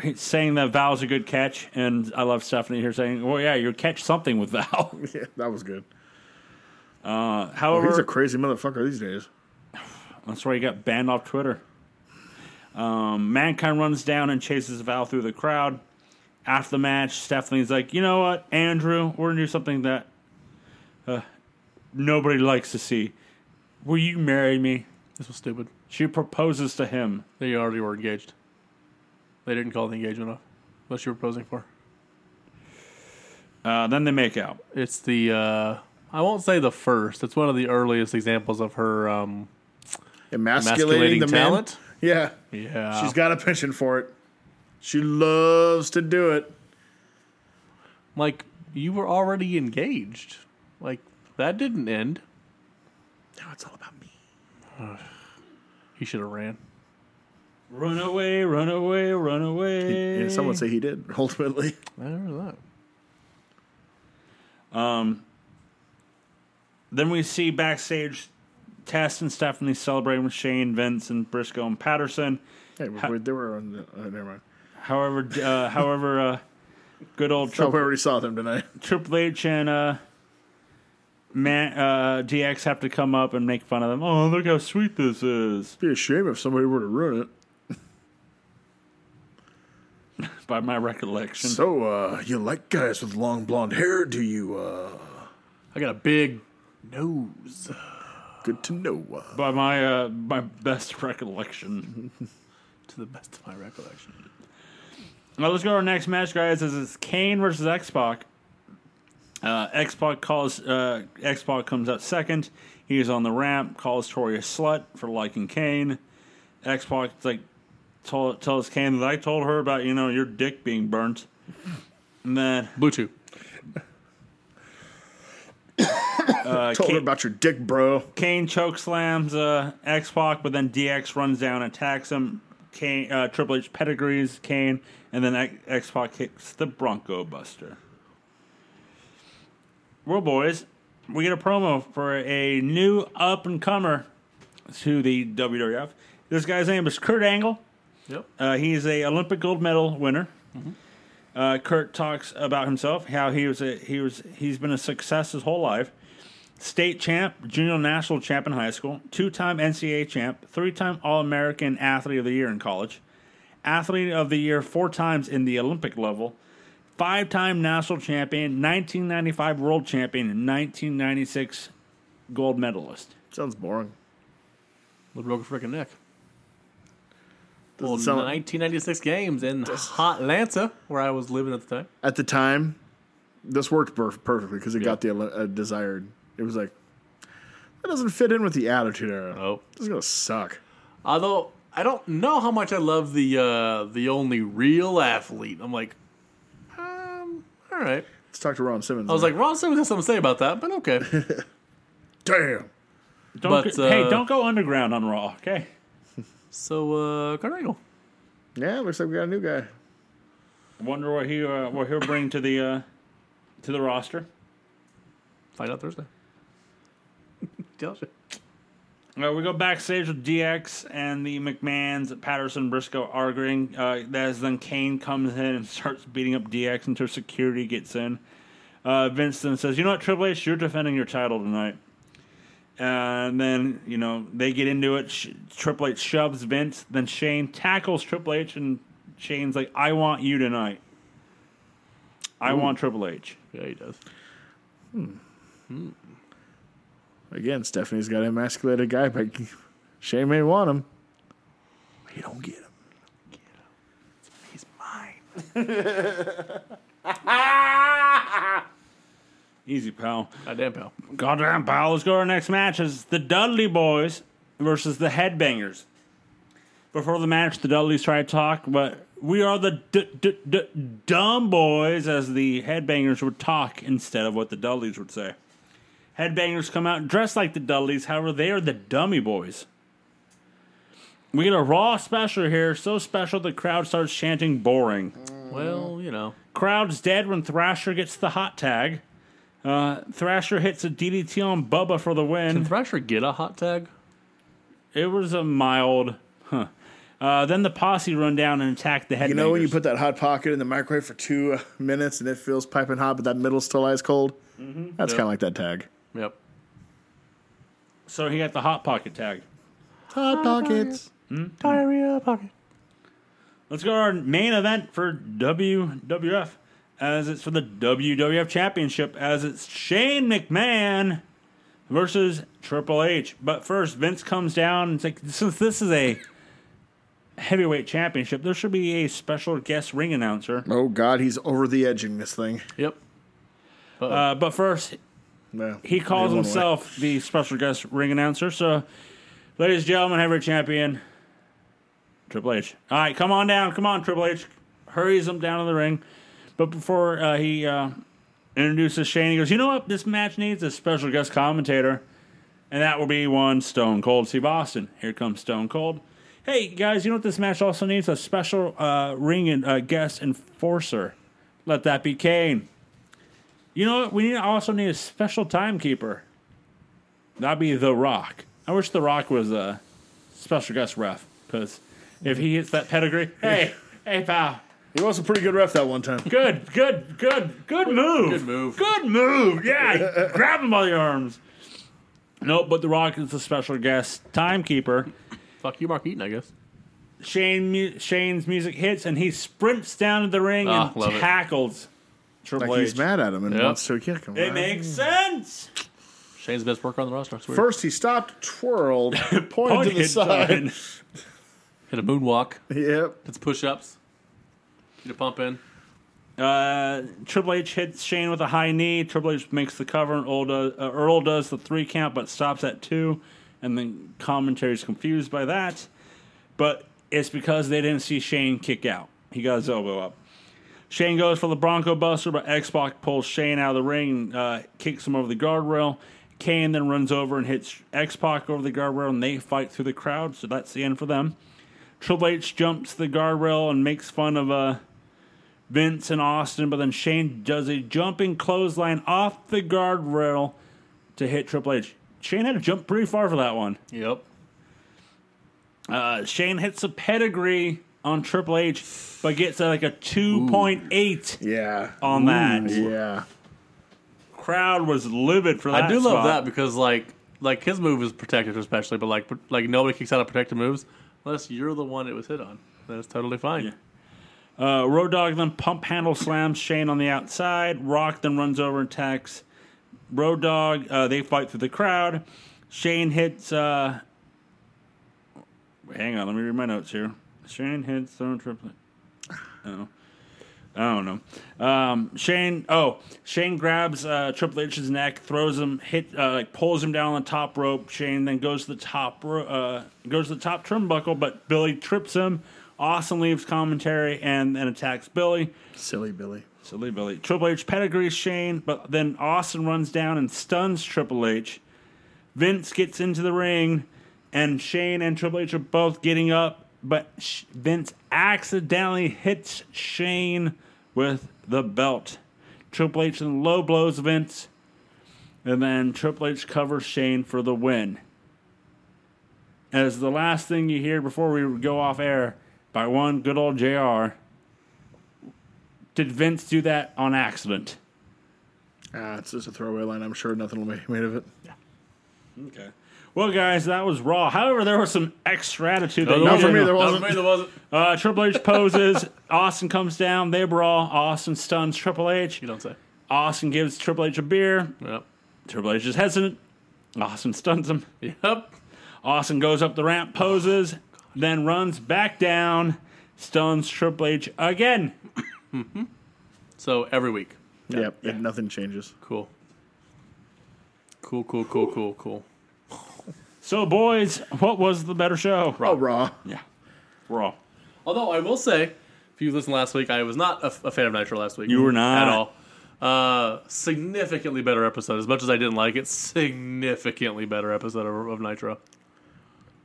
Speaker 1: he's saying that Val's a good catch, and I love Stephanie here saying, "Well, yeah, you catch something with Val."
Speaker 2: Yeah, that was good.
Speaker 1: However,
Speaker 2: He's a crazy motherfucker these days.
Speaker 1: that's why he got banned off Twitter. Um, Mankind runs down and chases Val through the crowd. After the match, Stephanie's like, "You know what, Andrew? We're gonna do something that uh, nobody likes to see. Will you marry me?"
Speaker 3: This was stupid.
Speaker 1: She proposes to him.
Speaker 3: They already were engaged. They didn't call the engagement off. What you were posing for?
Speaker 1: Uh, then they make out.
Speaker 3: It's the uh, I won't say the first. It's one of the earliest examples of her um,
Speaker 2: Emasculating,
Speaker 3: masculating
Speaker 2: the
Speaker 3: talent.
Speaker 2: Man. Yeah.
Speaker 3: Yeah,
Speaker 2: She's got a penchant for it. She loves to do it.
Speaker 3: like you were already engaged. Like that didn't end.
Speaker 2: Now it's all about me.
Speaker 3: He should have ran.
Speaker 1: Run away, run away, run away.
Speaker 2: Yeah, some would say he did ultimately.
Speaker 3: I remember that.
Speaker 1: Then we see backstage Tess and Stephanie celebrating with Shane, Vince, and Briscoe and Patterson.
Speaker 2: Hey, we they were on the. Uh, never mind.
Speaker 1: However, uh, however, uh, good old
Speaker 2: So we
Speaker 1: Triple,
Speaker 2: already saw them tonight.
Speaker 1: Triple H and uh, Man, uh, DX have to come up and make fun of them. Oh, look how sweet this is
Speaker 2: It'd be a shame if somebody were to ruin it.
Speaker 1: by my recollection.
Speaker 2: So, uh, you like guys with long blonde hair, do you? Uh,
Speaker 3: I got a big nose.
Speaker 2: good to know. Uh,
Speaker 1: by my uh, my best recollection.
Speaker 3: to the best of my recollection.
Speaker 1: Now let's go to our next match, guys. This is Kane versus X Pac. Uh, X Pac calls. Uh, X Pac comes out second. He's on the ramp. Calls Tori a slut for liking Kane. X Pac like told, tells Kane that I told her about you know your dick being burnt. And then
Speaker 3: Blue Chew.
Speaker 1: uh,
Speaker 2: told her
Speaker 1: Kane,
Speaker 2: about your dick, bro.
Speaker 1: Kane choke slams uh, X Pac, but then DX runs down, and attacks him. Kane, uh, Triple H pedigrees Kane, and then X Pac kicks the Bronco Buster. Well, boys, we get a promo for a new up and comer to the WWF. This guy's name is Kurt Angle.
Speaker 3: Yep.
Speaker 1: Uh, he's a Olympic gold medal winner. Uh, Kurt talks about himself, how he was a, he was he's been a success his whole life. State champ, junior national champ in high school, two-time NCAA champ, three-time All-American athlete of the year in college, athlete of the year four times in the Olympic level, five-time national champion, 1995 world champion, and 1996 gold medalist.
Speaker 2: Sounds boring.
Speaker 3: They broke a freaking neck.
Speaker 2: Doesn't
Speaker 3: Well,
Speaker 2: sound-
Speaker 3: 1996 games in hot Atlanta, where I was living at the time.
Speaker 2: At the time, this worked per- perfectly because it got the uh, desired. It was like that doesn't fit in with the attitude era.
Speaker 3: Oh.
Speaker 2: This is gonna suck.
Speaker 3: Although I don't know how much I love the uh, the only real athlete. I'm like, um, all right.
Speaker 2: Let's talk to Ron Simmons.
Speaker 3: I was like, Ron Simmons has something to say about that, but okay.
Speaker 2: damn.
Speaker 1: Don't
Speaker 3: But,
Speaker 1: go- hey,
Speaker 3: uh,
Speaker 1: don't go underground on Raw, okay?
Speaker 3: so, uh, Kurt Angle.
Speaker 2: Yeah, looks like we got a new guy.
Speaker 1: Wonder what he uh, what he'll bring to the uh, to the roster.
Speaker 3: Find out Thursday. Tell you.
Speaker 1: Uh, we go backstage with DX and the McMahons, Patterson, Briscoe arguing. Uh, as then Kane comes in and starts beating up DX until security gets in. Uh, Vince then says, "You know what, Triple H, you're defending your title tonight." And then you know they get into it. Sh- Triple H shoves Vince. Then Shane tackles Triple H, and Shane's like, "I want you tonight. I want Triple H."
Speaker 3: Yeah, he does.
Speaker 2: Again, Stephanie's got an emasculated guy, but Shane may want him. He don't get him.
Speaker 3: He's mine.
Speaker 1: Easy, pal.
Speaker 3: Goddamn pal.
Speaker 1: Goddamn, pal. Let's go to our next match. It's the Dudley Boys versus the Headbangers. Before the match, the Dudleys try to talk, but we are the d- d- d- dumb boys, as the Headbangers would talk instead of what the Dudleys would say. Headbangers come out dressed like the Dudleys, however, they are the dummy boys. We get a raw special here, so special the crowd starts chanting boring.
Speaker 3: Well, you know.
Speaker 1: Crowd's dead when Thrasher gets the hot tag. Uh, Thrasher hits a DDT on Bubba for the
Speaker 3: Can
Speaker 1: win.
Speaker 3: Thrasher get a hot tag?
Speaker 1: It was a mild. Huh. Uh, then the posse run down and attack the headbangers.
Speaker 2: You know when you put that hot pocket in the microwave for two uh, minutes and it feels piping hot, but that middle's still ice cold? That's kind of like that tag.
Speaker 3: Yep.
Speaker 1: so he got the hot pocket tag.
Speaker 2: Hot pockets.
Speaker 3: Diarrhea pocket.
Speaker 1: Let's go to our main event for WWF, as it's for the WWF Championship, as it's Shane McMahon versus Triple H. But first, Vince comes down and it's like, since this is a heavyweight championship, there should be a special guest ring announcer.
Speaker 2: Oh, God, he's over the edging this thing.
Speaker 3: Yep.
Speaker 1: Uh, but first,
Speaker 2: No,
Speaker 1: he calls
Speaker 2: only one way.
Speaker 1: himself the special guest ring announcer. So, ladies and gentlemen, heavyweight champion Triple H. All right, come on down. Come on, Triple H. Hurries him down to the ring. But before uh, he uh, introduces Shane, he goes, You know what? This match needs a special guest commentator. And that will be one Stone Cold Steve Austin. Here comes Stone Cold. Hey, guys, you know what this match also needs? A special uh, ring and uh, guest enforcer. Let that be Kane. You know what? We need, also need a special timekeeper. That'd be The Rock. I wish The Rock was a special guest ref because if he hits that pedigree, hey, hey, pal,
Speaker 2: He was a pretty good ref that one time.
Speaker 1: good, good, good, good move,
Speaker 3: Good move.
Speaker 1: good move. Yeah, grab him by the arms. Nope, but The Rock is the special guest timekeeper.
Speaker 3: Fuck you, Mark Eaton, I guess.
Speaker 1: Shane mu- Shane's music hits and he sprints down to the ring
Speaker 3: Ah, love
Speaker 1: and
Speaker 3: it.
Speaker 1: tackles Triple
Speaker 2: Like he's
Speaker 1: H.
Speaker 2: mad at him and
Speaker 3: Yep.
Speaker 2: wants to kick him.
Speaker 1: It makes sense.
Speaker 3: Shane's best worker on the roster. I swear.
Speaker 2: First, he stopped, twirled, pointed to the
Speaker 1: Pointed
Speaker 2: side.
Speaker 1: sign.
Speaker 3: Hit a moonwalk.
Speaker 2: Yep.
Speaker 3: It's push ups. Get a pump in.
Speaker 1: Uh, Triple H hits Shane with a high knee. Triple H makes the cover, and Earl does, uh, Earl does the three count, but stops at two. And then commentary's confused by that, but it's because they didn't see Shane kick out. He got his elbow up. Shane goes for the Bronco Buster, but X Pac pulls Shane out of the ring and uh, kicks him over the guardrail. Kane then runs over and hits X Pac over the guardrail, and they fight through the crowd. So that's the end for them. Triple H jumps the guardrail and makes fun of uh, Vince and Austin, but then Shane does a jumping clothesline off the guardrail to hit Triple H. Shane had to jump pretty far for that one.
Speaker 3: Yep.
Speaker 1: Uh, Shane hits a pedigree on Triple H, but gets uh, like a 2.8
Speaker 2: Yeah. Mm,
Speaker 1: on that.
Speaker 2: Yeah.
Speaker 1: Crowd was livid for that.
Speaker 3: I do love
Speaker 1: spot.
Speaker 3: that because like like his move is protected especially, but like pr- like nobody kicks out of protected moves unless you're the one it was hit on. That's totally fine.
Speaker 1: Uh, Road Dog then pump handle slams Shane on the outside. Rock then runs over and attacks Road Dog. Uh, they fight through the crowd. Shane hits. Uh, hang on, let me read my notes here. Shane hits thrown triplet. Oh. I don't know. Um, Shane. Oh, Shane grabs uh, Triple H's neck, throws him, hit, uh, like pulls him down on the top rope. Shane then goes to the top, ro- uh, goes to the top turnbuckle, but Billy trips him. Austin leaves commentary and then attacks Billy.
Speaker 2: Silly Billy.
Speaker 1: Silly Billy. Triple H pedigrees Shane, but then Austin runs down and stuns Triple H. Vince gets into the ring, and Shane and Triple H are both getting up, but Sh- Vince accidentally hits Shane with the belt. Triple H then low blows Vince, and then Triple H covers Shane for the win. As the last thing you hear before we go off air by one good old JR did Vince do that on accident?
Speaker 2: Ah, it's just a throwaway line. I'm sure nothing will be made of it.
Speaker 1: Okay. Well, guys, that was Raw. However, there was some extra attitude. That
Speaker 2: Not
Speaker 1: you
Speaker 2: for me.
Speaker 1: didn't-
Speaker 2: There
Speaker 3: Not
Speaker 2: wasn't.
Speaker 3: for me, there wasn't.
Speaker 1: Uh, Triple H poses. Austin comes down. They brawl. Austin stuns Triple H.
Speaker 3: You don't say.
Speaker 1: Austin gives Triple H a beer.
Speaker 3: Yep.
Speaker 1: Triple H is hesitant. Austin stuns him.
Speaker 3: Yep.
Speaker 1: Austin goes up the ramp, poses, then runs back down, stuns Triple H again.
Speaker 3: So every week.
Speaker 2: Yep. And nothing changes.
Speaker 3: Cool. Cool, cool, cool, cool, cool.
Speaker 1: So, boys, what was the better show?
Speaker 2: Oh, raw.
Speaker 1: Yeah. Raw.
Speaker 3: Although I will say, if you listened last week, I was not a, f- a fan of Nitro last week.
Speaker 1: You were not.
Speaker 3: at all. Uh, significantly better episode. As much as I didn't like it, significantly better episode of, of Nitro.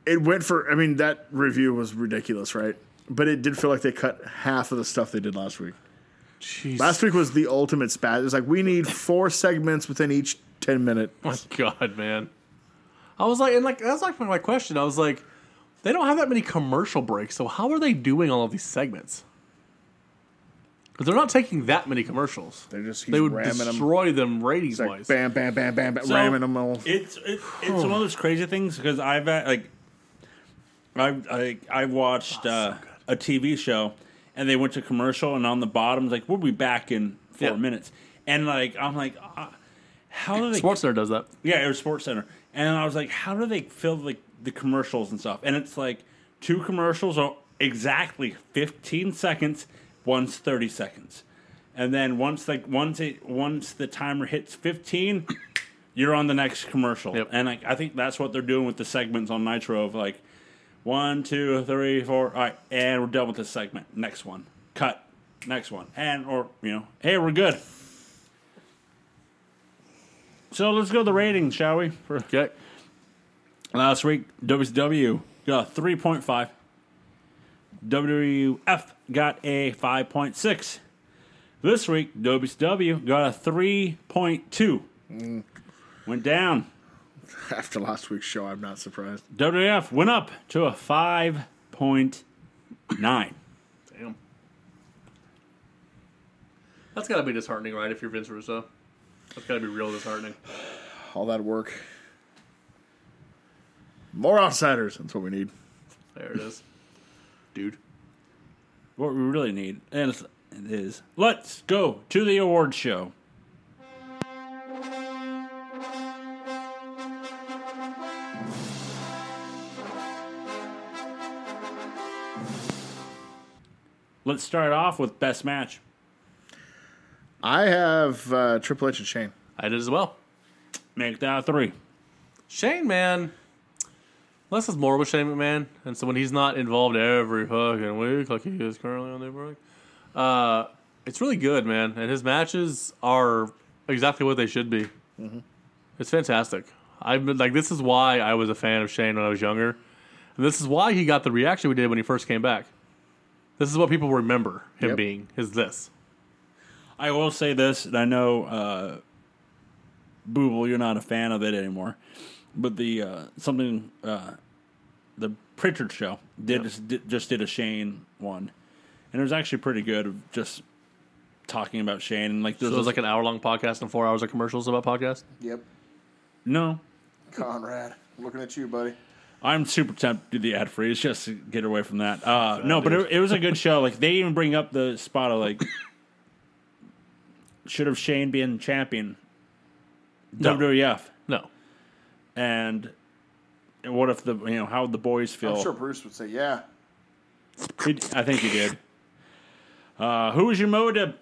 Speaker 2: It went for. I mean, that review was ridiculous, right? But it did feel like they cut half of the stuff they did last week.
Speaker 3: Jeez,
Speaker 2: Last week was the ultimate spat. It was like we need four segments within each ten minute.
Speaker 3: my God, man. I was like, and like that's like my question. I was like, they don't have that many commercial breaks, so how are they doing all of these segments? Because they're not taking that many commercials.
Speaker 2: They're just he's
Speaker 3: They would
Speaker 2: ramming them.
Speaker 3: destroy them ratings
Speaker 2: It's like
Speaker 3: wise.
Speaker 2: bam, bam, bam, bam, bam,
Speaker 1: So,
Speaker 2: ramming them all.
Speaker 1: It's it, it's one of those crazy things because I've uh, like I've I, I've watched uh, a TV show and they went to commercial and on the bottom it's like we'll be back in four
Speaker 3: Yeah.
Speaker 1: minutes and like I'm like uh, how do they
Speaker 3: Sports Center does that.
Speaker 1: yeah it was Sports Center and I was like how do they fill like the commercials and stuff and it's like two commercials are exactly 15 seconds one's 30 seconds and then once like once it once the timer hits 15 you're on the next commercial.
Speaker 3: Yep.
Speaker 1: And like, I think that's what they're doing with the segments on Nitro of like one, two, three, four, all right, and we're done with this segment. Next one. Cut. Next one. And or you know, hey, we're good. So let's go to the ratings, shall we? For
Speaker 3: Okay.
Speaker 1: last week, WCW got a three point five. WWF got a five point six. This week, WCW got a three point two. Went down.
Speaker 2: After last week's show, I'm not surprised.
Speaker 1: WWF went up to a 5.9.
Speaker 3: Damn. That's gotta be disheartening, right? If you're Vince Russo, that's gotta be real disheartening.
Speaker 2: All that work. More outsiders. That's what we need.
Speaker 3: There it is, dude.
Speaker 1: What we really need is, is let's go to the award show. Let's start off with best match.
Speaker 2: I have uh, Triple H and Shane.
Speaker 3: I did as well.
Speaker 1: Make that a three.
Speaker 3: Shane, man. Less is more with Shane McMahon, and so when he's not involved every fucking week like he is currently on the break, uh, it's really good, man. And his matches are exactly what they should be. Mm-hmm. It's fantastic. I've been like, this is why I was a fan of Shane when I was younger. And this is why he got the reaction we did when he first came back. This is what people remember him
Speaker 2: Yep.
Speaker 3: being. Is this?
Speaker 1: I will say this, and I know, uh, Booble, you're not a fan of it anymore, but the uh, something uh, the Pritchard show did just, did just did a Shane one, and it was actually pretty good. of Just talking about Shane and like
Speaker 3: So
Speaker 1: those
Speaker 3: it was like an hour long podcast and four hours of commercials about podcasts.
Speaker 2: Yep.
Speaker 1: no,
Speaker 2: Conrad, looking at you, buddy.
Speaker 1: I'm super tempted to do the ad free. It's just to get away from that. Uh, no, but it, it was a good show. Like they even bring up the spot of like should have Shane been champion
Speaker 3: No.
Speaker 1: WWF
Speaker 3: No,
Speaker 1: and what if the you know how would the boys feel?
Speaker 4: I'm sure Bruce would say, yeah.
Speaker 1: He- I think he did. Uh, who was your motive?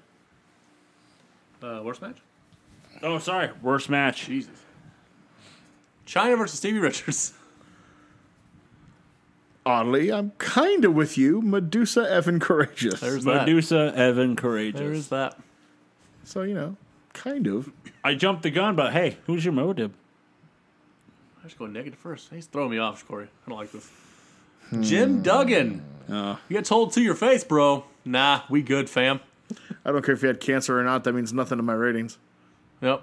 Speaker 3: uh, worst match.
Speaker 1: Oh, sorry, worst match.
Speaker 3: Jesus. China versus Stevie Richards.
Speaker 2: Oddly, I'm kind of with you, Medusa Evan Courageous.
Speaker 3: There's that.
Speaker 1: Medusa, Evan, courageous.
Speaker 3: There is that.
Speaker 2: so, you know, kind of.
Speaker 1: I jumped the gun, but hey, who's your motive?
Speaker 3: I should go negative first. He's throwing me off, Corey. I don't like this. Jim Duggan. you get told to your face, bro. Nah, we good, fam.
Speaker 2: I don't care if you had cancer or not. That means nothing to my ratings.
Speaker 3: Yep.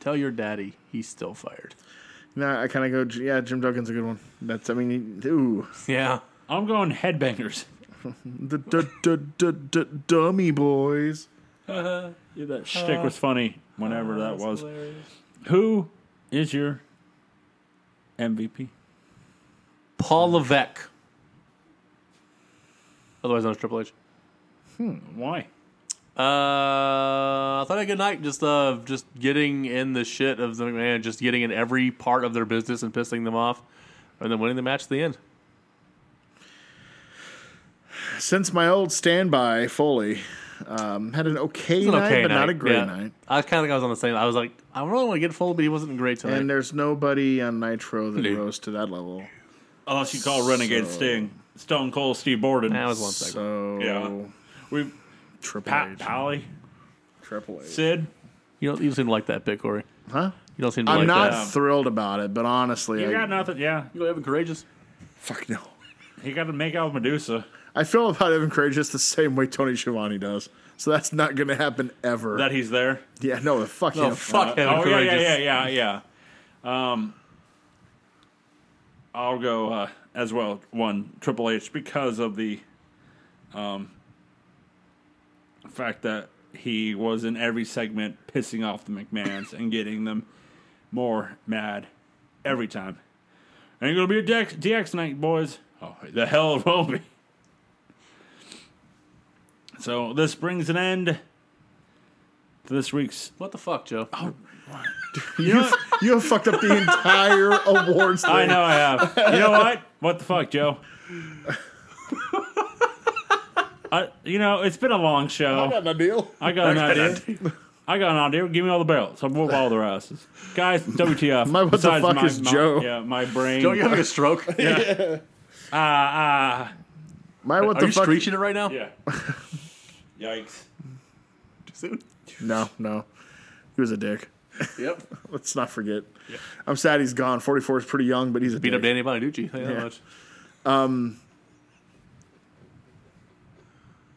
Speaker 3: Tell your daddy he's still fired.
Speaker 2: Nah, I kind of go, J- yeah, Jim Duggan's a good one. That's, I mean, he- ooh.
Speaker 3: Yeah.
Speaker 1: I'm going headbangers.
Speaker 2: The d- d- d- d- dummy boys.
Speaker 1: Yeah, that
Speaker 3: Oh.
Speaker 1: shtick was funny. Whenever that was. Who is your MVP?
Speaker 3: Paul Levesque. Otherwise known as Triple H.
Speaker 1: Why?
Speaker 3: Uh, I thought I good night. Just uh, just getting in the shit of the man, just getting in every part of their business and pissing them off, and then winning the match at the end.
Speaker 2: Since my old standby, Foley, um, had an okay
Speaker 3: It's an
Speaker 2: night,
Speaker 3: okay
Speaker 2: but not
Speaker 3: night,
Speaker 2: a great
Speaker 3: yeah.
Speaker 2: night.
Speaker 3: I kind of think I was on the same. I was like, I really want to get full, but he wasn't great tonight.
Speaker 2: And there's nobody on Nitro that
Speaker 3: Dude.
Speaker 2: rose to that level.
Speaker 1: Unless you call Oh, Renegade Sting, Stone Cold Steve Borden.
Speaker 3: that was one second.
Speaker 2: So,
Speaker 1: Yeah. We
Speaker 2: Triple
Speaker 1: Pat
Speaker 2: H.
Speaker 1: Pally,
Speaker 2: Triple H.
Speaker 1: Sid.
Speaker 3: You don't you seem to like that pick, Corey.
Speaker 2: Huh?
Speaker 3: You don't seem to
Speaker 2: I'm
Speaker 3: like
Speaker 2: not
Speaker 3: that.
Speaker 2: thrilled about it, but honestly,
Speaker 1: You
Speaker 2: I,
Speaker 1: got nothing. Yeah,
Speaker 3: You Evan Courageous.
Speaker 2: fuck no.
Speaker 1: he got to make out with Medusa.
Speaker 2: I feel about Evan Courageous the same way Tony Schiavone does. So that's not going to happen ever.
Speaker 1: That he's there.
Speaker 2: yeah, no, fuck
Speaker 3: Oh
Speaker 2: him.
Speaker 3: fuck, Evan
Speaker 1: oh yeah,
Speaker 3: Courageous.
Speaker 1: yeah, yeah, yeah, yeah. Um, I'll go uh, as well. One Triple H because of the um, fact that he was in every segment pissing off the McMahons and getting them more mad every time. Ain't gonna be a DX, DX night, boys. Oh, the hell it will be. So this brings an end to this week's
Speaker 3: What the fuck, Joe?
Speaker 2: Oh you, have- you have fucked up the entire awards thing.
Speaker 1: I know I have. You know what? What the fuck, Joe? I, you know, it's been a long
Speaker 2: I
Speaker 1: show.
Speaker 2: got no deal.
Speaker 1: I got an idea. I got an idea. Give me all the barrels. I'll whoop all their asses. Guys, WTF.
Speaker 2: My what the
Speaker 1: Besides
Speaker 2: fuck is Joe?
Speaker 1: Yeah, my brain.
Speaker 3: Joe, you having a stroke?
Speaker 1: Ah, ah.
Speaker 2: My what
Speaker 3: Are
Speaker 2: the
Speaker 3: you
Speaker 2: fuck?
Speaker 3: screeching it right now?
Speaker 1: Yeah. Yikes.
Speaker 3: Too soon?
Speaker 2: No, no. He was a dick.
Speaker 3: Yep.
Speaker 2: Let's not forget. I'm sad he's gone. 44 is pretty young, but he's a
Speaker 3: Beat up
Speaker 2: dick.
Speaker 3: Danny Bonaducci. Thank you
Speaker 2: Yeah.
Speaker 3: that much.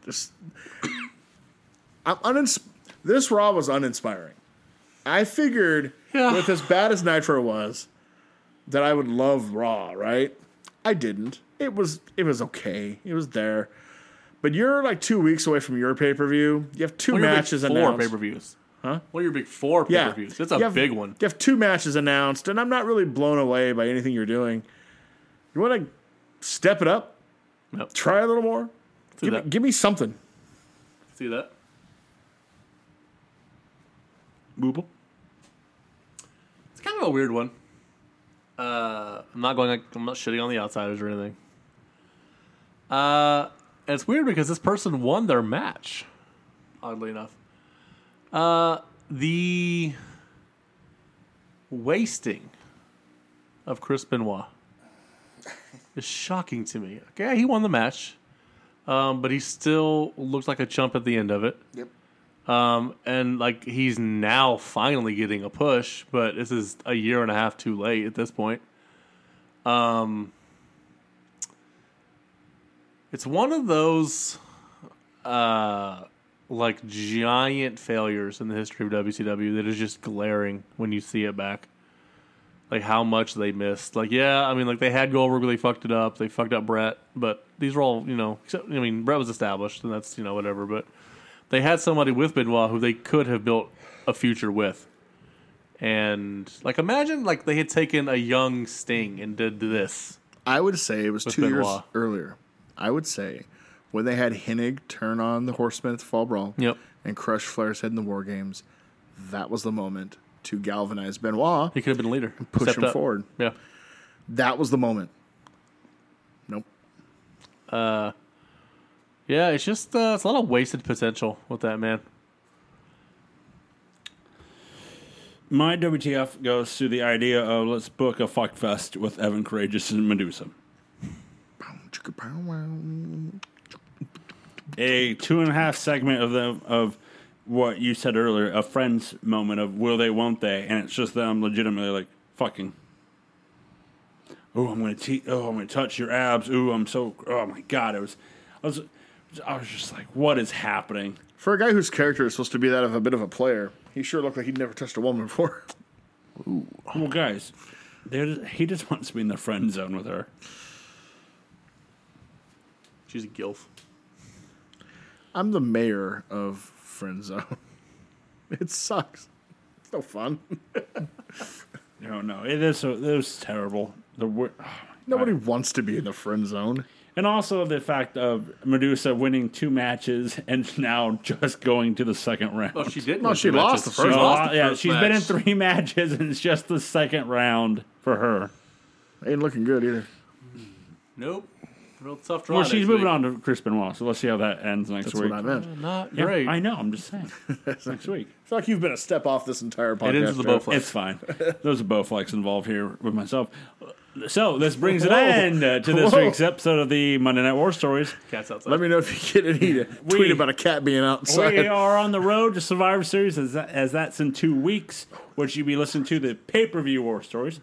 Speaker 2: Just, I'm unins- This Raw was uninspiring. I figured
Speaker 3: Yeah.
Speaker 2: with as bad as Nitro was, that I would love Raw, right? I didn't. It was it was okay. It was there. But you're like two weeks away from your pay per view. You have two
Speaker 3: What are your big
Speaker 2: matches
Speaker 3: four
Speaker 2: announced.
Speaker 3: pay per views. Huh? What are your big four pay
Speaker 2: yeah,
Speaker 3: per views? That's a
Speaker 2: You have-
Speaker 3: big one.
Speaker 2: You have two matches announced, and I'm not really blown away by anything you're doing. You want to step it up?
Speaker 3: Nope.
Speaker 2: Try a little more.
Speaker 3: See
Speaker 2: Give me,
Speaker 3: that?
Speaker 2: give me something.
Speaker 3: See that?
Speaker 1: Booble.
Speaker 3: It's kind of a weird one. Uh, I'm not going. Like, I'm not shitting on the outsiders or anything. Uh, and it's weird because this person won their match. Oddly enough, uh, the wasting of Chris Benoit is shocking to me. Okay, he won the match, um, but he still looked like a chump at the end of it.
Speaker 4: Yep.
Speaker 3: Um, and like he's now finally getting a push, but this is a year and a half too late at this point. Um, It's one of those uh like giant failures in the history of WCW that is just glaring when you see it back. Like how much they missed. Like yeah, I mean like they had Goldberg, they fucked it up. They fucked up Brett, but these were all, you know, except I mean Brett was established and that's, you know, whatever, but they had somebody with Benoit who they could have built a future with. And like imagine like they had taken a young Sting and did this.
Speaker 2: I would say it was two years
Speaker 3: Benoit.
Speaker 2: earlier. I would say when they had Hennig turn on the Horsemen at the Fall Brawl
Speaker 3: Yep.
Speaker 2: and crush Flair's head in the War Games, that was the moment to galvanize Benoit.
Speaker 3: He could have been a leader.
Speaker 2: Push
Speaker 3: Stepped
Speaker 2: him
Speaker 3: up.
Speaker 2: forward.
Speaker 3: Yeah.
Speaker 2: That was the moment. Nope.
Speaker 3: Yeah, it's just uh, it's a lot of wasted potential with that man.
Speaker 1: My WTF goes to the idea of let's book a fuck fest with Evan Courageous and Medusa. A two and a half segment of them of what you said earlier, a friend's moment of will they, won't they, and it's just them legitimately like fucking. Oh, I'm gonna te- oh, I'm gonna touch your abs. Ooh, I'm so oh my god, it was, I was, I was just like, what is happening?
Speaker 2: For a guy whose character is supposed to be that of a bit of a player, he sure looked like he'd never touched a woman before.
Speaker 1: Well, guys, there he just wants to be in the friend zone with her.
Speaker 3: She's a gilf.
Speaker 2: I'm the mayor of Friend Zone. It sucks. It's no fun.
Speaker 1: No, no, it is. It was terrible. The wor- oh, my
Speaker 2: Nobody
Speaker 1: God.
Speaker 2: wants to be in the friend zone.
Speaker 1: and also the fact of Medusa winning two matches and now just going to the second round.
Speaker 3: Oh, she did.
Speaker 2: No,
Speaker 3: win
Speaker 2: she
Speaker 3: two matches.
Speaker 2: lost the
Speaker 3: She
Speaker 2: first-
Speaker 3: lost the
Speaker 1: yeah,
Speaker 3: first
Speaker 1: she's
Speaker 3: match.
Speaker 1: been in three matches and it's just the second round for her.
Speaker 2: Ain't looking good either.
Speaker 3: Nope. Real tough draw.
Speaker 1: Well, she's
Speaker 3: next
Speaker 1: moving
Speaker 3: week.
Speaker 1: on to Chris Benoit, so let's see how that ends next
Speaker 2: That's
Speaker 1: week.
Speaker 2: what I meant.
Speaker 3: Not
Speaker 1: Yeah,
Speaker 3: great.
Speaker 1: I know. I'm just saying. next week,
Speaker 2: I feel like you've been a step off this entire podcast.
Speaker 3: It ends with
Speaker 2: Jared.
Speaker 3: a Bowflex.
Speaker 1: it's fine. There's a Bowflex involved here with myself. So this brings an end uh, to this
Speaker 2: Whoa.
Speaker 1: week's episode of the Monday Night War Stories.
Speaker 3: Cats outside.
Speaker 2: Let me know if you get any tweet about a cat being outside.
Speaker 1: We are on the road to Survivor Series as, that, as that's in two weeks, which you'll be listening to the pay per view war stories.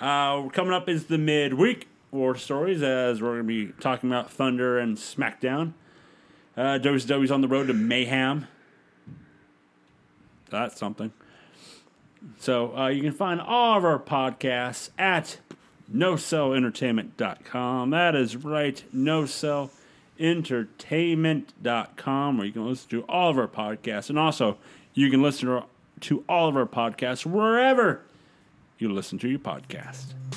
Speaker 1: Uh, coming up is the midweek war stories as we're going to be talking about Thunder and SmackDown. Uh, WCW's on the road to Mayhem. That's something. So uh, you can find all of our podcasts at nocellentertainment.com. That is right, nocellentertainment.com, where you can listen to all of our podcasts. And also, you can listen to all of our podcasts wherever you listen to your podcast.